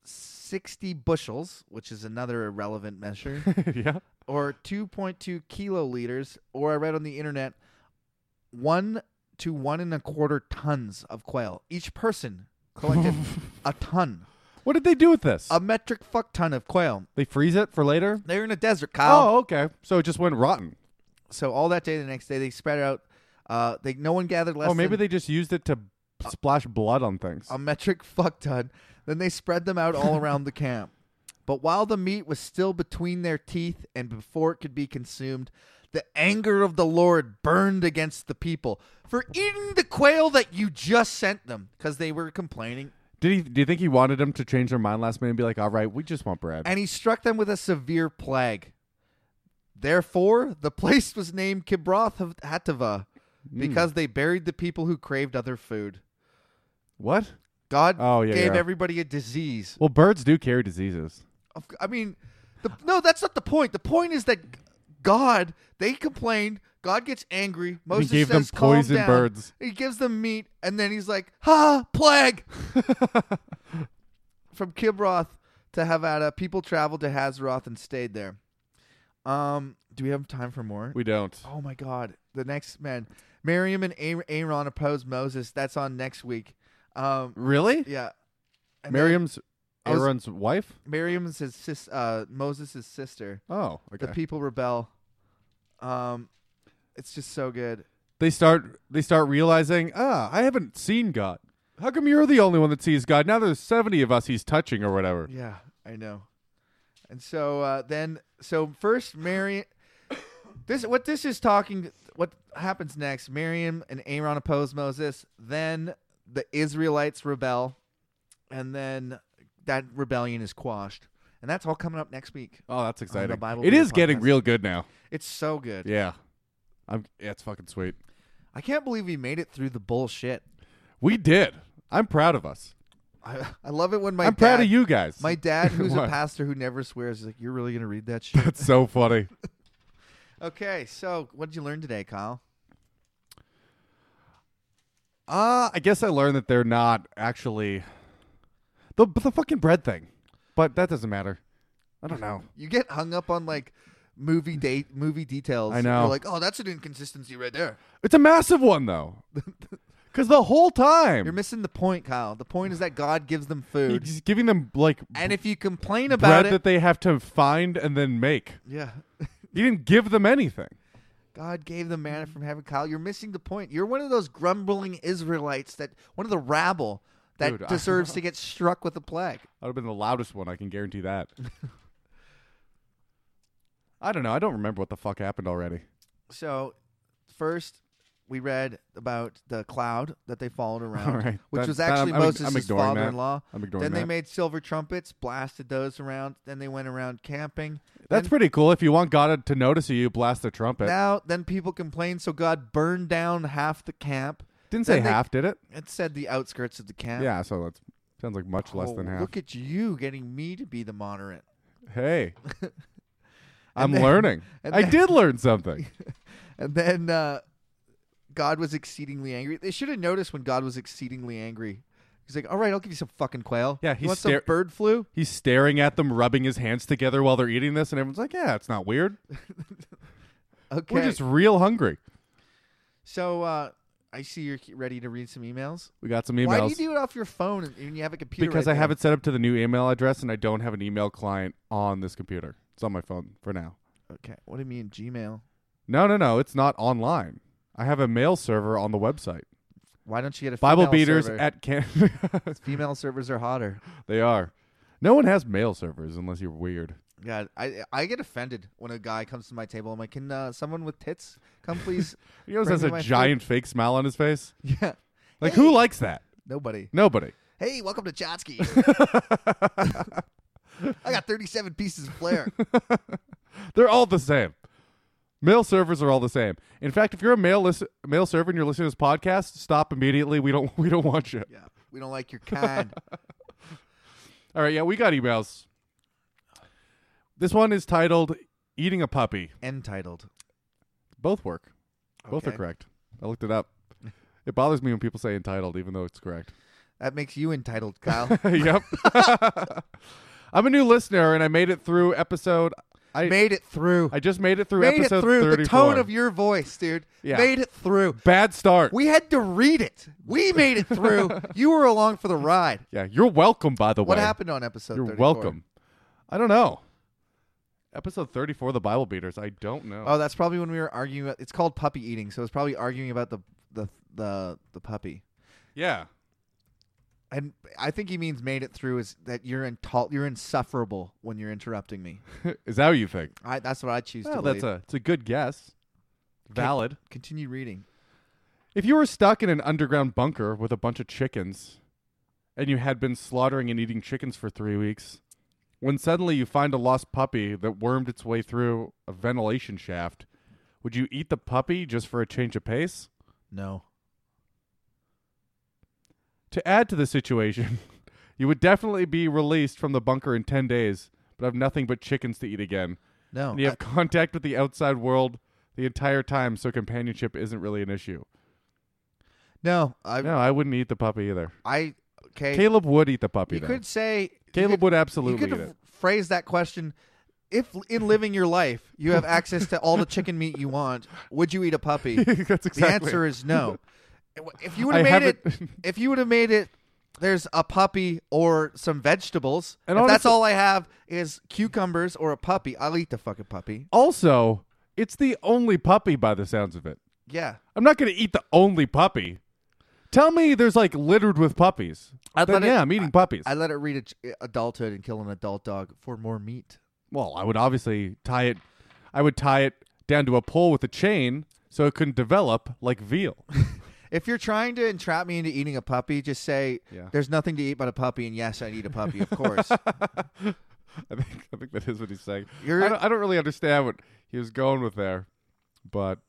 [SPEAKER 1] sixty bushels, which is another irrelevant
[SPEAKER 2] [laughs]
[SPEAKER 1] measure,
[SPEAKER 2] yeah.
[SPEAKER 1] or two point two kiloliters, or I read on the internet, one to one and a quarter tons of quail. Each person
[SPEAKER 2] [laughs]
[SPEAKER 1] collected a ton,
[SPEAKER 2] What did they do with this?
[SPEAKER 1] a metric fuck ton of quail.
[SPEAKER 2] they freeze it for later.
[SPEAKER 1] They're in a desert, Kyle.
[SPEAKER 2] Oh, okay. So it just went rotten.
[SPEAKER 1] So all that day, the next day, they spread out. Uh, they no one gathered less
[SPEAKER 2] Oh, maybe
[SPEAKER 1] than
[SPEAKER 2] they just used it to
[SPEAKER 1] Uh,
[SPEAKER 2] splash blood on things.
[SPEAKER 1] a metric [laughs] fuck ton. Then they spread them out all around the camp. But while the meat was still between their teeth and before it could be consumed, the anger of the Lord burned against the people for eating the quail that you just sent them because they were complaining.
[SPEAKER 2] Did he? Do you think he wanted them to change their mind last minute and be like, "All right, we just want bread"?
[SPEAKER 1] and he struck them with a severe plague. Therefore, the [laughs] place was named Kibroth of Hatava
[SPEAKER 2] Hmm.
[SPEAKER 1] because they buried the people who craved other food.
[SPEAKER 2] what?
[SPEAKER 1] God
[SPEAKER 2] Oh, yeah,
[SPEAKER 1] gave
[SPEAKER 2] yeah.
[SPEAKER 1] everybody a disease.
[SPEAKER 2] Well, birds do carry diseases.
[SPEAKER 1] Of- I mean, the, no, that's not the point. The point is that God, they complained. God gets angry. Moses
[SPEAKER 2] gave them
[SPEAKER 1] says, "Calm
[SPEAKER 2] poison
[SPEAKER 1] down."
[SPEAKER 2] birds.
[SPEAKER 1] He gives them meat, and then he's like, "Ha,
[SPEAKER 2] [laughs]
[SPEAKER 1] plague!" From Kibroth to Havada, people traveled to Hazeroth and stayed there. Um, do we have time for more?
[SPEAKER 2] We don't.
[SPEAKER 1] Oh my God! The next man, Miriam and A- Aaron oppose Moses. That's on next week. Um,
[SPEAKER 2] Really?
[SPEAKER 1] yeah. And then
[SPEAKER 2] Miriam's
[SPEAKER 1] I was-
[SPEAKER 2] Aaron's wife?
[SPEAKER 1] Miriam's his sis, uh, Moses' sister.
[SPEAKER 2] Oh, okay.
[SPEAKER 1] The people rebel. Um, it's just so good.
[SPEAKER 2] they start they start realizing, ah, I haven't seen God. How come you're the only one that sees God? Now there's 70 of us he's touching or whatever.
[SPEAKER 1] Yeah, I know. And so uh, then, so first, Marion. [coughs] This what this is talking. What happens next? Miriam and Aaron oppose Moses. Then the Israelites rebel, and then that rebellion is quashed. And that's all coming up next week.
[SPEAKER 2] Oh, that's
[SPEAKER 1] On the
[SPEAKER 2] exciting.
[SPEAKER 1] Bible
[SPEAKER 2] It
[SPEAKER 1] Beat
[SPEAKER 2] is getting
[SPEAKER 1] podcast.
[SPEAKER 2] real good now.
[SPEAKER 1] It's so good.
[SPEAKER 2] Yeah. I'm yeah, it's fucking sweet.
[SPEAKER 1] I can't believe we made it through the bullshit.
[SPEAKER 2] We did. I'm proud of us.
[SPEAKER 1] I, I love it when my
[SPEAKER 2] I'm
[SPEAKER 1] dad,
[SPEAKER 2] proud of you guys.
[SPEAKER 1] My dad, who's a
[SPEAKER 2] [laughs] What?
[SPEAKER 1] pastor who never swears, is like, "You're really gonna read that
[SPEAKER 2] [laughs]
[SPEAKER 1] shit."
[SPEAKER 2] That's
[SPEAKER 1] [laughs]
[SPEAKER 2] so funny.
[SPEAKER 1] okay, so what did you learn today, Kyle?
[SPEAKER 2] Uh, I guess I learned that they're not actually the the fucking bread thing. But that doesn't matter. I don't know.
[SPEAKER 1] You get hung up on like movie date movie details.
[SPEAKER 2] I know.
[SPEAKER 1] You're like, oh, that's an inconsistency right there.
[SPEAKER 2] It's a massive one though. [laughs] Cuz the whole time
[SPEAKER 1] You're missing the point, Kyle. The point is that God gives them
[SPEAKER 2] [laughs]
[SPEAKER 1] food,
[SPEAKER 2] He's giving them like
[SPEAKER 1] and if you complain about
[SPEAKER 2] bread
[SPEAKER 1] it,
[SPEAKER 2] that they have to find and then make.
[SPEAKER 1] yeah, [laughs]
[SPEAKER 2] He didn't give them anything.
[SPEAKER 1] God gave them manna from heaven, Kyle. You're missing the point. You're one of those grumbling Israelites that one of the rabble that
[SPEAKER 2] Dude, I- [laughs]
[SPEAKER 1] deserves to get struck with a plague.
[SPEAKER 2] That would have been the loudest one. I can
[SPEAKER 1] [laughs]
[SPEAKER 2] guarantee that. I don't know. I don't remember what the fuck happened already.
[SPEAKER 1] So, first, we read about the cloud that they followed around,
[SPEAKER 2] [laughs] All right.
[SPEAKER 1] which
[SPEAKER 2] That-
[SPEAKER 1] was
[SPEAKER 2] that I'm-
[SPEAKER 1] actually
[SPEAKER 2] I'm-
[SPEAKER 1] Moses'
[SPEAKER 2] I'm ignoring that.
[SPEAKER 1] father-in-law.
[SPEAKER 2] I'm ignoring
[SPEAKER 1] then they
[SPEAKER 2] that.
[SPEAKER 1] made silver trumpets, blasted those around. Then they went around camping.
[SPEAKER 2] That's
[SPEAKER 1] then,
[SPEAKER 2] pretty cool. If you want God to notice you, you blast a trumpet.
[SPEAKER 1] now. Then people complained, so God burned down half the camp.
[SPEAKER 2] Didn't
[SPEAKER 1] then
[SPEAKER 2] say
[SPEAKER 1] they-
[SPEAKER 2] half, did it?
[SPEAKER 1] It said the outskirts of the camp.
[SPEAKER 2] Yeah, so that sounds like much less
[SPEAKER 1] Oh,
[SPEAKER 2] than half.
[SPEAKER 1] Look at you getting me to be the moderate. [laughs]
[SPEAKER 2] Hey. I'm
[SPEAKER 1] then-
[SPEAKER 2] learning.
[SPEAKER 1] [laughs] and
[SPEAKER 2] I
[SPEAKER 1] then-
[SPEAKER 2] did learn
[SPEAKER 1] [laughs]
[SPEAKER 2] something.
[SPEAKER 1] And then uh, God was exceedingly angry. They should have noticed when God was exceedingly angry. He's like, "All right, I'll give you some fucking quail.
[SPEAKER 2] Yeah,
[SPEAKER 1] you
[SPEAKER 2] he
[SPEAKER 1] want some
[SPEAKER 2] stare-
[SPEAKER 1] bird flu?
[SPEAKER 2] He's staring at them, rubbing his hands together while they're eating this, and everyone's like, yeah, it's not weird.
[SPEAKER 1] Okay.
[SPEAKER 2] We're just real hungry.
[SPEAKER 1] so uh, I see you're ready to read some emails.
[SPEAKER 2] We got some emails.
[SPEAKER 1] Why do you do it off your phone and, and you have a computer?
[SPEAKER 2] because
[SPEAKER 1] right
[SPEAKER 2] I have
[SPEAKER 1] there?
[SPEAKER 2] it set up to the new email address, and I don't have an email client on this computer. It's on my phone for now.
[SPEAKER 1] Okay. What do you mean Gmail?
[SPEAKER 2] No, no, no. It's not online. I have a mail server on the website.
[SPEAKER 1] Why don't you get a
[SPEAKER 2] Bible
[SPEAKER 1] female
[SPEAKER 2] beaters
[SPEAKER 1] server?
[SPEAKER 2] at can. [laughs]
[SPEAKER 1] female servers are hotter.
[SPEAKER 2] they are. No one has mail servers unless you're weird.
[SPEAKER 1] God, I I get offended when a guy comes to my table. I'm like, can uh, someone with tits come [laughs] please?
[SPEAKER 2] He always
[SPEAKER 1] Bring
[SPEAKER 2] has
[SPEAKER 1] me
[SPEAKER 2] a
[SPEAKER 1] my
[SPEAKER 2] giant fake smile on his face.
[SPEAKER 1] yeah.
[SPEAKER 2] Like
[SPEAKER 1] Hey.
[SPEAKER 2] who likes that?
[SPEAKER 1] Nobody.
[SPEAKER 2] Nobody.
[SPEAKER 1] Hey, welcome to Chotsky. [laughs] I got 37 pieces of [laughs] flair.
[SPEAKER 2] They're all the same. Mail servers are all the same. In fact, if you're a mail list- mail server and you're listening to this podcast, stop immediately. We don't [laughs] we don't want you.
[SPEAKER 1] yeah. We don't like your kind.
[SPEAKER 2] All right, yeah, we got emails. This one is titled Eating a Puppy.
[SPEAKER 1] Entitled.
[SPEAKER 2] Both work. Both are
[SPEAKER 1] Okay.
[SPEAKER 2] correct. I looked it up. It bothers me when people say entitled, even though it's correct. [laughs]
[SPEAKER 1] That makes you entitled, [laughs] Kyle.
[SPEAKER 2] yep. I'm a new listener, and I made it through episode. I
[SPEAKER 1] Made it through.
[SPEAKER 2] I just made it through
[SPEAKER 1] Made it
[SPEAKER 2] episode
[SPEAKER 1] through.
[SPEAKER 2] 34.
[SPEAKER 1] The tone of your voice, dude.
[SPEAKER 2] Yeah.
[SPEAKER 1] Made it through.
[SPEAKER 2] bad start.
[SPEAKER 1] We had to read it. We made it through.
[SPEAKER 2] [laughs]
[SPEAKER 1] you were along for the ride.
[SPEAKER 2] yeah, you're welcome. By the
[SPEAKER 1] What
[SPEAKER 2] way,
[SPEAKER 1] happened on episode
[SPEAKER 2] You're
[SPEAKER 1] 34?
[SPEAKER 2] welcome. I don't know. Episode 34, the Bible Beaters. I don't know.
[SPEAKER 1] Oh, that's probably when we were arguing. It's called puppy eating, so it's probably arguing about the the the the puppy.
[SPEAKER 2] yeah. [laughs]
[SPEAKER 1] And I think he means made it through is that you're intoler- you're insufferable when you're interrupting me.
[SPEAKER 2] is that what you think?
[SPEAKER 1] I, that's what I choose to
[SPEAKER 2] Well, that's
[SPEAKER 1] believe.
[SPEAKER 2] a it's a good guess. Valid.
[SPEAKER 1] Continue reading.
[SPEAKER 2] If you were stuck in an underground bunker with a bunch of chickens and you had been slaughtering and eating chickens for three weeks, when suddenly you find a lost puppy that wormed its way through a ventilation shaft, would you eat the puppy just for a change of pace?
[SPEAKER 1] No.
[SPEAKER 2] To add to the situation, [laughs] you would definitely be released from the bunker in 10 days, but have nothing but chickens to eat again.
[SPEAKER 1] No. Uh,
[SPEAKER 2] And you have contact with the outside world the entire time, so companionship isn't really an issue.
[SPEAKER 1] no. I
[SPEAKER 2] No, I wouldn't eat the puppy either.
[SPEAKER 1] I okay.
[SPEAKER 2] Caleb would eat the puppy.
[SPEAKER 1] you
[SPEAKER 2] though.
[SPEAKER 1] could say
[SPEAKER 2] Caleb
[SPEAKER 1] you could,
[SPEAKER 2] would
[SPEAKER 1] You
[SPEAKER 2] absolutely
[SPEAKER 1] could
[SPEAKER 2] eat
[SPEAKER 1] have
[SPEAKER 2] it.
[SPEAKER 1] phrased that question. If in living your life you have access to all the chicken meat you want, would you eat a
[SPEAKER 2] [laughs]
[SPEAKER 1] puppy?
[SPEAKER 2] That's exactly.
[SPEAKER 1] The answer is no. If you would
[SPEAKER 2] I
[SPEAKER 1] have made
[SPEAKER 2] haven't-
[SPEAKER 1] it, if you would have made it, there's a puppy or some vegetables.
[SPEAKER 2] And
[SPEAKER 1] if that's
[SPEAKER 2] honestly-
[SPEAKER 1] all I have is cucumbers or a puppy, I'll eat the fucking puppy.
[SPEAKER 2] Also, it's the only puppy by the sounds of it.
[SPEAKER 1] Yeah,
[SPEAKER 2] I'm not going to eat the only puppy. Tell me there's like littered with puppies.
[SPEAKER 1] I
[SPEAKER 2] Then,
[SPEAKER 1] thought it-
[SPEAKER 2] yeah, I'm eating puppies.
[SPEAKER 1] I let it read a ch- adulthood and kill an adult dog for more meat.
[SPEAKER 2] well, I would obviously tie it. I would tie it down to a pole with a chain so it couldn't develop like veal. [laughs]
[SPEAKER 1] If you're trying to entrap me into eating a puppy, just say
[SPEAKER 2] Yeah.
[SPEAKER 1] there's nothing to eat but a puppy, and yes, I need a puppy, of course.
[SPEAKER 2] I think I think that is what he's saying.
[SPEAKER 1] You're-
[SPEAKER 2] I, don't, I don't really understand what he was going with there, but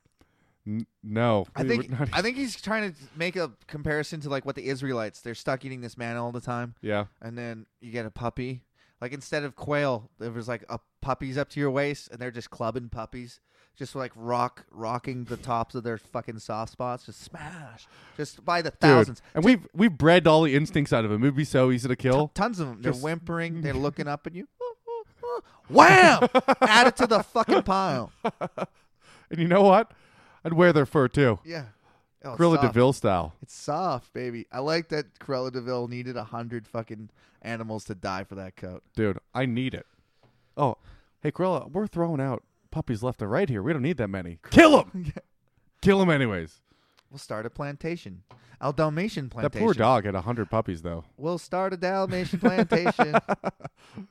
[SPEAKER 2] n- no,
[SPEAKER 1] I
[SPEAKER 2] we
[SPEAKER 1] think
[SPEAKER 2] would not-
[SPEAKER 1] I think he's trying to make a comparison to like what the Israelites they're stuck eating this man all the time,
[SPEAKER 2] [laughs] yeah,
[SPEAKER 1] and then you get a puppy. Like instead of quail, there was like a puppies up to your waist, and they're just clubbing puppies, just like rock rocking the tops of their fucking soft spots, just smash, just by the
[SPEAKER 2] Dude,
[SPEAKER 1] thousands,
[SPEAKER 2] and we've we've bred all the instincts out of him. It'd be so easy
[SPEAKER 1] [laughs]
[SPEAKER 2] to kill.
[SPEAKER 1] tons of them. They're
[SPEAKER 2] Just- [laughs]
[SPEAKER 1] whimpering, they're looking up at you. [laughs] Wham! Add it to the fucking pile.
[SPEAKER 2] And you know what? I'd wear their fur too,
[SPEAKER 1] Yeah, oh, it's
[SPEAKER 2] Cruella
[SPEAKER 1] soft.
[SPEAKER 2] Deville style.
[SPEAKER 1] It's soft, baby. I like that Cruella Deville needed a hundred fucking animals to die for that coat.
[SPEAKER 2] Dude, I need it. Oh, hey Cruella, we're throwing out puppies left and right here. We don't need that many. Kill
[SPEAKER 1] [laughs]
[SPEAKER 2] them. Kill them anyways.
[SPEAKER 1] We'll start a plantation. A Dalmatian
[SPEAKER 2] That
[SPEAKER 1] plantation.
[SPEAKER 2] poor dog had hundred puppies though.
[SPEAKER 1] We'll start a Dalmatian
[SPEAKER 2] [laughs]
[SPEAKER 1] plantation.
[SPEAKER 2] All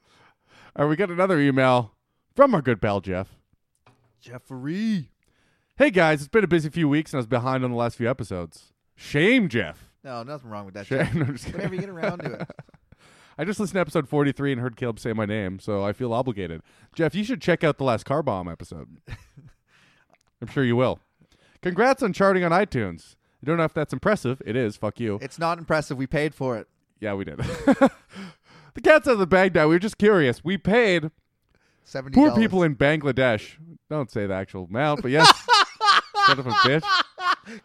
[SPEAKER 2] right, we got another email from our good pal Jeff.
[SPEAKER 1] Jeffrey.
[SPEAKER 2] Hey guys, it's been a busy few weeks and I was behind on the last few episodes. Shame, Jeff. [laughs]
[SPEAKER 1] No, nothing wrong with that.
[SPEAKER 2] Shame.
[SPEAKER 1] Jeff.
[SPEAKER 2] No, I'm just kidding.
[SPEAKER 1] Whenever you get around to
[SPEAKER 2] [laughs]
[SPEAKER 1] it.
[SPEAKER 2] I just listened to episode 43 and heard Caleb say my name, so I feel obligated. Jeff, you should check out the last Car Bomb
[SPEAKER 1] [laughs]
[SPEAKER 2] episode. I'm sure you will. Congrats on charting on iTunes. I don't know if that's impressive. It is. Fuck you.
[SPEAKER 1] It's not impressive. We paid for it.
[SPEAKER 2] yeah, we did. [laughs] the cat's out of the bag now. We were just curious. We paid
[SPEAKER 1] Seventy.
[SPEAKER 2] poor people in Bangladesh. Don't say the actual amount, but yes. [laughs] Son of a bitch.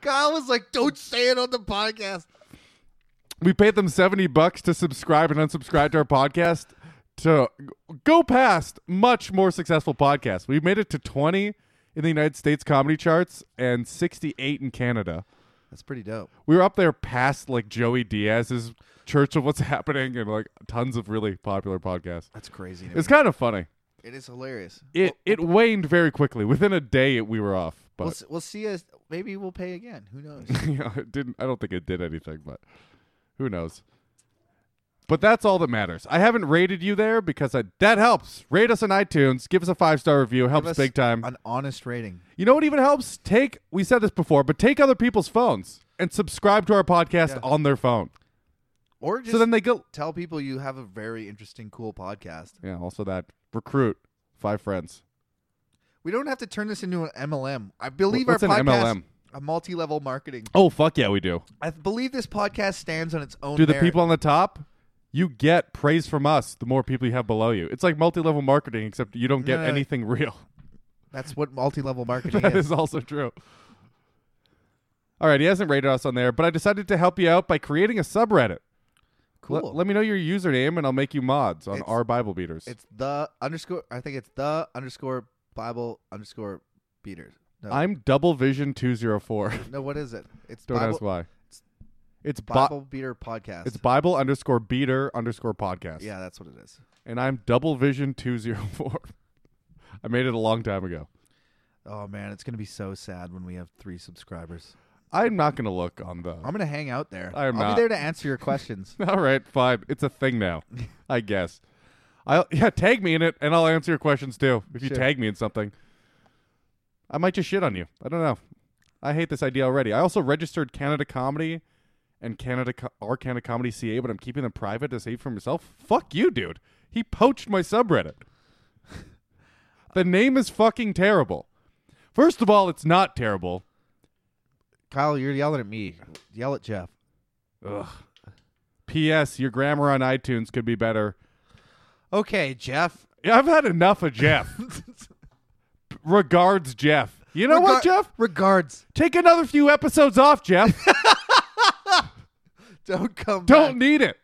[SPEAKER 1] Kyle was like, "Don't say it on the podcast."
[SPEAKER 2] We paid them 70 bucks to subscribe and unsubscribe to our podcast to go past much more successful podcasts. We made it to 20 in the United States comedy charts and 68 in Canada.
[SPEAKER 1] That's pretty dope.
[SPEAKER 2] We were up there past like Joey Diaz's Church of What's Happening and like tons of really popular podcasts.
[SPEAKER 1] That's crazy. To me.
[SPEAKER 2] It's kind of funny.
[SPEAKER 1] It is hilarious.
[SPEAKER 2] It it waned very quickly. Within a day we were off,
[SPEAKER 1] We'll,
[SPEAKER 2] but
[SPEAKER 1] s- we'll see. Us. Maybe we'll pay again. Who
[SPEAKER 2] [laughs]
[SPEAKER 1] knows?
[SPEAKER 2] you know, it didn't I don't think it did anything, but who knows. But that's all that matters. I haven't rated you there because I, that helps. Rate us on iTunes. Give us a five star review. Helps
[SPEAKER 1] Give us
[SPEAKER 2] big time.
[SPEAKER 1] An honest rating.
[SPEAKER 2] you know what even helps? Take we said this before, but take other people's phones and subscribe to our podcast
[SPEAKER 1] Yeah.
[SPEAKER 2] on their phone.
[SPEAKER 1] Or just
[SPEAKER 2] so then they go.
[SPEAKER 1] tell people you have a very interesting, cool podcast.
[SPEAKER 2] Yeah. Also that recruit five friends.
[SPEAKER 1] We don't have to turn this into an MLM. I believe
[SPEAKER 2] What's
[SPEAKER 1] our
[SPEAKER 2] an
[SPEAKER 1] podcast
[SPEAKER 2] MLM?
[SPEAKER 1] a multi-level marketing.
[SPEAKER 2] Oh fuck yeah, we do.
[SPEAKER 1] I believe this podcast stands on its own.
[SPEAKER 2] Do the
[SPEAKER 1] merit.
[SPEAKER 2] people on the top? You get praise from us. The more people you have below you, it's like multi-level marketing, except you don't get
[SPEAKER 1] No, no, no.
[SPEAKER 2] anything [laughs] real.
[SPEAKER 1] That's what
[SPEAKER 2] [laughs]
[SPEAKER 1] multi-level marketing
[SPEAKER 2] That
[SPEAKER 1] is.
[SPEAKER 2] is also true. All right, he hasn't rated us on there, but I decided to help you out by creating a subreddit.
[SPEAKER 1] Cool.
[SPEAKER 2] Let- let me know your username, and I'll make you mods on
[SPEAKER 1] It's-
[SPEAKER 2] our Bible beaters.
[SPEAKER 1] it's the underscore. I think it's the underscore Bible underscore beaters. No,
[SPEAKER 2] I'm Double Vision two zero four.
[SPEAKER 1] no. What is it? It's
[SPEAKER 2] [laughs] Don't
[SPEAKER 1] Bible,
[SPEAKER 2] ask why.
[SPEAKER 1] it's
[SPEAKER 2] It's Bible.
[SPEAKER 1] Bible beater podcast.
[SPEAKER 2] it's Bible underscore beater underscore podcast.
[SPEAKER 1] yeah, that's what it is.
[SPEAKER 2] and I'm Double Vision two zero four. [laughs] I made it a long time ago.
[SPEAKER 1] Oh man, it's gonna be so sad when we have three subscribers.
[SPEAKER 2] I'm not gonna look on the.
[SPEAKER 1] I'm gonna hang out there.
[SPEAKER 2] I am
[SPEAKER 1] will
[SPEAKER 2] not.
[SPEAKER 1] be there to answer your
[SPEAKER 2] [laughs]
[SPEAKER 1] questions.
[SPEAKER 2] All right, fine. It's a thing now, I guess. I'll [laughs] yeah, tag me in it, and I'll answer your questions too. If you
[SPEAKER 1] Sure.
[SPEAKER 2] tag me in something, I might just shit on you. I don't know. I hate this idea already. I also registered Canada Comedy and Canada Co- our Canada Comedy CA, but I'm keeping them private to save for myself. Fuck you, dude. He poached my subreddit. the name is fucking terrible. First of all, it's not terrible.
[SPEAKER 3] Kyle, you're yelling at me. Yell at Jeff.
[SPEAKER 2] Ugh. P.S. Your grammar on iTunes could be better.
[SPEAKER 3] Okay,
[SPEAKER 2] [laughs]
[SPEAKER 3] Jeff.
[SPEAKER 2] Yeah, I've had enough of Jeff. Regards, Jeff. You know what,
[SPEAKER 3] Regar-
[SPEAKER 2] Jeff?
[SPEAKER 3] Regards.
[SPEAKER 2] Take another few episodes
[SPEAKER 1] [laughs]
[SPEAKER 2] off, Jeff.
[SPEAKER 1] Don't come
[SPEAKER 2] Don't need it.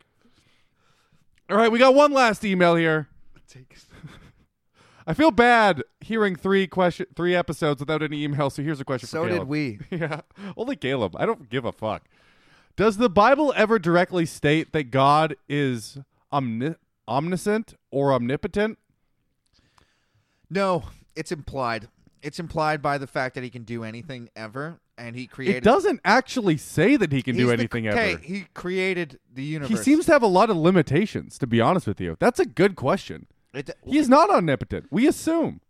[SPEAKER 2] All right, we got one last email here. I feel bad hearing three question, three episodes without any email. So here's a question.
[SPEAKER 1] So
[SPEAKER 2] for
[SPEAKER 1] did
[SPEAKER 2] Caleb.
[SPEAKER 1] we.
[SPEAKER 2] [laughs] Yeah, only Caleb. I don't give a fuck. Does the Bible ever directly state that God is omni- omniscient or omnipotent?
[SPEAKER 1] No, it's implied. It's implied by the fact that he can do anything ever, and he created.
[SPEAKER 2] It doesn't actually say that he can
[SPEAKER 1] He's
[SPEAKER 2] do
[SPEAKER 1] the-
[SPEAKER 2] anything
[SPEAKER 1] okay,
[SPEAKER 2] ever.
[SPEAKER 1] he created the universe.
[SPEAKER 2] He seems to have a lot of limitations. To be honest with you, that's a good question.
[SPEAKER 1] It,
[SPEAKER 2] He's not omnipotent. We assume.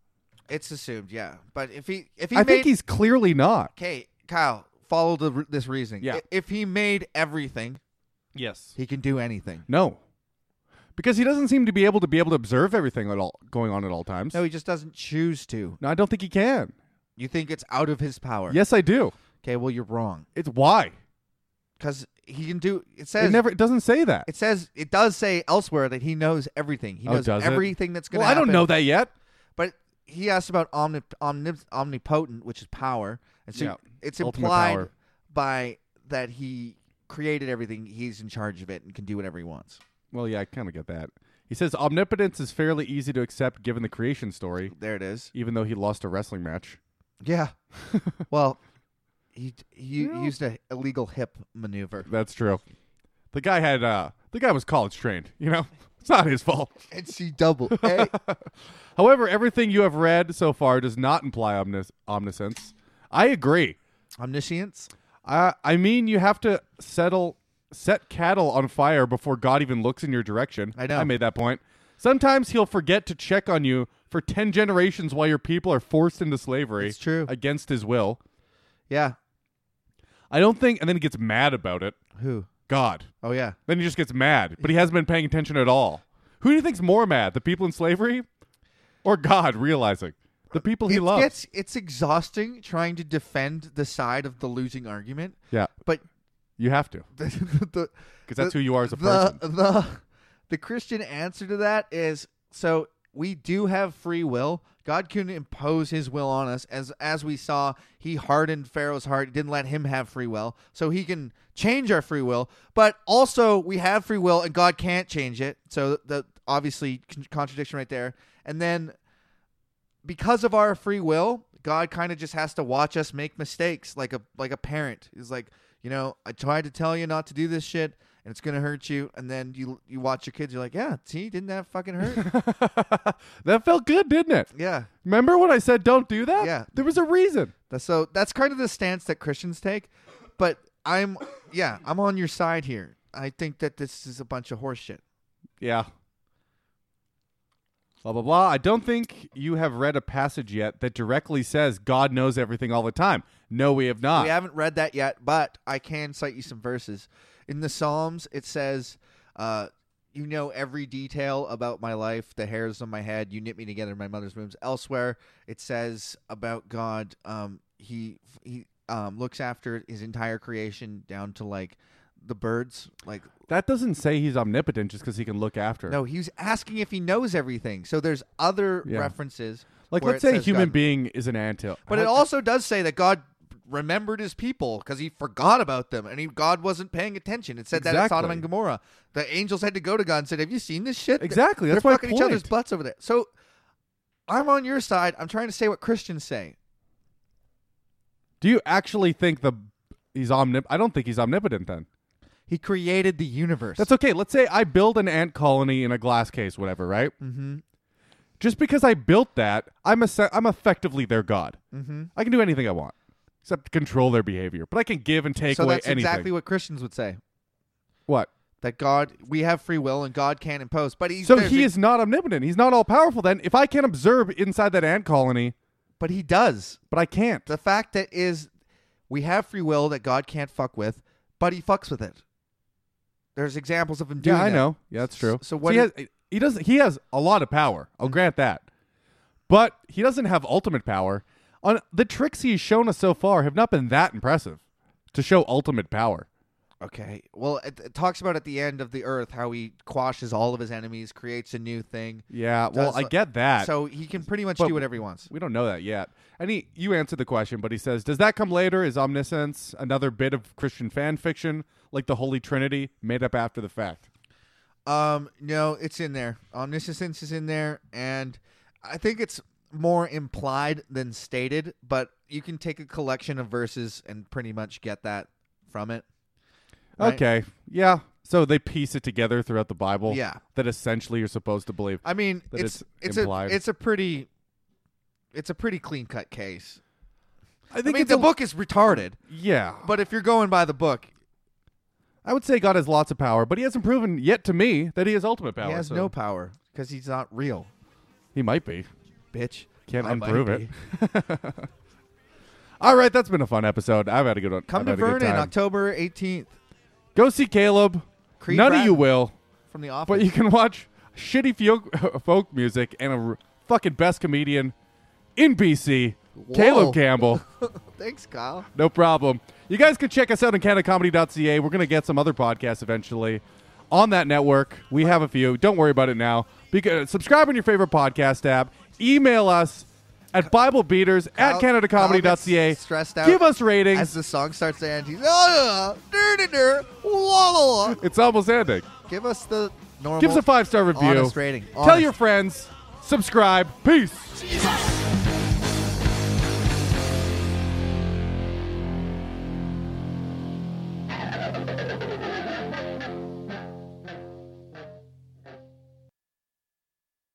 [SPEAKER 1] it's assumed, yeah. But if he, if he,
[SPEAKER 2] I
[SPEAKER 1] made,
[SPEAKER 2] think he's clearly not.
[SPEAKER 1] Okay, Kyle, follow the, re- this reasoning.
[SPEAKER 2] Yeah.
[SPEAKER 1] I- If he made everything,
[SPEAKER 2] Yes.
[SPEAKER 1] he can do anything.
[SPEAKER 2] No. Because he doesn't seem to be able to be able to observe everything at all going on at all times.
[SPEAKER 1] No, he just doesn't choose to.
[SPEAKER 2] No, I don't think he can.
[SPEAKER 1] You think it's out of his power?
[SPEAKER 2] Yes, I do.
[SPEAKER 1] Okay, well you're wrong
[SPEAKER 2] It's why.
[SPEAKER 1] because he can do. It says
[SPEAKER 2] It never it doesn't say that.
[SPEAKER 1] It says it does say elsewhere that he knows everything. He
[SPEAKER 2] Oh,
[SPEAKER 1] knows
[SPEAKER 2] does it?
[SPEAKER 1] everything that's going
[SPEAKER 2] Well,
[SPEAKER 1] to
[SPEAKER 2] I
[SPEAKER 1] happen.
[SPEAKER 2] don't know that yet.
[SPEAKER 1] But he asked about omni- omni- omnipotent, which is power, and so
[SPEAKER 2] Yeah,
[SPEAKER 1] it's
[SPEAKER 2] ultimate
[SPEAKER 1] implied
[SPEAKER 2] power.
[SPEAKER 1] by that he created everything. He's in charge of it and can do whatever he wants.
[SPEAKER 2] Well, yeah, I kind of get that. He says omnipotence is fairly easy to accept given the creation story,
[SPEAKER 1] There it is.
[SPEAKER 2] even though he lost a wrestling match.
[SPEAKER 1] Yeah. [laughs] well, he he
[SPEAKER 2] Yeah.
[SPEAKER 1] used a illegal hip maneuver.
[SPEAKER 2] That's true. The guy had uh the guy was college trained, you know? [laughs] It's not his fault.
[SPEAKER 1] NC double. A.
[SPEAKER 2] However, everything you have read so far does not imply omnis- omniscience. I agree.
[SPEAKER 1] [laughs] Omniscience.
[SPEAKER 2] I I mean, you have to settle set cattle on fire before God even looks in your direction.
[SPEAKER 1] I know.
[SPEAKER 2] I made that point. Sometimes He'll forget to check on you for ten generations while your people are forced into slavery.
[SPEAKER 1] It's true.
[SPEAKER 2] against His will.
[SPEAKER 1] Yeah.
[SPEAKER 2] I don't think, and then He gets mad about it.
[SPEAKER 1] Who?
[SPEAKER 2] God.
[SPEAKER 1] Oh yeah.
[SPEAKER 2] Then He just gets mad, but He hasn't been paying attention at all. Who do you think's more mad, the people in slavery, or God realizing the people He
[SPEAKER 1] it
[SPEAKER 2] loves?
[SPEAKER 1] gets- it's exhausting trying to defend the side of the losing argument,
[SPEAKER 2] yeah,
[SPEAKER 1] but [laughs]
[SPEAKER 2] you have to,
[SPEAKER 1] the the
[SPEAKER 2] because that's who you are as a
[SPEAKER 1] the,
[SPEAKER 2] person.
[SPEAKER 1] the the Christian answer to that is so we do have free will. God couldn't impose his will on us as as we saw he hardened Pharaoh's heart, didn't let him have free will. So he can change our free will, but also we have free will and God can't change it. So the obviously con- contradiction right there. And then because of our free will, God kind of just has to watch us make mistakes, like a like a parent. He's like, you know, I tried to tell you not to do this shit, and it's gonna hurt you. And then you you watch your kids, you're like, yeah, see, didn't that fucking hurt?
[SPEAKER 2] that felt good, didn't it?
[SPEAKER 1] yeah.
[SPEAKER 2] Remember when I said don't do that?
[SPEAKER 1] Yeah.
[SPEAKER 2] There was a reason.
[SPEAKER 1] That's so that's kind of the stance that Christians take. But I'm yeah, I'm on your side here. I think that this is a bunch of horseshit.
[SPEAKER 2] Yeah. Blah, blah, blah. I don't think you have read a passage yet that directly says God knows everything all the time. No, we have not.
[SPEAKER 1] We haven't read that yet, but I can cite you some verses. In the Psalms, it says, uh, You know every detail about my life, the hairs on my head, you knit me together in my mother's womb. Elsewhere, it says about God, um, He, he um, looks after his entire creation down to like the birds. Like,
[SPEAKER 2] That doesn't say he's omnipotent just because he can look after.
[SPEAKER 1] no, he's asking if he knows everything. So there's other
[SPEAKER 2] Yeah.
[SPEAKER 1] references.
[SPEAKER 2] Like,
[SPEAKER 1] where
[SPEAKER 2] let's
[SPEAKER 1] it
[SPEAKER 2] say a
[SPEAKER 1] says
[SPEAKER 2] human
[SPEAKER 1] God-
[SPEAKER 2] being is an anthill.
[SPEAKER 1] But it also does say that God remembered his people because he forgot about them and he God wasn't paying attention. It said that at Sodom
[SPEAKER 2] Exactly.
[SPEAKER 1] and Gomorrah. The angels had to go to God and said, Have you seen this shit? They're-
[SPEAKER 2] Exactly, that's
[SPEAKER 1] They're
[SPEAKER 2] my
[SPEAKER 1] fucking each other's
[SPEAKER 2] point.
[SPEAKER 1] butts over there. So I'm on your side. I'm trying to say what Christians say.
[SPEAKER 2] Do you actually think the he's omnip? I don't think he's omnipotent then.
[SPEAKER 1] He created the universe.
[SPEAKER 2] That's okay. Let's say I build an ant colony in a glass case, whatever, right? Mm-hmm. Just because I built that, I'm a se- I'm effectively their god. Mm-hmm. I can do anything I want, except control their behavior. But I can give and take
[SPEAKER 1] so
[SPEAKER 2] away
[SPEAKER 1] that's
[SPEAKER 2] anything.
[SPEAKER 1] exactly what Christians would say.
[SPEAKER 2] what?
[SPEAKER 1] That God we have free will and God can't impose. But he's
[SPEAKER 2] So
[SPEAKER 1] there's
[SPEAKER 2] he
[SPEAKER 1] a-
[SPEAKER 2] is not omnipotent. He's not all powerful. Then, if I can observe inside that ant colony,
[SPEAKER 1] but he does.
[SPEAKER 2] but I can't.
[SPEAKER 1] The fact that is we have free will that God can't fuck with, but he fucks with it. There's examples of him doing
[SPEAKER 2] Yeah, I
[SPEAKER 1] that.
[SPEAKER 2] know. Yeah, that's true.
[SPEAKER 1] So what Mm-hmm.
[SPEAKER 2] he
[SPEAKER 1] is-
[SPEAKER 2] has, he doesn't he has a lot of power. I'll grant that, but he doesn't have ultimate power. On the tricks he's shown us so far have not been that impressive to show ultimate power.
[SPEAKER 1] Okay. Well, it, it talks about at the end of the earth how he quashes all of his enemies, creates a new thing.
[SPEAKER 2] Yeah, well,
[SPEAKER 1] Does-
[SPEAKER 2] I get that.
[SPEAKER 1] So he can pretty much
[SPEAKER 2] But-
[SPEAKER 1] do whatever he wants.
[SPEAKER 2] we don't know that yet. And he, you answered the question, but he says, "Does that come later? Is omniscience another bit of Christian fan fiction, like the Holy Trinity, made up after the fact?"
[SPEAKER 1] Um, no, it's in there. Omniscience is in there, and I think it's more implied than stated. But you can take a collection of verses and pretty much get that from it. Right?
[SPEAKER 2] Okay, yeah. So they piece it together throughout the Bible.
[SPEAKER 1] Yeah.
[SPEAKER 2] that essentially you're supposed to believe.
[SPEAKER 1] I mean,
[SPEAKER 2] That
[SPEAKER 1] it's
[SPEAKER 2] it's
[SPEAKER 1] it's,
[SPEAKER 2] implied.
[SPEAKER 1] a it's a pretty it's a pretty clean cut case.
[SPEAKER 2] I
[SPEAKER 1] I mean, the book is retarded,
[SPEAKER 2] Yeah,
[SPEAKER 1] but if you're going by the book,
[SPEAKER 2] I would say God has lots of power, but He hasn't proven yet to me that He has ultimate power.
[SPEAKER 1] he has
[SPEAKER 2] so
[SPEAKER 1] no power because he's not real,
[SPEAKER 2] He might be.
[SPEAKER 1] bitch.
[SPEAKER 2] Can't
[SPEAKER 1] I might
[SPEAKER 2] unprove [laughs] it.
[SPEAKER 1] be.
[SPEAKER 2] All right, that's been a fun episode. I've had a good one.
[SPEAKER 1] Come
[SPEAKER 2] I've
[SPEAKER 1] to
[SPEAKER 2] had a good
[SPEAKER 1] Vernon
[SPEAKER 2] time.
[SPEAKER 1] October 18th
[SPEAKER 2] Go see Caleb.
[SPEAKER 1] Creed
[SPEAKER 2] None of
[SPEAKER 1] Bratton.
[SPEAKER 2] you will,
[SPEAKER 1] from the office.
[SPEAKER 2] but you can watch shitty folk, [laughs] folk music and a r- fucking best comedian in BC,
[SPEAKER 1] Whoa. [laughs]
[SPEAKER 2] Caleb Campbell.
[SPEAKER 1] Thanks, Kyle.
[SPEAKER 2] No problem. You guys can check us out on canacomedy.ca. We're going to get some other podcasts eventually on that network. We have a few. Don't worry about it now. Because, subscribe on your favorite podcast app. Email us at BibleBeaters at
[SPEAKER 1] Kyle- Kyle
[SPEAKER 2] canadacomedy.ca.
[SPEAKER 1] gets stressed out
[SPEAKER 2] Give us ratings.
[SPEAKER 1] As the song starts to end, he's "Ah, dur, dur, dur, la, la, la."
[SPEAKER 2] it's almost ending.
[SPEAKER 1] Give us the normal.
[SPEAKER 2] Give us a five star review.
[SPEAKER 1] honest rating.
[SPEAKER 2] Tell
[SPEAKER 1] Honest.
[SPEAKER 2] your friends. Subscribe. Peace.
[SPEAKER 4] Jesus.